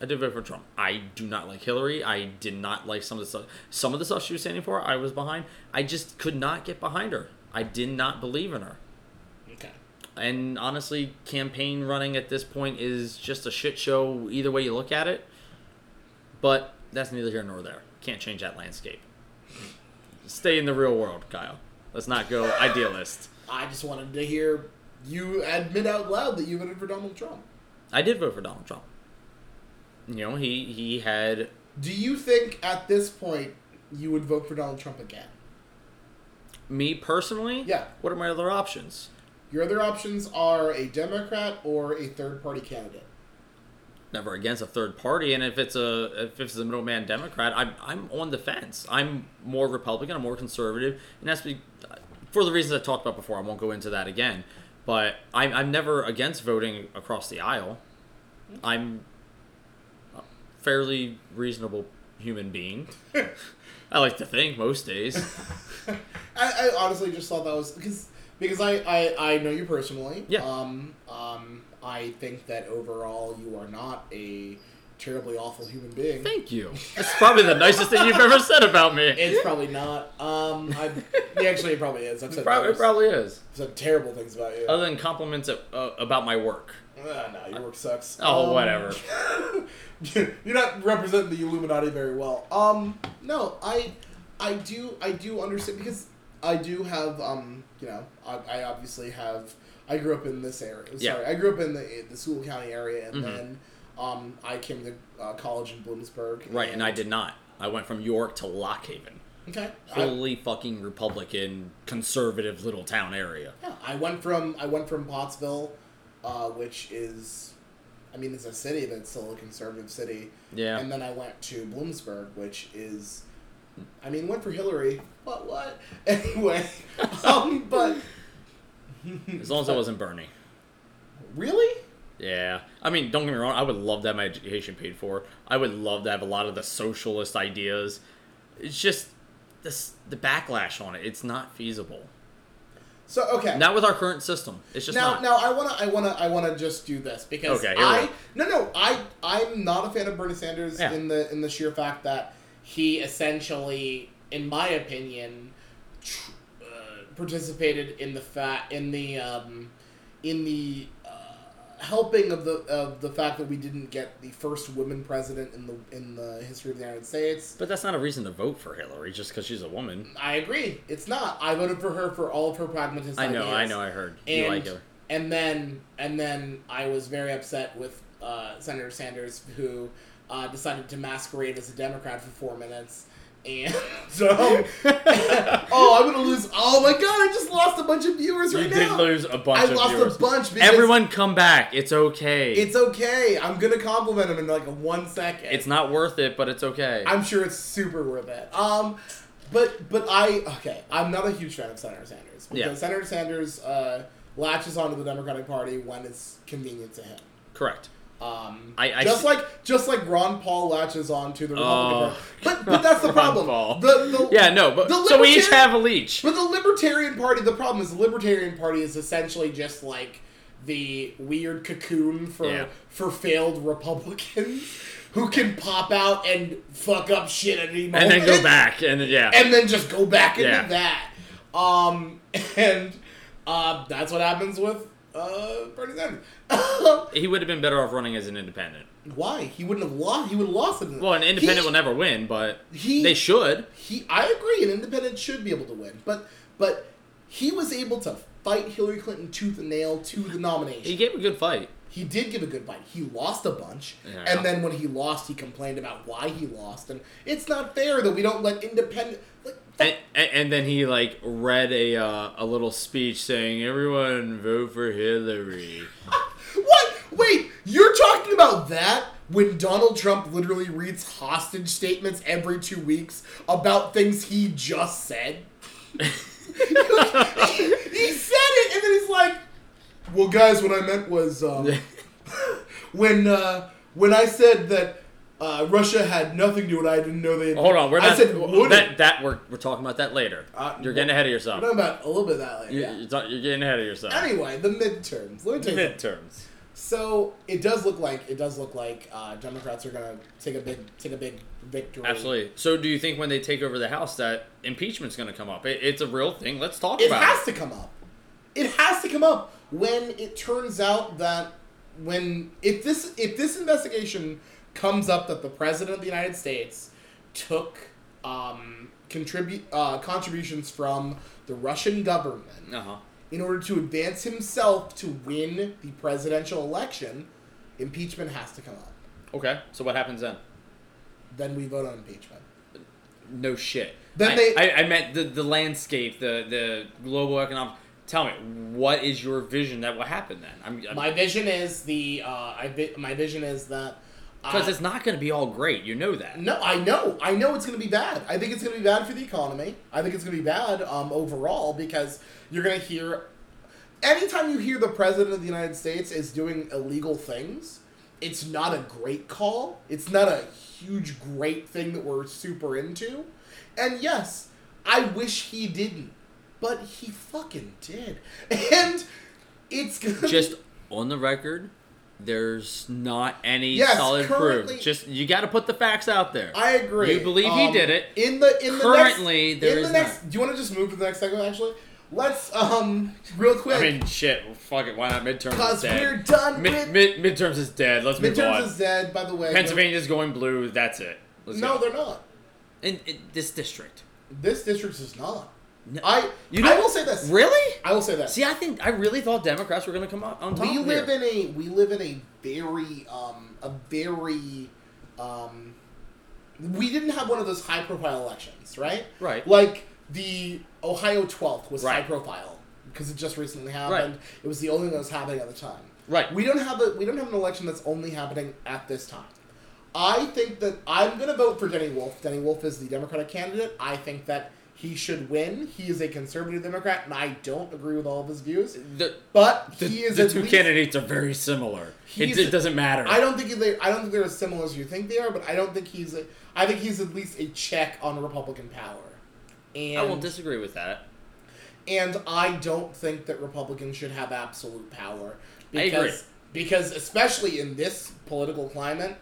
S2: I did vote for Trump. I do not like Hillary. I did not like some of the stuff. Some of the stuff she was standing for, I was behind. I just could not get behind her. I did not believe in her.
S1: Okay.
S2: And honestly, campaign running at this point is just a shit show either way you look at it. But that's neither here nor there. Can't change that landscape. Stay in the real world, Kyle. Let's not go idealist.
S1: I just wanted to hear you admit out loud that you voted for Donald Trump.
S2: I did vote for Donald Trump. You know, he he had
S1: Do you think at this point you would vote for Donald Trump again?
S2: me personally.
S1: Yeah.
S2: What are my other options?
S1: Your other options are a Democrat or a third party candidate. <laughs>
S2: Never against a third party, and if it's a if it's a middleman Democrat, I'm I'm on the fence. I'm more Republican. I'm more conservative, and that's be, for the reasons I talked about before. I won't go into that again. But I'm I'm never against voting across the aisle.
S1: Mm-hmm.
S2: I'm a fairly reasonable
S1: <laughs>
S2: human being. I like to think most days.
S1: I, I honestly just thought that was because because I, I, I know you personally.
S2: Yeah.
S1: Um, um, I think that overall you are not a terribly awful human being.
S2: Thank you. That's probably the nicest thing you've ever said about me.
S1: it's probably not. Um,
S2: <laughs>
S1: I, yeah, actually, it probably is. I've said,
S2: Probably, Oh,
S1: worse-
S2: probably is.
S1: said terrible things about you.
S2: Other than compliments of, uh, about my work.
S1: Ah, no, your work sucks.
S2: Oh,
S1: Um,
S2: whatever.
S1: <laughs> You're not representing the Illuminati very well. Um, no, I, I do, I do understand because I do have, um, you know, I, I obviously have. I grew up in this area. Sorry,
S2: Yeah.
S1: I grew up in the the Sewell County area, and
S2: Mhm.
S1: then, um, I came to uh, college in Bloomsburg.
S2: Right, and I did not. I went from York to Lockhaven.
S1: Okay. I,
S2: Holy fucking Republican, conservative little town area.
S1: yeah, I went from I went from Pottsville, uh, which is, I mean, it's a city, but it's still a conservative city.
S2: Yeah.
S1: And then I went to Bloomsburg, which is, I mean, went for Hillary, but what? <laughs> Anyway, um, but
S2: As long as I wasn't Bernie.
S1: really,
S2: Yeah, I mean, don't get me wrong. I would love to have my education paid for. I would love to have a lot of the socialist ideas. It's just this the backlash on it. It's not feasible.
S1: So okay.
S2: Not with our current system. It's just
S1: now,
S2: not.
S1: now I wanna, I wanna, I wanna just do this because
S2: Okay, here we
S1: I
S2: go.
S1: no, no, I, I'm not a fan of Bernie Sanders
S2: Yeah.
S1: in the in the sheer fact that he essentially, in my opinion, tr- uh, participated in the fat in the um, in the uh, helping of the of the fact that we didn't get the first woman president in the in the history of the United States.
S2: But that's not a reason to vote for Hillary just because she's a woman.
S1: I agree. It's not. I voted for her for all of her pragmatist
S2: I know,
S1: ideas.
S2: I know, I heard. you
S1: And,
S2: like Hillary.
S1: and then and then I was very upset with uh, Senator Sanders who uh, decided to masquerade as a Democrat for four minutes. And <laughs>
S2: <laughs>
S1: so, oh, I'm gonna lose. Oh my god, I just lost a bunch of viewers
S2: You
S1: right
S2: did
S1: now.
S2: lose a bunch
S1: I
S2: of
S1: lost
S2: viewers.
S1: a bunch. Because
S2: Everyone come back. It's okay. It's,
S1: it's okay. I'm gonna compliment him in like one second.
S2: not worth it, but it's okay.
S1: I'm sure it's super worth it. Um, but but I okay, I'm not a huge fan of Senator Sanders because
S2: Yeah.
S1: Senator Sanders uh, latches onto the Democratic Party when it's convenient to him.
S2: Correct.
S1: Um,
S2: I- I
S1: just
S2: s-
S1: like just like Ron Paul latches onto the Republican
S2: Oh.
S1: Party, but but that's the
S2: <laughs> Ron
S1: problem.
S2: Paul.
S1: The, the,
S2: Yeah, no, but
S1: the
S2: so we each
S1: libertarian-
S2: have a leech.
S1: but the Libertarian Party, the problem is the Libertarian Party is essentially just like the weird cocoon for
S2: Yeah.
S1: for failed Republicans who can pop out and fuck up shit at any
S2: and
S1: moment <laughs>
S2: then go back, and then- yeah,
S1: and then just go back into
S2: Yeah.
S1: that. Um, <laughs> and uh, that's what happens with uh, Bernie Sanders. <laughs>
S2: he would have been better off running as an independent.
S1: Why he wouldn't have lost? He would have lost it.
S2: Well, an independent
S1: he,
S2: will never win, but
S1: he-
S2: they should.
S1: He, I agree, an independent should be able to win, but but he was able to fight Hillary Clinton tooth and nail to the nomination.
S2: He gave a good fight.
S1: he did give a good fight. He lost a bunch,
S2: Yeah.
S1: and then when he lost, he complained about why he lost, and it's not fair that we don't let independent. Like, fuck-
S2: And, and- and then he like read a uh, a little speech saying, "Everyone vote
S1: <laughs>
S2: for Hillary."
S1: what? Wait, you're talking about that when Donald Trump literally reads hostage statements every two weeks about things he just said? he said it, and then he's like, "Well, guys, what I meant was um, <laughs> when uh, when I said that." Uh, Russia had nothing to do with it. I didn't know they. Had
S2: Hold on, we're
S1: I
S2: not
S1: said would it.
S2: that that we're, we're talking about that later.
S1: Uh,
S2: you're getting ahead of yourself.
S1: We're talking about a little bit of that later.
S2: You-
S1: yeah.
S2: You're, talk- you're getting ahead of yourself. <laughs>
S1: Anyway, the midterms. Let me tell you. something.
S2: Midterms.
S1: So it does look like it does look like uh, Democrats are gonna take a big take a big victory.
S2: Absolutely. So, do you think when they take over the House that impeachment's going to come up? It, it's a real thing. Let's talk
S1: It
S2: about
S1: has
S2: it.
S1: to come up. It has to come up when it turns out that when if this if this investigation comes up that the president of the United States took um, contribute uh, contributions from the Russian government
S2: Uh huh.
S1: in order to advance himself to win the presidential election, impeachment has to come up.
S2: Okay. So what happens then?
S1: Then we vote on impeachment.
S2: No shit.
S1: Then
S2: I,
S1: they-
S2: I, I meant the the landscape, the the global economic. Tell me, what is your vision that will happen then? I'm, I'm
S1: My vision is the uh, I vi- my vision is that uh,
S2: because
S1: I-
S2: it's not going to be all great. You know that.
S1: no, I know, I know it's going to be bad. I think it's going to be bad for the economy. I think it's going to be bad um, overall because you're going to hear anytime you hear the president of the United States is doing illegal things. It's not a great call. It's not a huge great thing that we're super into. And yes, I wish he didn't, but he fucking did. <laughs> And it's gonna be-
S2: Just on the record, there's not any
S1: Yes,
S2: solid
S1: currently-
S2: proof. Just you got to put the facts out there.
S1: I agree. Um,
S2: You believe he did it.
S1: in the in the
S2: Currently,
S1: next,
S2: there
S1: in
S2: is
S1: the next. Do you want to just move to the next segment? Actually, let's um real quick
S2: I mean, shit. well, Fuck it. Why not midterms? is
S1: because
S2: dead.
S1: we're done
S2: Mid,
S1: with
S2: mid, midterms is dead. Let's move on.
S1: midterms is dead. By the way,
S2: Pennsylvania's going blue. That's it. Let's
S1: No,
S2: go.
S1: they're not.
S2: in, in this district.
S1: This district is not.
S2: No.
S1: I
S2: You
S1: I
S2: know-
S1: will say this.
S2: Really?
S1: I will say this.
S2: See, I think I really thought Democrats were going to come out on top.
S1: we
S2: here.
S1: live in a we live in a very um a very um we didn't have one of those high profile elections, right?
S2: Right.
S1: Like the Ohio 12th was
S2: Right.
S1: high profile because it just recently happened.
S2: Right.
S1: It was the only one that was happening at the time.
S2: Right.
S1: We don't have a we don't have an election that's only happening at this time. I think that I'm going to vote for Denny Wolf. Denny Wolf is the Democratic candidate. I think that He should win. He is a conservative Democrat, and I don't agree with all of his views.
S2: The,
S1: But
S2: the,
S1: he is
S2: the
S1: at
S2: two
S1: least-
S2: candidates are very similar. It,
S1: He's-
S2: it doesn't matter.
S1: I don't think they. I don't think they're as similar as you think they are, but I don't think he's. A, I think he's at least a check on Republican power. And
S2: I won't disagree with that.
S1: and I don't think that Republicans should have absolute power
S2: I agree.
S1: because because especially in this political climate,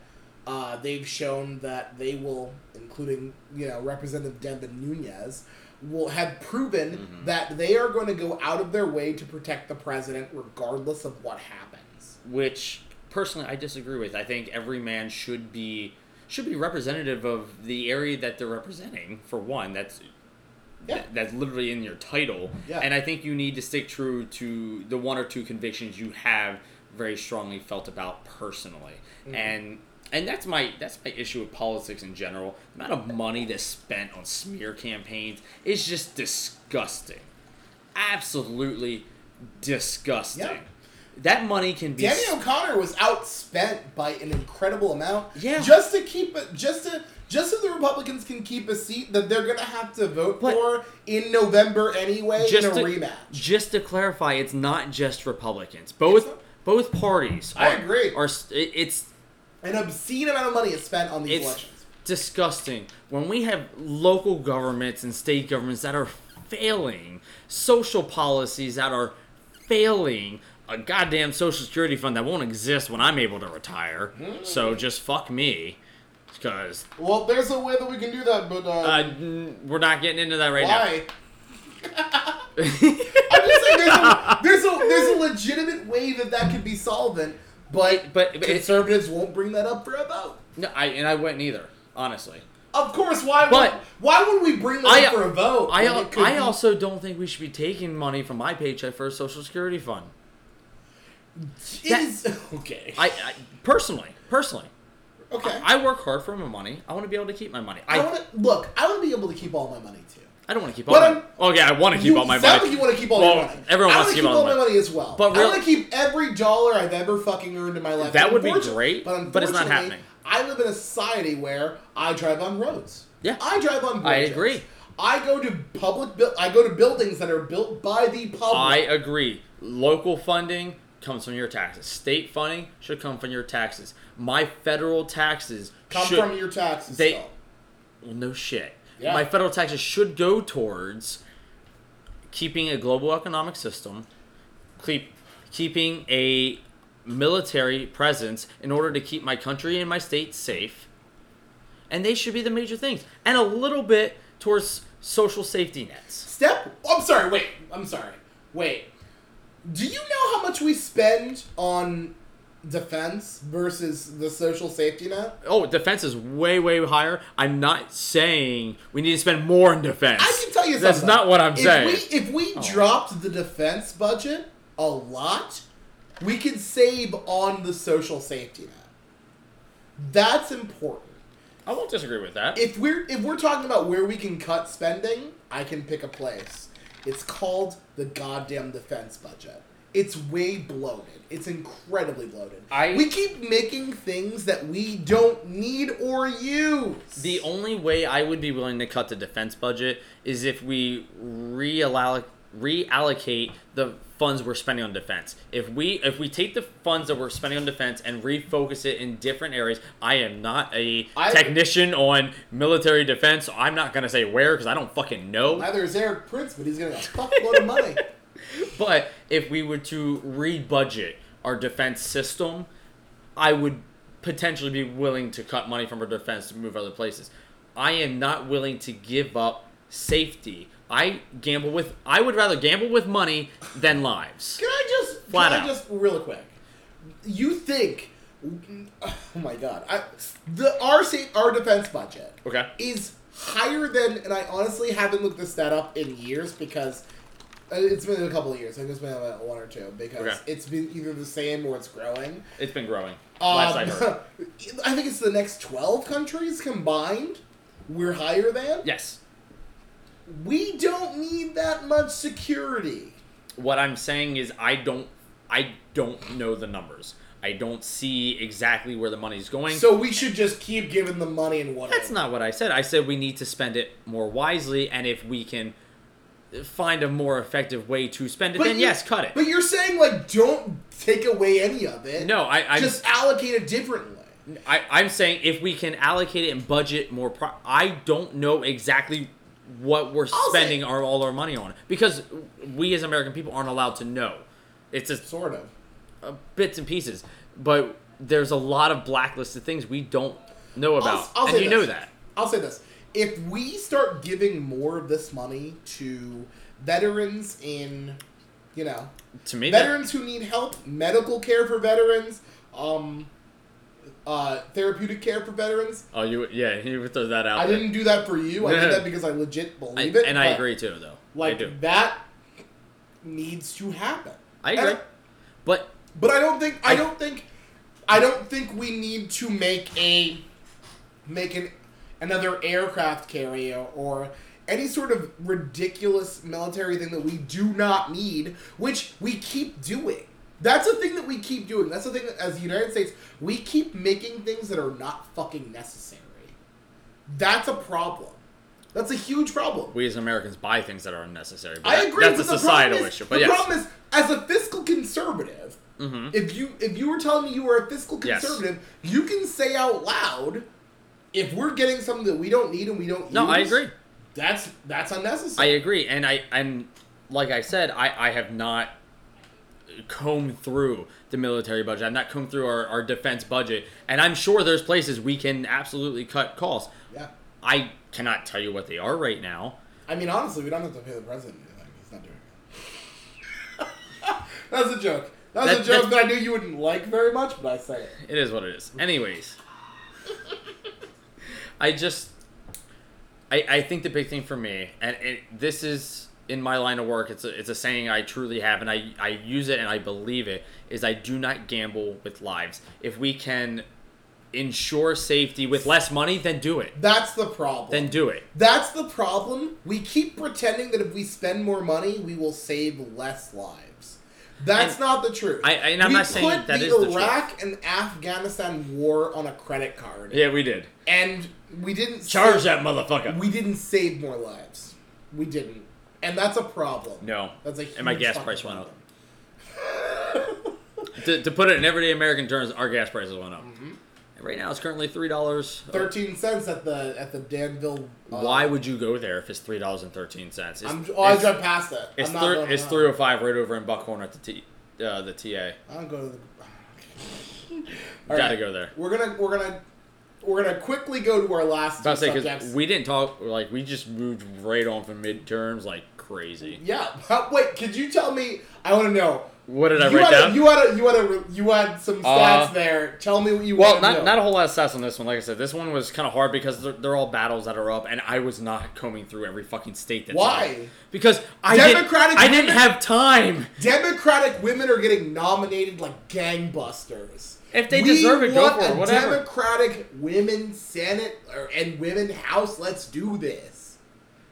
S1: uh, they've shown that they will, including you know Representative Devin Nunez, will have proven
S2: Mm-hmm.
S1: that they are going to go out of their way to protect the president regardless of what happens.
S2: which personally I disagree with. I think every man should be should be representative of the area that they're representing. For one, that's
S1: Yeah.
S2: that- that's literally in your title.
S1: Yeah.
S2: And I think you need to stick true to the one or two convictions you have very strongly felt about personally.
S1: Mm-hmm.
S2: And and that's my that's my issue with politics in general. The amount of money that's spent on smear campaigns is just disgusting. Absolutely disgusting.
S1: Yeah.
S2: That money can be
S1: Danny O'Connor was outspent by an incredible amount.
S2: Yeah.
S1: Just to keep it, just to just so the Republicans can keep a seat that they're gonna have to vote
S2: But-
S1: for in November anyway in a
S2: to,
S1: rematch.
S2: Just to clarify, it's not just Republicans.
S1: It's
S2: Both
S1: not-
S2: both parties.
S1: I
S2: are-
S1: agree.
S2: Are s- it- it's
S1: An obscene amount of money is spent on these
S2: it's
S1: elections.
S2: disgusting when we have local governments and state governments that are failing, social policies that are failing. A goddamn social security fund that won't exist when I'm able to retire.
S1: Hmm.
S2: So just fuck me, because
S1: Well, there's a way that we can do that, but uh,
S2: uh, n- we're not getting into that right now. <laughs>
S1: why? I'm just saying there's a, there's a there's a legitimate way that that could be solvent, but
S2: But- but it-
S1: conservatives won't bring that up for a vote.
S2: No, I and I wouldn't either. Honestly,
S1: Of course, why
S2: But-
S1: would why would we bring that
S2: I-
S1: up for a vote?
S2: I,
S1: when
S2: al-
S1: Oh, it could
S2: I
S1: be-
S2: also don't think we should be taking money from my paycheck for a social security fund.
S1: It
S2: That-
S1: is <laughs> okay.
S2: I, I personally, personally,
S1: okay. I,
S2: I work hard for my money. I want to be able to keep my money. I,
S1: want to look. I want to be able to keep all my money too.
S2: I don't want to keep all.
S1: But
S2: My,
S1: I'm-
S2: oh yeah, I want to keep
S1: you
S2: all my
S1: sound like
S2: money.
S1: you want to keep all
S2: Well,
S1: your money.
S2: everyone
S1: I
S2: wants
S1: wanna keep
S2: to keep all
S1: all my
S2: their money.
S1: money as well.
S2: But real-
S1: I want to keep every dollar I've ever fucking earned in my life.
S2: That would be
S1: Unfortunately-
S2: great, but it's not
S1: unfortunately,
S2: happening.
S1: I live in a society where I drive on roads.
S2: Yeah.
S1: I drive on.
S2: I
S1: bridges.
S2: agree.
S1: I go to public. buil- I go to buildings that are built by the public.
S2: I agree. Local funding comes from your taxes. State funding should come from your taxes. My federal taxes
S1: come
S2: should,
S1: from your taxes.
S2: they-
S1: though.
S2: Well, no shit.
S1: Yeah.
S2: My federal taxes should go towards keeping a global economic system, keep keeping a military presence in order to keep my country and my state safe. And they should be the major things. And a little bit towards social safety nets.
S1: Step. oh, I'm sorry. Wait. I'm sorry. Wait. Do you know how much we spend on defense versus the social safety net?
S2: Oh, defense is way, way higher. I'm not saying we need to spend more on defense.
S1: I can tell you
S2: That's
S1: something.
S2: not what I'm
S1: if
S2: saying. Oh.
S1: We, if we dropped the defense budget a lot, we could save on the social safety net. That's important.
S2: I won't disagree with that.
S1: If we're if we're talking about where we can cut spending, I can pick a place. It's called the goddamn defense budget. It's way bloated. It's incredibly bloated.
S2: I-
S1: we keep making things that we don't need or use.
S2: The only way I would be willing to cut the defense budget is if we realloc- reallocate the funds we're spending on defense. If we if we take the funds that we're spending on defense and refocus it in different areas, I am not a
S1: I-
S2: technician on military defense. So I'm not gonna say where because I don't fucking know.
S1: Neither is Eric Prince, but he's gonna get a fuckload of
S2: <laughs>
S1: money.
S2: But if we were to rebudget our defense system, I would potentially be willing to cut money from our defense to move other places. I am not willing to give up safety. I gamble with. I would rather gamble with money than lives.
S1: Can I just
S2: Flat
S1: can I
S2: out.
S1: just real quick? You think? Oh my god! I, the our sa- our defense budget
S2: Okay.
S1: is higher than, and I honestly haven't looked this stat up in years because uh, it's been a couple of years. I think it's been about one or two because
S2: Okay.
S1: it's been either the same or it's growing.
S2: It's been growing.
S1: Um, <laughs>
S2: Last I heard.
S1: I think it's the next twelve countries combined. We're higher than.
S2: Yes.
S1: We don't need that much security.
S2: What I'm saying is I don't. I don't know the numbers. I don't see exactly where the money's going.
S1: So we should just keep giving them money and whatever.
S2: That's not what I said. I said we need to spend it more wisely, and if we can find a more effective way to spend it, then
S1: you-
S2: yes, cut it.
S1: But you're saying like don't take away any of it.
S2: No, I, I'm
S1: just allocate it differently.
S2: I, I'm saying if we can allocate it and budget more. Pro- I don't know exactly what we're
S1: I'll say-
S2: spending our all our money on because we as American people aren't allowed to know. It's just
S1: Sort of.
S2: uh, bits and pieces, but there's a lot of blacklisted things we don't know about,
S1: I'll- I'll
S2: and
S1: say
S2: you
S1: this.
S2: know that.
S1: I'll say this: if we start giving more of this money to veterans in, you know,
S2: To me, that,
S1: veterans who need help, medical care for veterans, um, uh, therapeutic care for veterans.
S2: oh, you yeah, you would throw that out.
S1: I
S2: there.
S1: didn't do that for you. I
S2: No.
S1: did
S2: <laughs>
S1: that because I legit
S2: I-
S1: believe it.
S2: and I
S1: but,
S2: agree too, though.
S1: Like
S2: I do.
S1: that needs to happen.
S2: I
S1: And
S2: agree, but
S1: But I don't think I,
S2: I-
S1: don't think I don't think we need to make a make an another aircraft carrier or any sort of ridiculous military thing that we do not need, which we keep doing. That's the thing that we keep doing. That's the thing that, as the United States, we keep making things that are not fucking necessary. That's a problem. That's a huge problem.
S2: we as Americans buy things that are unnecessary. But
S1: I
S2: that-
S1: agree.
S2: That's
S1: but
S2: a
S1: the
S2: societal
S1: problem is,
S2: issue.
S1: the
S2: But yes, Mm-hmm.
S1: problem is, as a fiscal conservative, if you if you were telling me you were a fiscal
S2: Yes.
S1: conservative, you can say out loud, if we're getting something that we don't need and we don't
S2: no, I
S1: use,
S2: agree.
S1: That's that's
S2: I
S1: unnecessary.
S2: agree, and I and like I said, I I have not combed through the military budget. I've not combed through our, our defense budget, and I'm sure there's places we can absolutely cut costs.
S1: yeah.
S2: I cannot tell you what they are right now.
S1: I mean, honestly, we don't have to pay the president anything. He's not doing it. <laughs> that's a joke. That's
S2: That-
S1: a joke
S2: that's-
S1: that I knew you wouldn't like very much, but I say it.
S2: It is what it is. Anyways, I just, I, I think the big thing for me, and it, this is in my line of work, it's a, it's a saying I truly have, and I, I use it and I believe it, is I do not gamble with lives. If we can ensure safety with less money, then do it.
S1: That's the problem.
S2: Then do it.
S1: That's the problem. We keep pretending that if we spend more money, we will save less lives. That's
S2: And-
S1: not the truth.
S2: I- and I'm
S1: we
S2: not saying
S1: put
S2: that
S1: the
S2: is the truth.
S1: Iraq and Afghanistan war on a credit card,
S2: Yeah, we did.
S1: and we didn't
S2: Charge
S1: save,
S2: that motherfucker.
S1: We didn't save more lives. We didn't, and that's a problem.
S2: no.
S1: that's a huge
S2: and my gas
S1: fucking
S2: price went up.
S1: problem.
S2: to, to put it in everyday American terms, our gas prices went up. And right now, it's currently three dollars.
S1: Thirteen cents at the at the Danville. uh,
S2: Why would you go there if it's three dollars and thirteen cents? It's,
S1: I'm, oh, I
S2: it's-
S1: drive past that.
S2: it's
S1: I'm not
S2: thir-
S1: going
S2: it's
S1: around.
S2: three oh five right over in Buckhorn at the T, uh, the TA.
S1: I don't go to the.
S2: <laughs> Gotta
S1: Alright.
S2: go there.
S1: We're gonna we're gonna we're gonna quickly go to our last
S2: I
S1: two
S2: was about to say
S1: subjects.
S2: because we didn't talk like we just moved right on from midterms like crazy.
S1: yeah. Wait, could you tell me? I want to know.
S2: What did I
S1: you,
S2: write
S1: had
S2: down?
S1: a, you had a you had a you had some stats
S2: Uh,
S1: there. Tell me what you
S2: well,
S1: want
S2: not,
S1: to
S2: not a whole lot of stats on this one. Like I said, this one was kind of hard because they're, they're all battles that are up, and I was not combing through every fucking state. That's
S1: Why?
S2: up. Because I
S1: Democratic
S2: didn't, I didn't
S1: women-
S2: have time.
S1: Democratic women are getting nominated like gangbusters.
S2: If they deserve it, go
S1: want
S2: for it,
S1: a
S2: whatever.
S1: Democratic women Senate or, and women House. Let's do this.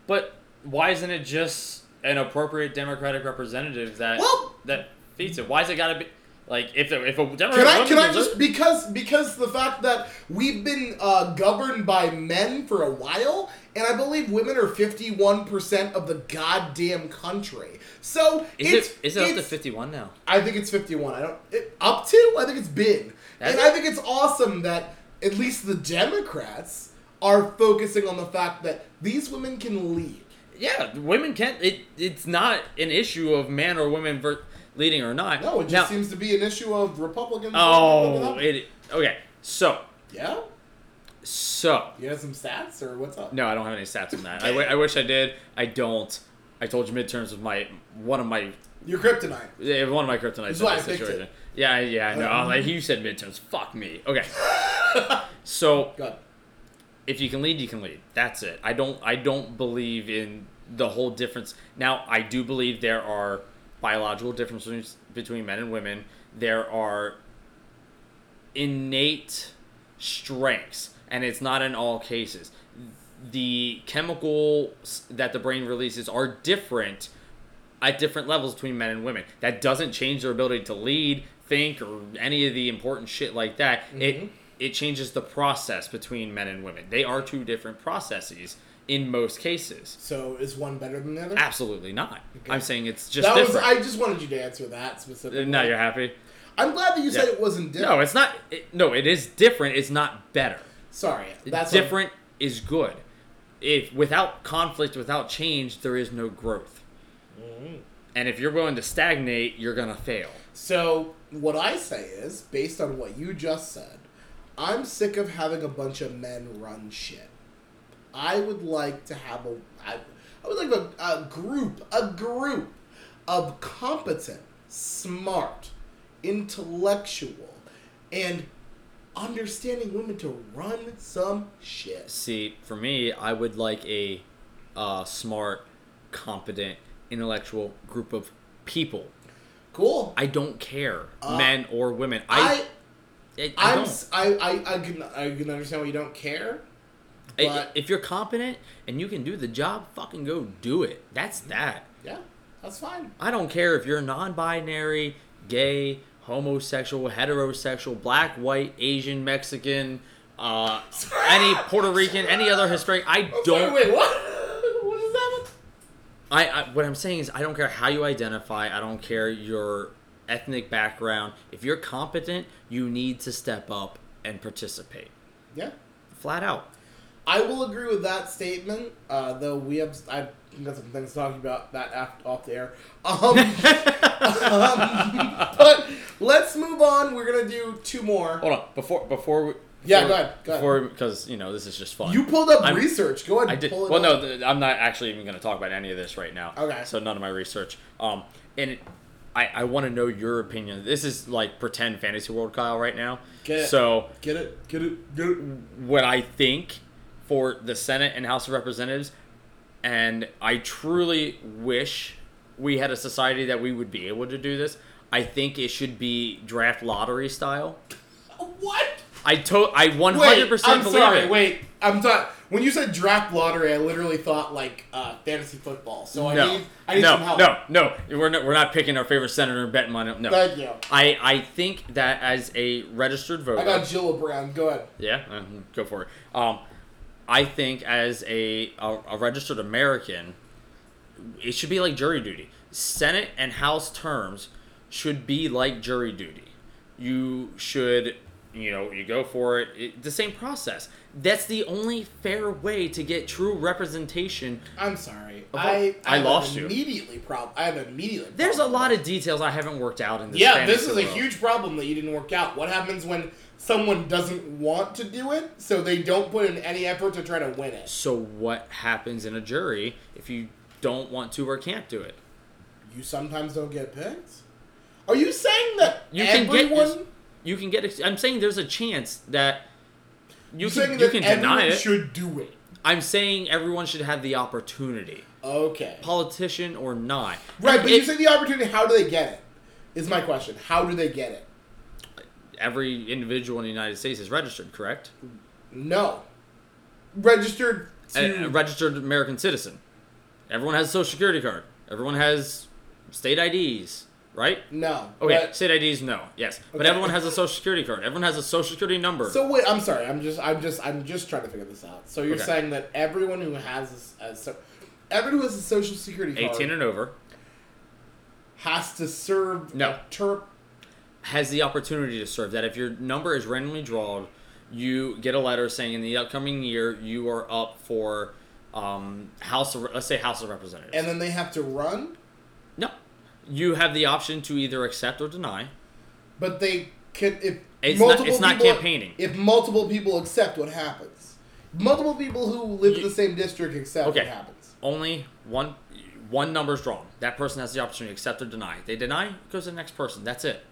S2: But why isn't it just an appropriate Democratic representative that
S1: Well-
S2: that feeds it? Why's it got to be like if the, if a Democratic
S1: Can I
S2: woman
S1: can I
S2: deserves-
S1: just because because the fact that we've been uh, governed by men for a while, and I believe women are fifty one percent of the goddamn country. So
S2: is
S1: it's,
S2: it is it up to
S1: it's-
S2: fifty one now?
S1: I think it's fifty one. I don't it, up to. I think it's been,
S2: That's
S1: and
S2: it?
S1: I think it's awesome that at least the Democrats are focusing on the fact that these women can lead.
S2: Yeah, women can't. It it's not an issue of man or woman ver- leading or not.
S1: No, it just
S2: Now-
S1: seems to be an issue of Republicans.
S2: Oh, it okay. So
S1: yeah.
S2: so
S1: You have some stats or what's up?
S2: no, I don't have any stats on that. I, w- I wish I did. I don't. I told you midterms was my one of my
S1: You're kryptonite.
S2: Yeah, one of my kryptonites
S1: That's
S2: in
S1: why
S2: this
S1: I picked it. Uh,
S2: situation. Yeah, yeah, I know. I was like you said midterms. Fuck me.
S1: <laughs>
S2: Okay. so
S1: Good.
S2: if you can lead, you can lead. That's it. I don't I don't believe in the whole difference. Now I do believe there are biological differences between men and women. There are innate strengths, and it's not in all cases. The chemicals that the brain releases are different at different levels between men and women. That doesn't change their ability to lead, think or any of the important shit like that.
S1: Mm-hmm.
S2: It it changes the process between men and women. They are two different processes in most cases.
S1: So is one better than the other?
S2: Absolutely not. I'm saying Ah, it's just
S1: that was.
S2: different. Uh,
S1: I just wanted you to answer that specifically.
S2: now you're happy.
S1: I'm glad that you said
S2: Yeah.
S1: it wasn't different.
S2: No, it's not. It, no, it is different. It's not better.
S1: Sorry, that's what-
S2: different is good. If without conflict, without change, there is no growth.
S1: Mm-hmm.
S2: And if you're willing to stagnate, you're gonna fail.
S1: So what I say is, based on what you just said, I'm sick of having a bunch of men run shit. I would like to have a, I, I would like a, a group, a group of competent, smart, intellectual, and understanding women to run some shit.
S2: See, for me, I would like a uh, smart, competent, intellectual group of people.
S1: Cool.
S2: I don't care,
S1: Uh,
S2: men or women.
S1: I,
S2: I I, I
S1: I, am
S2: don't.
S1: s I I I can, I can understand why you don't care.
S2: I-
S1: but-
S2: if you're competent and you can do the job, fucking go do it. That's that.
S1: Yeah, that's fine.
S2: I don't care if you're non-binary, gay, homosexual, heterosexual, black, white, Asian, Mexican, uh,
S1: <laughs>
S2: any Puerto Rican, any other Hispanic. I don't.
S1: Wait, wait, what? <laughs> what is that?
S2: I, I what I'm saying is I don't care how you identify. I don't care your ethnic background. If you're competent, you need to step up and participate.
S1: Yeah,
S2: Flat out.
S1: I will agree with that statement. Uh, though we have, I've got some things talking about that after, off the air. <laughs>
S2: <laughs>
S1: Um, um, but let's move on. We're gonna do two more.
S2: Hold on. Before before. we-
S1: Yeah,
S2: before-
S1: go ahead, go ahead.
S2: Before because you know this is just fun.
S1: You pulled up
S2: I'm-
S1: research. Go ahead.
S2: I did.
S1: Pull it
S2: Well,
S1: up.
S2: no, th- I'm not actually even going to talk about any of this right now.
S1: Okay.
S2: So none of my research. Um, and it, I, I want to know your opinion. This is like pretend fantasy world, Kyle, right now.
S1: Get it.
S2: So
S1: Get it. Get it. Get it.
S2: what I think for the Senate and House of Representatives, and I truly wish we had a society that we would be able to do this. I think it should be draft lottery style.
S1: What?
S2: I to I one
S1: Wait,
S2: hundred percent
S1: I'm
S2: believe
S1: sorry.
S2: it.
S1: Wait, I'm done. When you said draft lottery, I literally thought like uh, fantasy football. So I
S2: no,
S1: need, I need
S2: no,
S1: some help.
S2: no, no. We're not, we're not picking our favorite senator and betting money. No,
S1: Thank you.
S2: I, I think that as a registered voter,
S1: I got Gillibrand. Go ahead.
S2: yeah, uh, go for it. Um, I think as a, a a registered American, it should be like jury duty. Senate and House terms should be like jury duty. You should, you know, you go for it. it the same process. That's the only fair way to get true representation
S1: I'm sorry. I
S2: Okay. I
S1: have
S2: lost
S1: an
S2: you.
S1: Immediately, problem. I have an immediately.
S2: There's a
S1: problem.
S2: lot of details I haven't worked out in this.
S1: Yeah, this
S2: fantasy
S1: is a
S2: world.
S1: huge problem that you didn't work out. What happens when someone doesn't want to do it, so they don't put in any effort to try to win it?
S2: So what happens in a jury if you don't want to or can't do it?
S1: You sometimes don't get picked. Are you saying that
S2: You
S1: everyone?
S2: can get. You can get. ex- I'm saying there's a chance that you
S1: you're
S2: can
S1: saying
S2: you
S1: that
S2: can
S1: everyone
S2: deny it.
S1: should do it.
S2: I'm saying everyone should have the opportunity,
S1: Okay.
S2: politician or not.
S1: Right, but you
S2: It-
S1: said the opportunity. How do they get it? Is my question. How do they get it?
S2: every individual in the United States is registered, correct?
S1: No. Registered
S2: A,
S1: to
S2: a registered American citizen. Everyone has a social security card. Everyone has state IDs, right?
S1: no.
S2: Okay,
S1: But-
S2: state IDs, no. Yes. But
S1: Okay.
S2: everyone has a social security card. Everyone has a social security number.
S1: So wait, I'm sorry. I'm just, I'm just, I'm just trying to figure this out. So you're
S2: Okay.
S1: saying that everyone who has a, a so, everyone who has a social security card
S2: 18 and over
S1: has to serve
S2: No.
S1: a term.
S2: has the opportunity to serve that if your number is randomly drawn, you get a letter saying in the upcoming year you are up for um, House of, let's say House of Representatives.
S1: and then they have to run,
S2: no. You have the option to either accept or deny.
S1: but they can if
S2: It's not-
S1: multiple
S2: it's not
S1: people,
S2: campaigning.
S1: If multiple people accept, what happens? Multiple people who live in
S2: You-
S1: the same district accept,
S2: Okay.
S1: what happens?
S2: Only one one number's drawn. That person has the opportunity to accept or deny. They deny, it goes to the next person. That's it.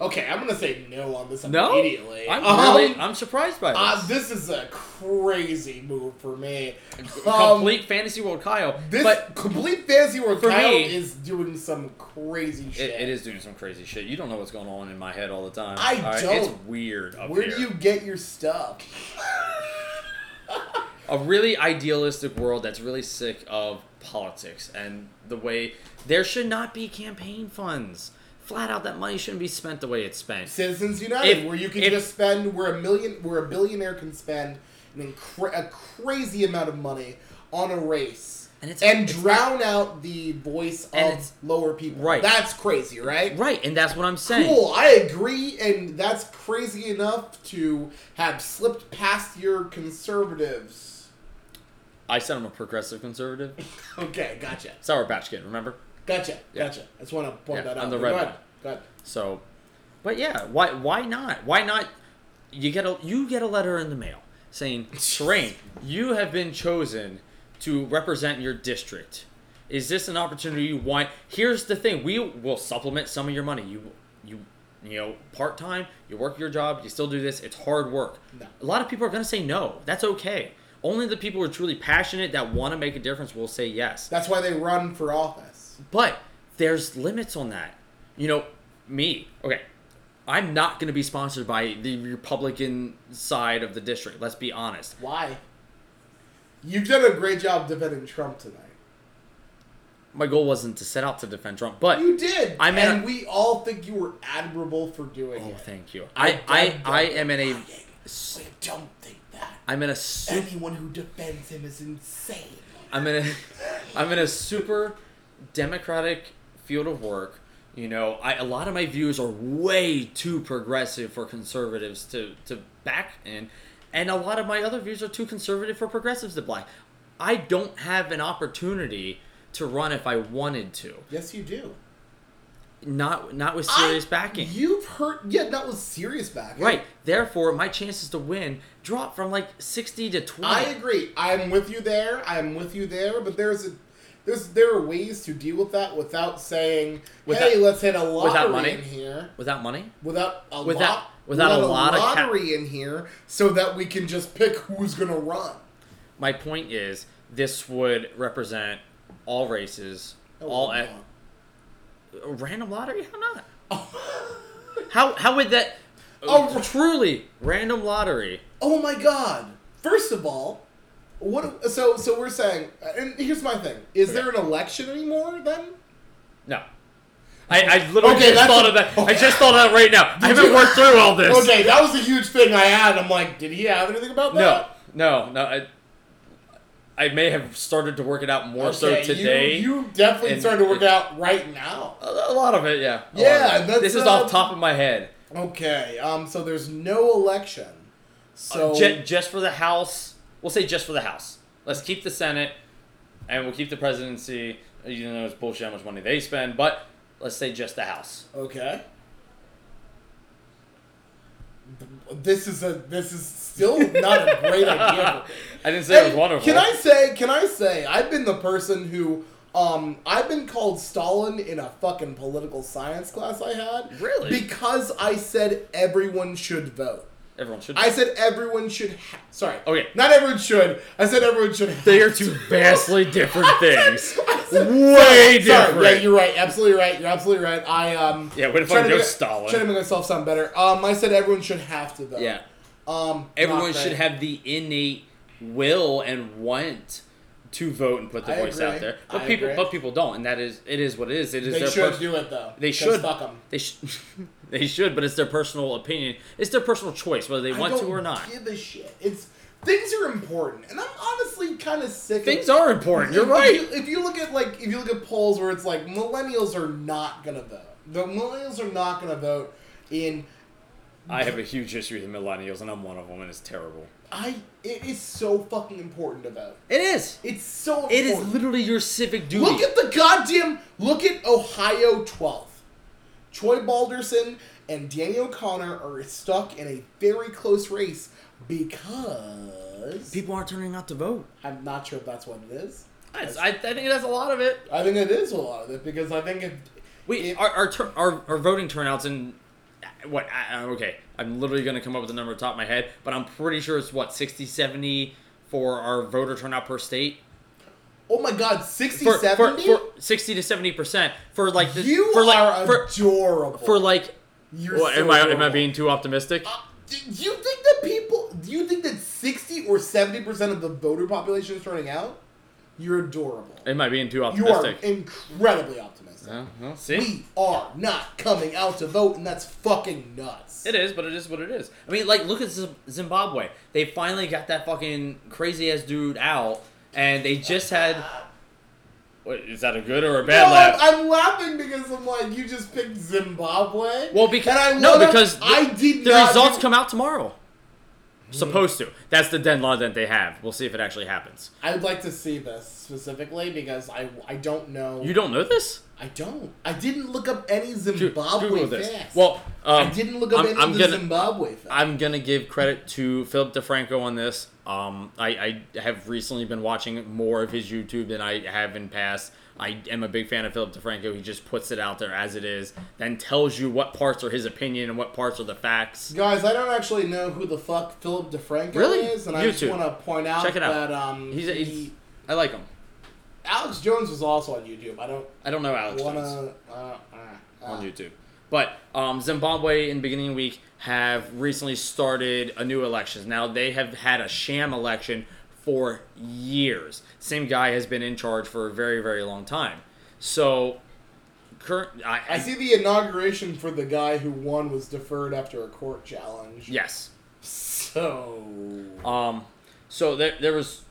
S1: Okay, I'm gonna say no on this
S2: No,
S1: immediately.
S2: I'm
S1: Um,
S2: really I'm surprised by this.
S1: uh, this is a crazy move for me. Um,
S2: Complete fantasy world, Kyle.
S1: This
S2: but
S1: complete fantasy world
S2: For
S1: Kyle
S2: me-
S1: is doing some crazy shit.
S2: It, it is doing some crazy shit. You don't know what's going on in my head all the time.
S1: I
S2: All It's
S1: don't.
S2: weird. Up
S1: Where
S2: here.
S1: do you get your stuff?
S2: A really idealistic world that's really sick of politics and the way there should not be campaign funds. flat out that money shouldn't be spent the way it's spent.
S1: Citizens United,
S2: If-
S1: where you can
S2: if-
S1: just spend, where a million, where a billionaire can spend an incre- a crazy amount of money on a race
S2: And it's- it's-
S1: drown out the voice
S2: And
S1: of
S2: it's-
S1: lower people.
S2: Right.
S1: that's crazy, right?
S2: Right, and that's what I'm saying.
S1: Cool, I agree, and that's crazy enough to have slipped past your conservatives.
S2: I said I'm a progressive conservative.
S1: Okay, gotcha,
S2: Sour Patch Kid, remember?
S1: gotcha,
S2: Yeah.
S1: gotcha. I just want to point
S2: Yeah,
S1: that out.
S2: I'm the
S1: But
S2: red
S1: go ahead,
S2: one.
S1: go ahead.
S2: So, but yeah, why why not? Why not? You get a you get a letter in the mail saying, Terrain, you have been chosen to represent your district. Is this an opportunity you want? Here's the thing: we will supplement some of your money. You you you know part time. You work your job. You still do this. It's hard work.
S1: No.
S2: A lot of people are gonna say no. That's okay. Only the people who are truly passionate that want to make a difference will say yes.
S1: That's why they run for office.
S2: But there's limits on that. You know, me, okay, I'm not going to be sponsored by the Republican side of the district. Let's be honest.
S1: Why? You've done a great job defending Trump tonight.
S2: My goal wasn't to set out to defend Trump, but
S1: You did.
S2: I'm in
S1: and
S2: a-
S1: we all think you were admirable for doing
S2: oh,
S1: it.
S2: thank you.
S1: I
S2: I I
S1: don't-
S2: I am in a
S1: I don't think that.
S2: I'm in a super
S1: Anyone who defends him is insane.
S2: I'm in a <laughs> I'm in a super democratic field of work. You know, I a lot of my views are way too progressive for conservatives to to back in, and a lot of my other views are too conservative for progressives to black. I don't have an opportunity to run if I wanted to.
S1: Yes, you do.
S2: Not not with serious backing.
S1: You've heard. Yeah, that was serious backing.
S2: Right. Therefore, my chances to win drop from like 60 to 20.
S1: I agree. I'm with you there. I'm with you there. But there's a. There's, there are ways to deal with that without saying,
S2: Without-
S1: "Hey, let's hit a lottery
S2: without money?
S1: in here."
S2: Without money?
S1: without a
S2: Without-
S1: lot,
S2: without a lot of cap-
S1: lottery in here, so that we can just pick who's gonna run.
S2: My point is, this would represent all races, all
S1: Oh,
S2: e- a random lottery. How not? <laughs> How how would that?
S1: Oh.
S2: truly random lottery.
S1: Oh my god! First of all, what? So so we're saying, and here's my thing: is
S2: Okay.
S1: there an election anymore? Then
S2: No, I, I literally
S1: Okay,
S2: just
S1: that's
S2: thought
S1: a-
S2: of that.
S1: okay.
S2: I just thought of that right now. I haven't
S1: you-
S2: worked through all this.
S1: okay, that was a huge thing I had. I'm like, did he have anything about
S2: No,
S1: that?
S2: no, no. I I may have started to work it out more so
S1: Okay, you-
S2: today.
S1: you, definitely
S2: and-
S1: started to work out right now.
S2: a a lot of it, yeah. a lot
S1: Yeah,
S2: of it.
S1: that's,
S2: this is
S1: uh,
S2: off top of my head.
S1: Okay, um, so there's no election. So
S2: Uh, Ju- just for the House. We'll say just for the House. Let's keep the Senate, and we'll keep the presidency. You know, it's bullshit how much money they spend, but let's say just the House.
S1: Okay. This is a this is still not a great
S2: <laughs>
S1: idea.
S2: I didn't say it was
S1: And
S2: wonderful.
S1: Can I say? Can I say? I've been the person who, um, I've been called Stalin in a fucking political science class I had.
S2: Really?
S1: Because I said everyone should vote.
S2: Everyone should.
S1: I said everyone should. Ha- Sorry.
S2: Okay.
S1: Not everyone should. I said everyone should. have
S2: they are two
S1: <laughs>
S2: <laughs> vastly different things.
S1: Sorry,
S2: Way different.
S1: Yeah, you're right. Absolutely right. You're absolutely right. I um.
S2: Yeah, way to
S1: trying
S2: fucking go,
S1: make-
S2: Stalin.
S1: Trying to make myself sound better. Um, I said everyone should have to vote.
S2: Yeah.
S1: Um,
S2: Everyone
S1: not that-
S2: should have the innate will and want to vote and put their
S1: I
S2: voice
S1: agree.
S2: out there. But
S1: I
S2: people,
S1: agree.
S2: but people don't, and that is it is what it is. It is
S1: They
S2: their
S1: should
S2: pers-
S1: do it though.
S2: They
S1: 'Cause
S2: should.
S1: Fuck them.
S2: They should. <laughs> they should, but it's their personal opinion. It's their personal choice whether they want to or not.
S1: Give a shit. It's things are important, and I'm honestly kind of sick.
S2: Things
S1: of,
S2: are important. You're
S1: if
S2: right.
S1: You, if you look at like if you look at polls where it's like millennials are not gonna vote. The millennials are not gonna vote in.
S2: I have a huge issue with millennials, and I'm one of them, and it's terrible.
S1: I. It is so fucking important to vote.
S2: It is.
S1: It's so.
S2: It
S1: Important.
S2: is literally your civic duty.
S1: Look at the goddamn. Look at Ohio 12th. Troy Balderson and Daniel Connor are stuck in a very close race because
S2: people aren't turning out to vote.
S1: I'm not sure if that's what it is.
S2: I, I think that's a lot of it.
S1: I think it is a lot of it because I think if
S2: Wait,
S1: It-
S2: our our, tur our our voting turnouts in what? I, I- okay, I'm literally going to come up with a number off the top of my head, but I'm pretty sure it's what 60, 70 for our voter turnout per state.
S1: oh my god, 60,
S2: For, for,
S1: 70?
S2: for sixty to seventy percent for like the,
S1: you
S2: for like
S1: are
S2: for,
S1: adorable.
S2: for like.
S1: You're
S2: What,
S1: so
S2: am I am I
S1: adorable.
S2: being too optimistic?
S1: Uh, do you think that people? Do you think that sixty or seventy percent of the voter population is turning out? You're adorable.
S2: Am I being too
S1: You are
S2: optimistic?
S1: incredibly optimistic.
S2: Yeah, well, see,
S1: We are not coming out to vote, and that's fucking nuts.
S2: it is, but it is what it is. I mean, like, look at Zim- Zimbabwe. They finally got that fucking crazy ass dude out, and they just had. Wait, is that a good or a bad
S1: Uh, no,
S2: laugh?
S1: I'm, I'm laughing because I'm like, you just picked Zimbabwe.
S2: well, because
S1: And I
S2: no,
S1: wanna-
S2: because
S1: I
S2: the-
S1: did
S2: The
S1: not
S2: results
S1: do-
S2: come out tomorrow. Supposed to. That's the deadline that they have. We'll see if it actually happens.
S1: I would like to see this specifically because I I don't know.
S2: You don't know this?
S1: I don't. I didn't look up any
S2: Dude,
S1: Zimbabwe
S2: Google
S1: facts.
S2: this. Well, um,
S1: I didn't look up
S2: I'm,
S1: any
S2: I'm
S1: of the
S2: gonna,
S1: Zimbabwe facts.
S2: I'm gonna give credit to Philip DeFranco on this. Um, I, I have recently been watching more of his YouTube than I have in past. I am a big fan of Philip DeFranco. He just puts it out there as it is, then tells you what parts are his opinion and what parts are the facts.
S1: Guys, I don't actually know who the fuck Philip DeFranco
S2: Really?
S1: is, and I
S2: You
S1: just
S2: too.
S1: want to point out,
S2: Check it out.
S1: that um,
S2: He's, a,
S1: he-
S2: he's I like him.
S1: Alex Jones was also on YouTube. I don't
S2: I don't know Alex
S1: want
S2: Jones.
S1: to. Uh, uh,
S2: on
S1: uh.
S2: YouTube. But um, Zimbabwe in the beginning of the week have recently started a new elections. Now they have had a sham election for years. Same guy has been in charge for a very very long time. So current I,
S1: I see the inauguration for the guy who won was deferred after a court challenge.
S2: yes.
S1: So.
S2: Um, so there, there was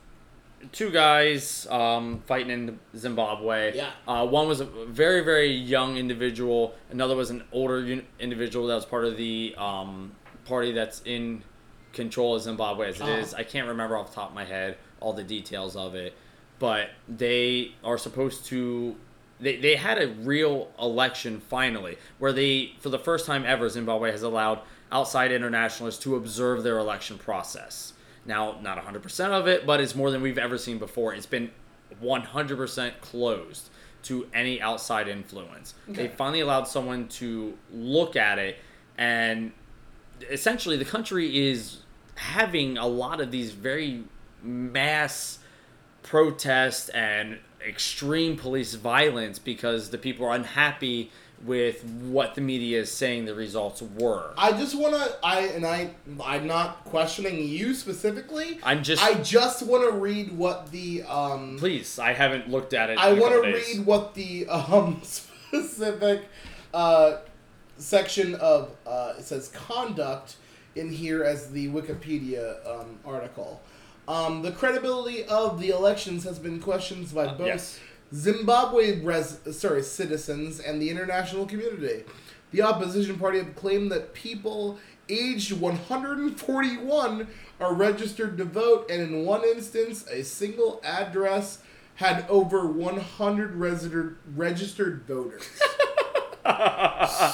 S2: two guys um, fighting in Zimbabwe.
S1: Yeah.
S2: Uh, one was a very, very young individual. Another was an older un- individual that was part of the um, party that's in control of Zimbabwe as it is.
S1: Uh-huh.
S2: I can't remember off the top of my head all the details of it, but they are supposed to. They, they had a real election finally, where they, for the first time ever, Zimbabwe has allowed outside internationalists to observe their election process. Now, not 100% of it, but it's more than we've ever seen before. It's been 100% closed to any outside influence. They
S1: Okay.
S2: finally allowed someone to look at it and essentially the country is having a lot of these very mass protests and extreme police violence because the people are unhappy with what the media is saying the results were.
S1: I just want to. I and I. I'm not questioning you specifically.
S2: I'm just
S1: I just want to read what the um.
S2: please, I haven't looked at it.
S1: I
S2: want to
S1: read
S2: <laughs>
S1: what the <laughs> um, specific uh, section of uh, it says conduct in here as the Wikipedia um, article. Um, the credibility of the elections has been questioned by both
S2: Uh, yes.
S1: Zimbabwe res- sorry citizens and the international community. The opposition party have claimed that people aged 141 are registered to vote, and in one instance, a single address had over 100 resident- registered voters.
S2: <laughs>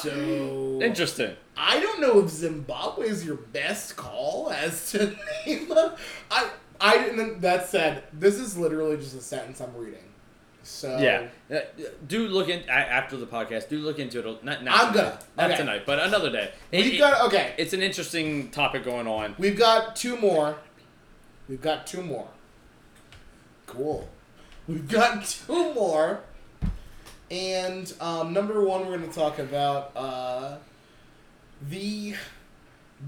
S1: so
S2: Interesting.
S1: I don't know if Zimbabwe is your best call as to name of. I I didn't. That said, this is literally just a sentence I'm reading. So
S2: Yeah.
S1: Oh.
S2: Uh, Do look in a- after the podcast. Do look into it. Not, not
S1: I'm
S2: tonight.
S1: gonna.
S2: Not
S1: Okay.
S2: tonight, but another day. It-
S1: We've
S2: it-
S1: got okay.
S2: it's an interesting topic going on.
S1: We've got two more. We've got two more. Cool. We've got <laughs> two more. And um, number one, we're going to talk about uh, the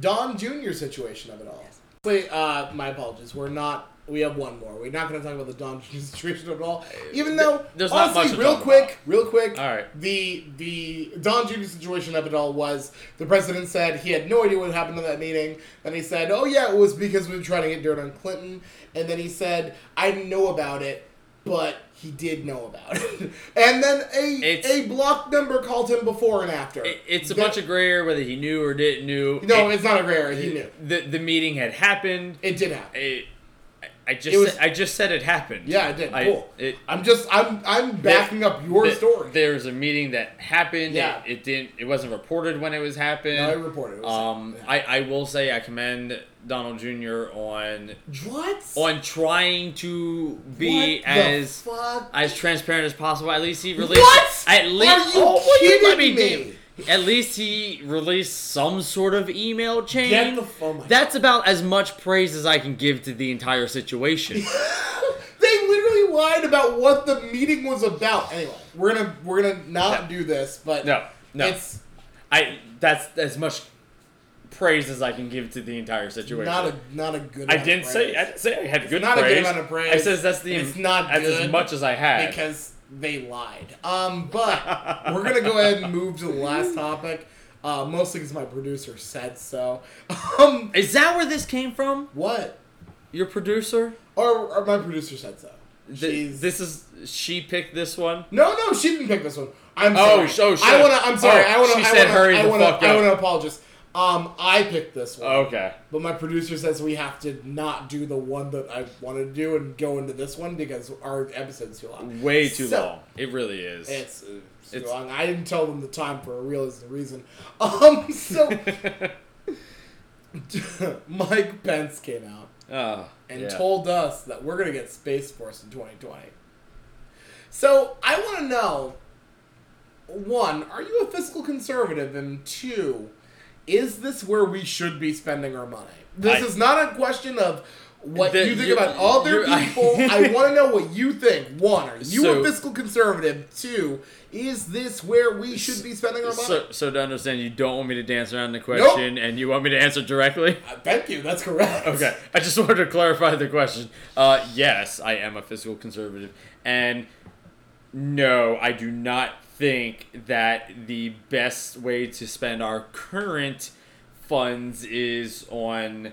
S1: Don Jr. situation of it all. Wait, uh, my apologies. We're not. We have one more. We're not going to talk about the Don Jr. <laughs> situation at all. Even though,
S2: Uh, There's not
S1: honestly,
S2: much to
S1: real
S2: talk
S1: quick,
S2: about.
S1: real quick.
S2: All right.
S1: The the Don Jr. situation of it all was the president said he had no idea what happened to that meeting. Then he said, "Oh yeah, it was because we were trying to get dirt on Clinton." And then he said, "I didn't know about it." But he did know about it, <laughs> and then a
S2: It's-
S1: a block number called him before and after.
S2: It- It's a
S1: That-
S2: bunch of gray area whether he knew or didn't knew.
S1: no.
S2: It-
S1: it's not a rare. He knew
S2: the the meeting had happened.
S1: it did happen.
S2: It, I- I just
S1: It was-
S2: said, I just said it happened.
S1: Yeah, it did.
S2: I-
S1: cool.
S2: it-
S1: I'm just I'm I'm backing up your
S2: that
S1: story.
S2: There was a meeting that happened.
S1: Yeah.
S2: It, it didn't. It wasn't reported when it was happened.
S1: No, I reported. It was-
S2: um, I, I will say I commend Donald Jr. on
S1: what?
S2: on trying to be
S1: What the
S2: as
S1: fuck?
S2: as transparent as possible. At least he released.
S1: What?
S2: At least.
S1: Are Oh, you
S2: will let
S1: kidding
S2: do-
S1: me?
S2: At least he released some sort of email chain.
S1: Get the f- oh my
S2: That's about as much praise as I can give to the entire
S1: <laughs>
S2: situation.
S1: They literally lied about what the meeting was about. Anyway, we're gonna we're gonna not
S2: No.
S1: do this, but
S2: No, no.
S1: it's
S2: I that's as much praise as I can give to the entire situation.
S1: not a not a good.
S2: I
S1: amount of
S2: didn't say I
S1: praise.
S2: didn't say I had good
S1: not a good
S2: praise.
S1: amount of praise,
S2: I says that's the
S1: and it's not
S2: that's as
S1: good
S2: much as I had.
S1: because they lied.
S2: <laughs>
S1: Um, but we're gonna go ahead and move to the last topic. Uh, mostly because my producer said so. <laughs> Um,
S2: Is that where this came from?
S1: what?
S2: Your producer?
S1: Or, or my producer said so.
S2: Th-
S1: She's-
S2: this is she picked this one.
S1: No, no, she didn't pick this one. I'm
S2: Oh,
S1: sorry.
S2: oh, shit.
S1: I wanna. I'm sorry.
S2: Oh,
S1: I wanna.
S2: she
S1: I
S2: said
S1: wanna,
S2: hurry
S1: I
S2: the
S1: wanna,
S2: fuck
S1: I
S2: up.
S1: wanna apologize. Um, I picked this one.
S2: Okay.
S1: But my producer says we have to not do the one that I want to do and go into this one because our episode's too long.
S2: Way too
S1: So-
S2: long. It really is.
S1: It's, uh, it's too
S2: It's-
S1: long. I didn't tell them the time for a realistic reason. <laughs> Um, so
S2: <laughs>
S1: <laughs> Mike Pence came out
S2: oh,
S1: and
S2: yeah.
S1: told us that we're gonna get Space Force in 2020. So I want to know: one, are you a fiscal conservative? And two, is this where we should be spending our money? This
S2: I-
S1: is not a question of what
S2: The-
S1: you think
S2: you-
S1: about other
S2: you- <laughs> I-
S1: people. I, want to know what you think. One, are you
S2: So-
S1: a fiscal conservative? Two, is this where we should be spending our money?
S2: So, so to understand, you don't want me to dance around the question, and you want me to answer directly. <laughs>
S1: Uh, Thank you. That's correct.
S2: Okay, I just wanted to clarify the question. Uh, yes, I am a fiscal conservative, and no, I do not think that the best way to spend our current funds is on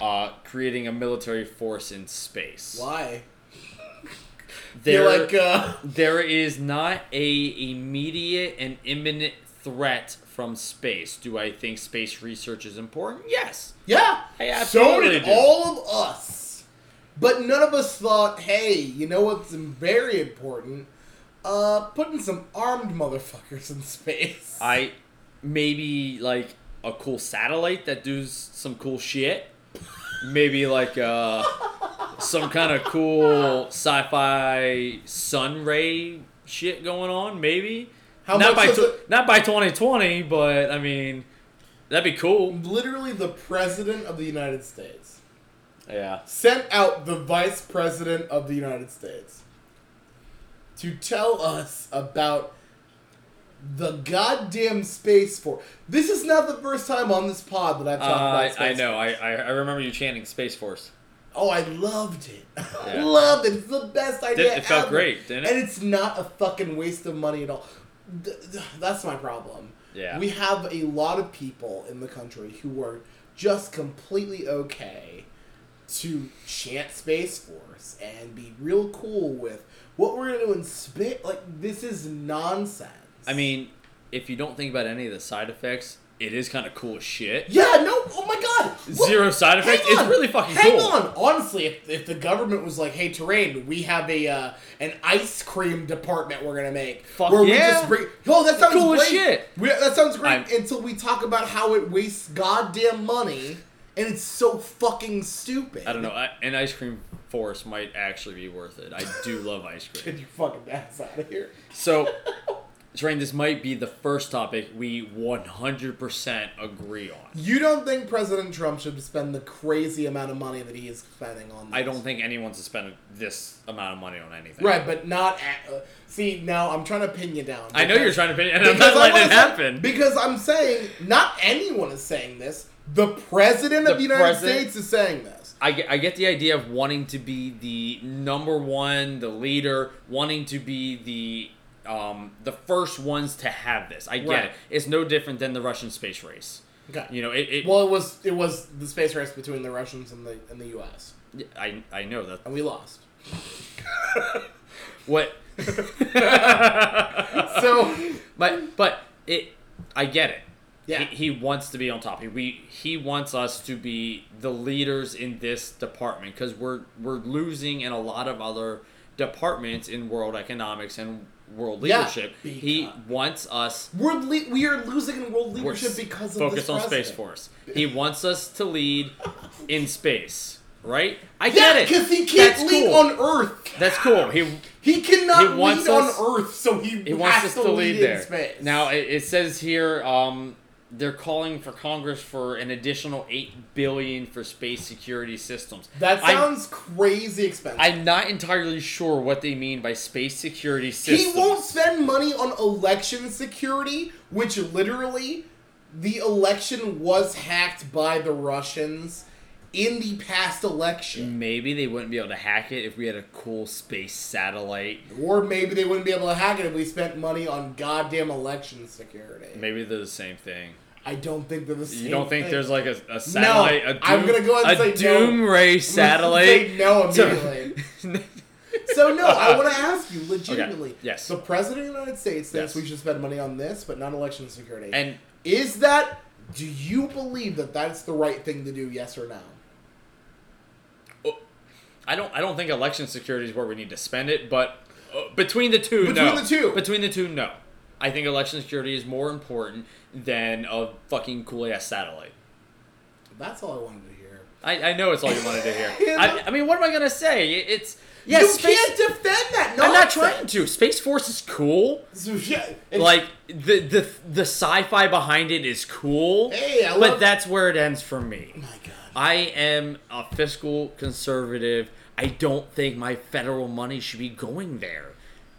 S2: uh, creating a military force in space.
S1: Why?
S2: There,
S1: You're like, uh,
S2: there is not a immediate and imminent threat from space. Do I think space research is important? Yes.
S1: Yeah.
S2: I
S1: so
S2: absolutely
S1: did
S2: do.
S1: all of us. But none of us thought, hey, you know what's very important? Uh, putting some armed motherfuckers in space.
S2: I maybe like a cool satellite that does some cool shit. Maybe like uh some kind of cool sci-fi sun ray shit going on. Maybe
S1: How much
S2: not by
S1: does
S2: tw-
S1: it-
S2: not by twenty twenty, but I mean that'd be cool.
S1: Literally, the president of the United States
S2: Yeah.
S1: sent out the vice president of the United States to tell us about the goddamn space force. This is not the first time on this pod that I've
S2: Uh,
S1: talked about
S2: I,
S1: space
S2: I know.
S1: Force.
S2: I, I I remember you chanting Space Force.
S1: Oh, I loved it. <laughs> I
S2: Yeah.
S1: loved it. It's the best idea.
S2: Did- it felt
S1: ever.
S2: great, didn't it?
S1: And it's not a fucking waste of money at all. Th- th- That's my problem.
S2: Yeah.
S1: We have a lot of people in the country who are just completely okay to chant Space Force and be real cool with what we're going to do in space. Like, this is nonsense.
S2: I mean, if you don't think about any of the side effects, it is kind of cool as shit.
S1: Yeah, no, oh my god! What-
S2: Zero side
S1: Hang
S2: effects. It's
S1: on,
S2: really fucking
S1: hang
S2: cool.
S1: on. Honestly, if, if the government was like, "Hey, terrain, we have a uh, an ice cream department we're gonna make,"
S2: Fuck
S1: where we
S2: yeah.
S1: just bring, oh, that sounds
S2: Cool
S1: great.
S2: as shit.
S1: We- that sounds great
S2: I'm-
S1: until we talk about how it wastes goddamn money, and it's so fucking stupid.
S2: I don't know. I, an ice cream force might actually be worth it. I
S1: <laughs>
S2: do love ice
S1: <laughs>
S2: cream.
S1: Get your fucking ass out of here.
S2: So, Train, this might be the first topic we 100% agree on.
S1: You don't think President Trump should spend the crazy amount of money that he is spending on?
S2: I
S1: this?
S2: don't think anyone's spending this amount of money on anything.
S1: Right, but not at. Uh, see, now I'm trying to pin you down.
S2: I know you're trying to pin, and I'm
S1: Because I
S2: not letting it
S1: wanna say-
S2: happen.
S1: Because I'm saying not anyone is saying this. The president of
S2: The
S1: the United
S2: president-
S1: States is saying this.
S2: I get, I get the idea of wanting to be the number one, the leader, wanting to be the um, the first ones to have this. I get
S1: Right.
S2: it. It's no different than the Russian space race.
S1: Okay.
S2: You know, it. it
S1: well, it was it was the space race between the Russians and the and the U.S.
S2: I I know that.
S1: and we
S2: <laughs>
S1: lost. <laughs>
S2: What?
S1: So
S2: <laughs> But but it. I get it.
S1: Yeah.
S2: He, he wants to be on top. He we he wants us to be the leaders in this department because we're we're losing in a lot of other departments in world economics and world
S1: Yeah,
S2: leadership. he
S1: because-
S2: wants us
S1: we're le- we are losing in world
S2: we're
S1: leadership because of
S2: focused
S1: this
S2: on space
S1: president.
S2: force. He wants us to lead in space, right? I get
S1: Yeah,
S2: it.
S1: because he can't
S2: That's
S1: lead
S2: cool.
S1: on Earth.
S2: That's cool. He
S1: He cannot
S2: He wants
S1: lead
S2: us-
S1: on Earth, so he,
S2: He wants
S1: has
S2: us
S1: to, lead, in
S2: there.
S1: space.
S2: Now it, it says here um, they're calling for Congress for an additional eight billion for space security systems.
S1: that
S2: I'm-
S1: sounds crazy expensive.
S2: I'm, not entirely sure what they mean by space security
S1: He
S2: systems.
S1: won't spend money on election security, which literally the election was hacked by the Russians in the past election.
S2: Maybe they wouldn't be able to hack it if we had a cool space satellite.
S1: Or maybe they wouldn't be able to hack it if we spent money on goddamn election security.
S2: Maybe they're the same thing.
S1: I don't think they're the same.
S2: You don't think
S1: thing.
S2: there's like a, a satellite? a doom,
S1: I'm gonna go ahead and <laughs>
S2: a
S1: say no.
S2: doom ray
S1: Say
S2: satellite.
S1: no
S2: to-
S1: immediately.
S2: <laughs>
S1: so no, I want to ask you legitimately.
S2: Yes.
S1: The president of the United States thinks
S2: Yes.
S1: we should spend money on this, but not election security.
S2: and
S1: is that? Do you believe that that's the right thing to do? Yes or no?
S2: I don't. I don't think election security is where we need to spend it, but uh, between the two,
S1: Between
S2: no.
S1: the two.
S2: between the two, no. I think election security is more important than a fucking cool ass satellite.
S1: That's all I wanted to hear.
S2: I, I know it's all you wanted to hear.
S1: You <laughs> know?
S2: I, I mean, what am I gonna say? It- It's yes,
S1: you
S2: space.
S1: can't defend that.
S2: I'm not
S1: nonsense.
S2: trying to. Space Force is cool.
S1: So, yeah, it's-
S2: Like the the the sci-fi behind it is cool.
S1: Hey, I
S2: but
S1: love-
S2: that's where it ends for me.
S1: Oh my God.
S2: I am a fiscal conservative. I don't think my federal money should be going there.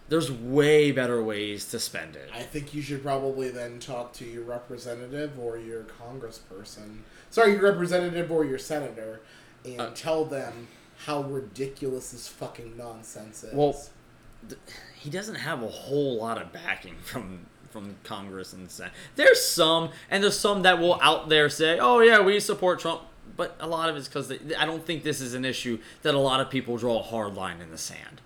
S2: There's way better ways to spend it.
S1: I think you should probably then talk to your representative or your congressperson. Sorry, your representative or your senator, and
S2: Uh,
S1: tell them how ridiculous this fucking nonsense is.
S2: Well, He doesn't have a whole lot of backing <laughs> from from Congress and Senate. There's some, and there's some that will out there say, "Oh yeah, we support Trump," but a lot of it's because I don't think this is an issue that a lot of people draw a hard line in the sand.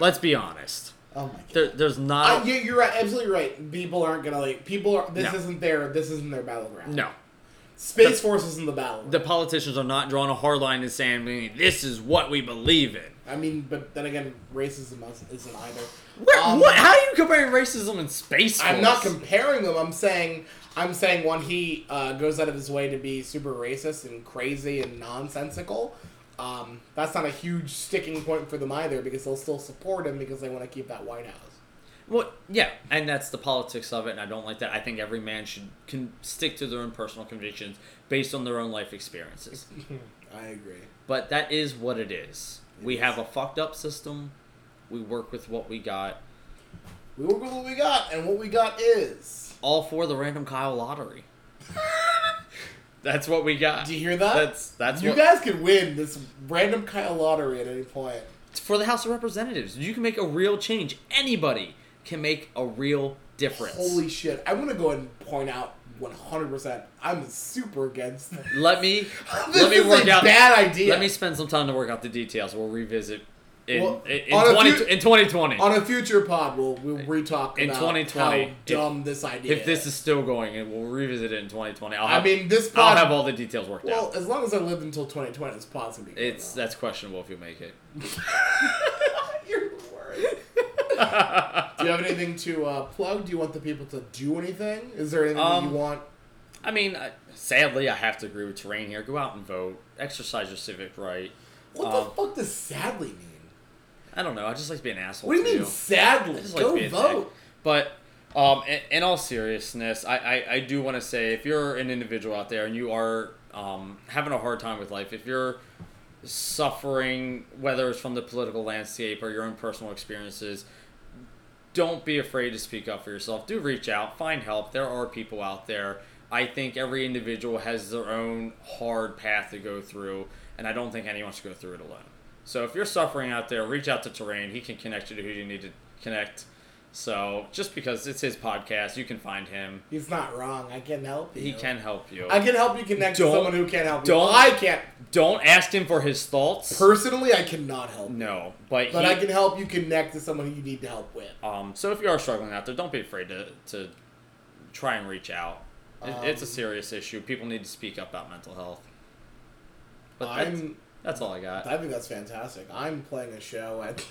S2: Let's be honest.
S1: oh my god.
S2: There, there's
S1: Uh,
S2: not.
S1: you, you're right, absolutely right. People aren't gonna like people. Are, this
S2: No.
S1: isn't their this isn't their battleground.
S2: no,
S1: Space Force isn't the battleground.
S2: the politicians are not drawing a hard line and saying this is what we believe in.
S1: I mean, but then again, racism is- isn't either.
S2: What?
S1: Um,
S2: what? How are you comparing racism and space?
S1: I'm not
S2: Force?
S1: comparing them. I'm saying I'm saying when he uh, goes out of his way to be super racist and crazy and nonsensical, um, that's not a huge sticking point for them either because they'll still support him because they want to keep that White House.
S2: Well, yeah, and that's the politics of it, and I don't like that. I think every man should can stick to their own personal convictions based on their own life experiences.
S1: I agree.
S2: But that is what it is. We have a fucked up system. We work with what we got.
S1: We work with what we got, and what we got is.
S2: All for the random Kyle <laughs> lottery. that's what we got.
S1: Do you hear that?
S2: That's that's
S1: you
S2: what,
S1: guys could win this random kind of lottery at any point.
S2: for the House of Representatives. You can make a real change. Anybody can make a real difference.
S1: Holy shit! I want to go and point out 100. percent I'm super against. This,
S2: let me
S1: <laughs> This
S2: let me
S1: is
S2: work
S1: a
S2: out
S1: bad idea.
S2: Let me spend some time to work out the details. We'll revisit in
S1: Well,
S2: in, in
S1: on a
S2: 20,
S1: few-
S2: in 2020
S1: On a future pod, we'll we'll retalk
S2: In
S1: about
S2: 2020,
S1: how dumb this idea.
S2: if this is still going, and we'll revisit it in 2020. I'll
S1: I
S2: have,
S1: mean, this
S2: I'll
S1: pod.
S2: have all the details worked
S1: well,
S2: out.
S1: as long as I live until 2020, this pod's gonna be. going <laughs>
S2: It's
S1: on.
S2: that's questionable if you make it.
S1: You're the
S2: <laughs>
S1: worst. do you have anything to uh, plug? Do you want the people to do anything? Is there anything that
S2: Um,
S1: you want?
S2: I mean, I- sadly, I have to agree with Terrain here. Go out and vote. Exercise your civic right.
S1: What the
S2: um,
S1: fuck does sadly mean?
S2: I don't know. I just like to be an asshole.
S1: What do you
S2: to
S1: mean sadly?
S2: I just like to
S1: Go
S2: be a dick.
S1: vote.
S2: But um, in, in all seriousness, I, I, I do want to say if you're an individual out there and you are um, having a hard time with life, if you're suffering, whether it's from the political landscape or your own personal experiences, don't be afraid to speak up for yourself. Do reach out, find help. There are people out there. I think every individual has their own hard path to go through, and I don't think anyone should go through it alone. So if you're suffering out there, reach out to Terrain. He can connect you to who you need to connect. So just because it's his podcast, you can find him.
S1: He's not wrong. I can help you.
S2: He can help you.
S1: I can help you connect
S2: Don't-
S1: to someone who can't help you.
S2: don't-
S1: I can't.
S2: Don't ask him for his thoughts.
S1: Personally, I cannot help. you.
S2: no, but,
S1: But
S2: he,
S1: I can help you connect to someone who you need to help with.
S2: Um, so if you are struggling out there, don't be afraid to, to try and reach out. It, it's a
S1: Um,
S2: serious issue. People need to speak up about mental health. But that's,
S1: I'm.
S2: that's all I got.
S1: I think that's fantastic. I'm playing a show at.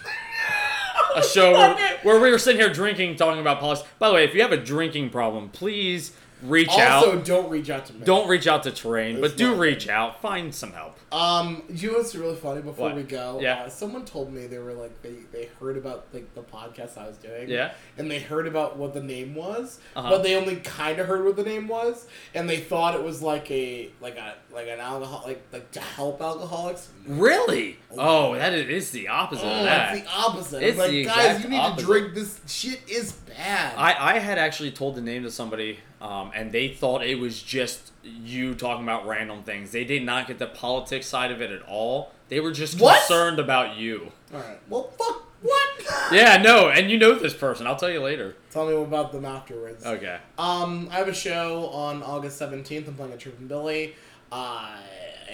S2: A show where, where we were sitting here drinking, talking about politics. By the way, if you have a drinking problem, please reach
S1: also,
S2: out.
S1: don't reach out to me.
S2: Don't reach out to Terrain,
S1: It's
S2: but do
S1: not-
S2: reach out. Find some help.
S1: Um, you know what's really funny? Before
S2: What?
S1: we go,
S2: Yeah.
S1: uh, someone told me they were like they they heard about like the podcast I was doing.
S2: Yeah.
S1: And they heard about what the name was,
S2: Uh-huh.
S1: but they only kind of heard what the name was, and they thought it was like a like a like an alcohol like like to help alcoholics.
S2: Really? Oh, that is, is the opposite
S1: Oh,
S2: of that.
S1: that's the opposite.
S2: It's
S1: like,
S2: the
S1: guys,
S2: exact
S1: you need
S2: opposite.
S1: to drink. This shit is bad.
S2: I, I had actually told the name to somebody, um, and they thought it was just you talking about random things. They did not get the politics side of it at all. They were just
S1: What?
S2: concerned about you.
S1: All right. Well, fuck. What?
S2: Yeah, no, and you know this person. I'll tell you later.
S1: Tell me about them afterwards.
S2: Okay.
S1: Um, I have a show on August 17th. I'm playing a Trip and Billy. I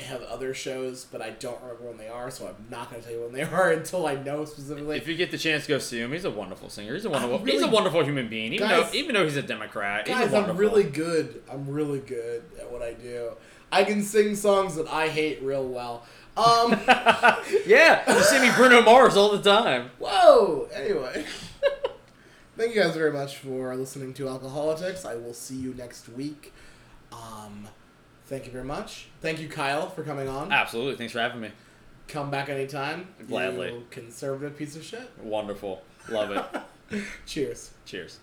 S1: have other shows, but I don't remember when they are, so I'm not going to tell you when they are <laughs> until I know specifically.
S2: If you get the chance to go see him, he's a wonderful singer. He's a
S1: I'm
S2: wonderful. he's a
S1: really-
S2: wonderful human being. Even
S1: Guys-
S2: though even though he's a Democrat, he's
S1: Guys,
S2: a wonderful.
S1: I'm really good. I'm really good at what I do. I can sing songs that I hate real well.
S2: <laughs>
S1: Um,
S2: yeah, you see me Bruno Mars all the time.
S1: whoa! Anyway. <laughs> Thank you guys very much for listening to Alcoholics. I will see you next week. Um, thank you very much. Thank you, Kyle, for coming on.
S2: Absolutely. Thanks for having me.
S1: Come back anytime.
S2: Gladly.
S1: You conservative piece of shit. <laughs>
S2: Wonderful. Love it.
S1: Cheers.
S2: Cheers.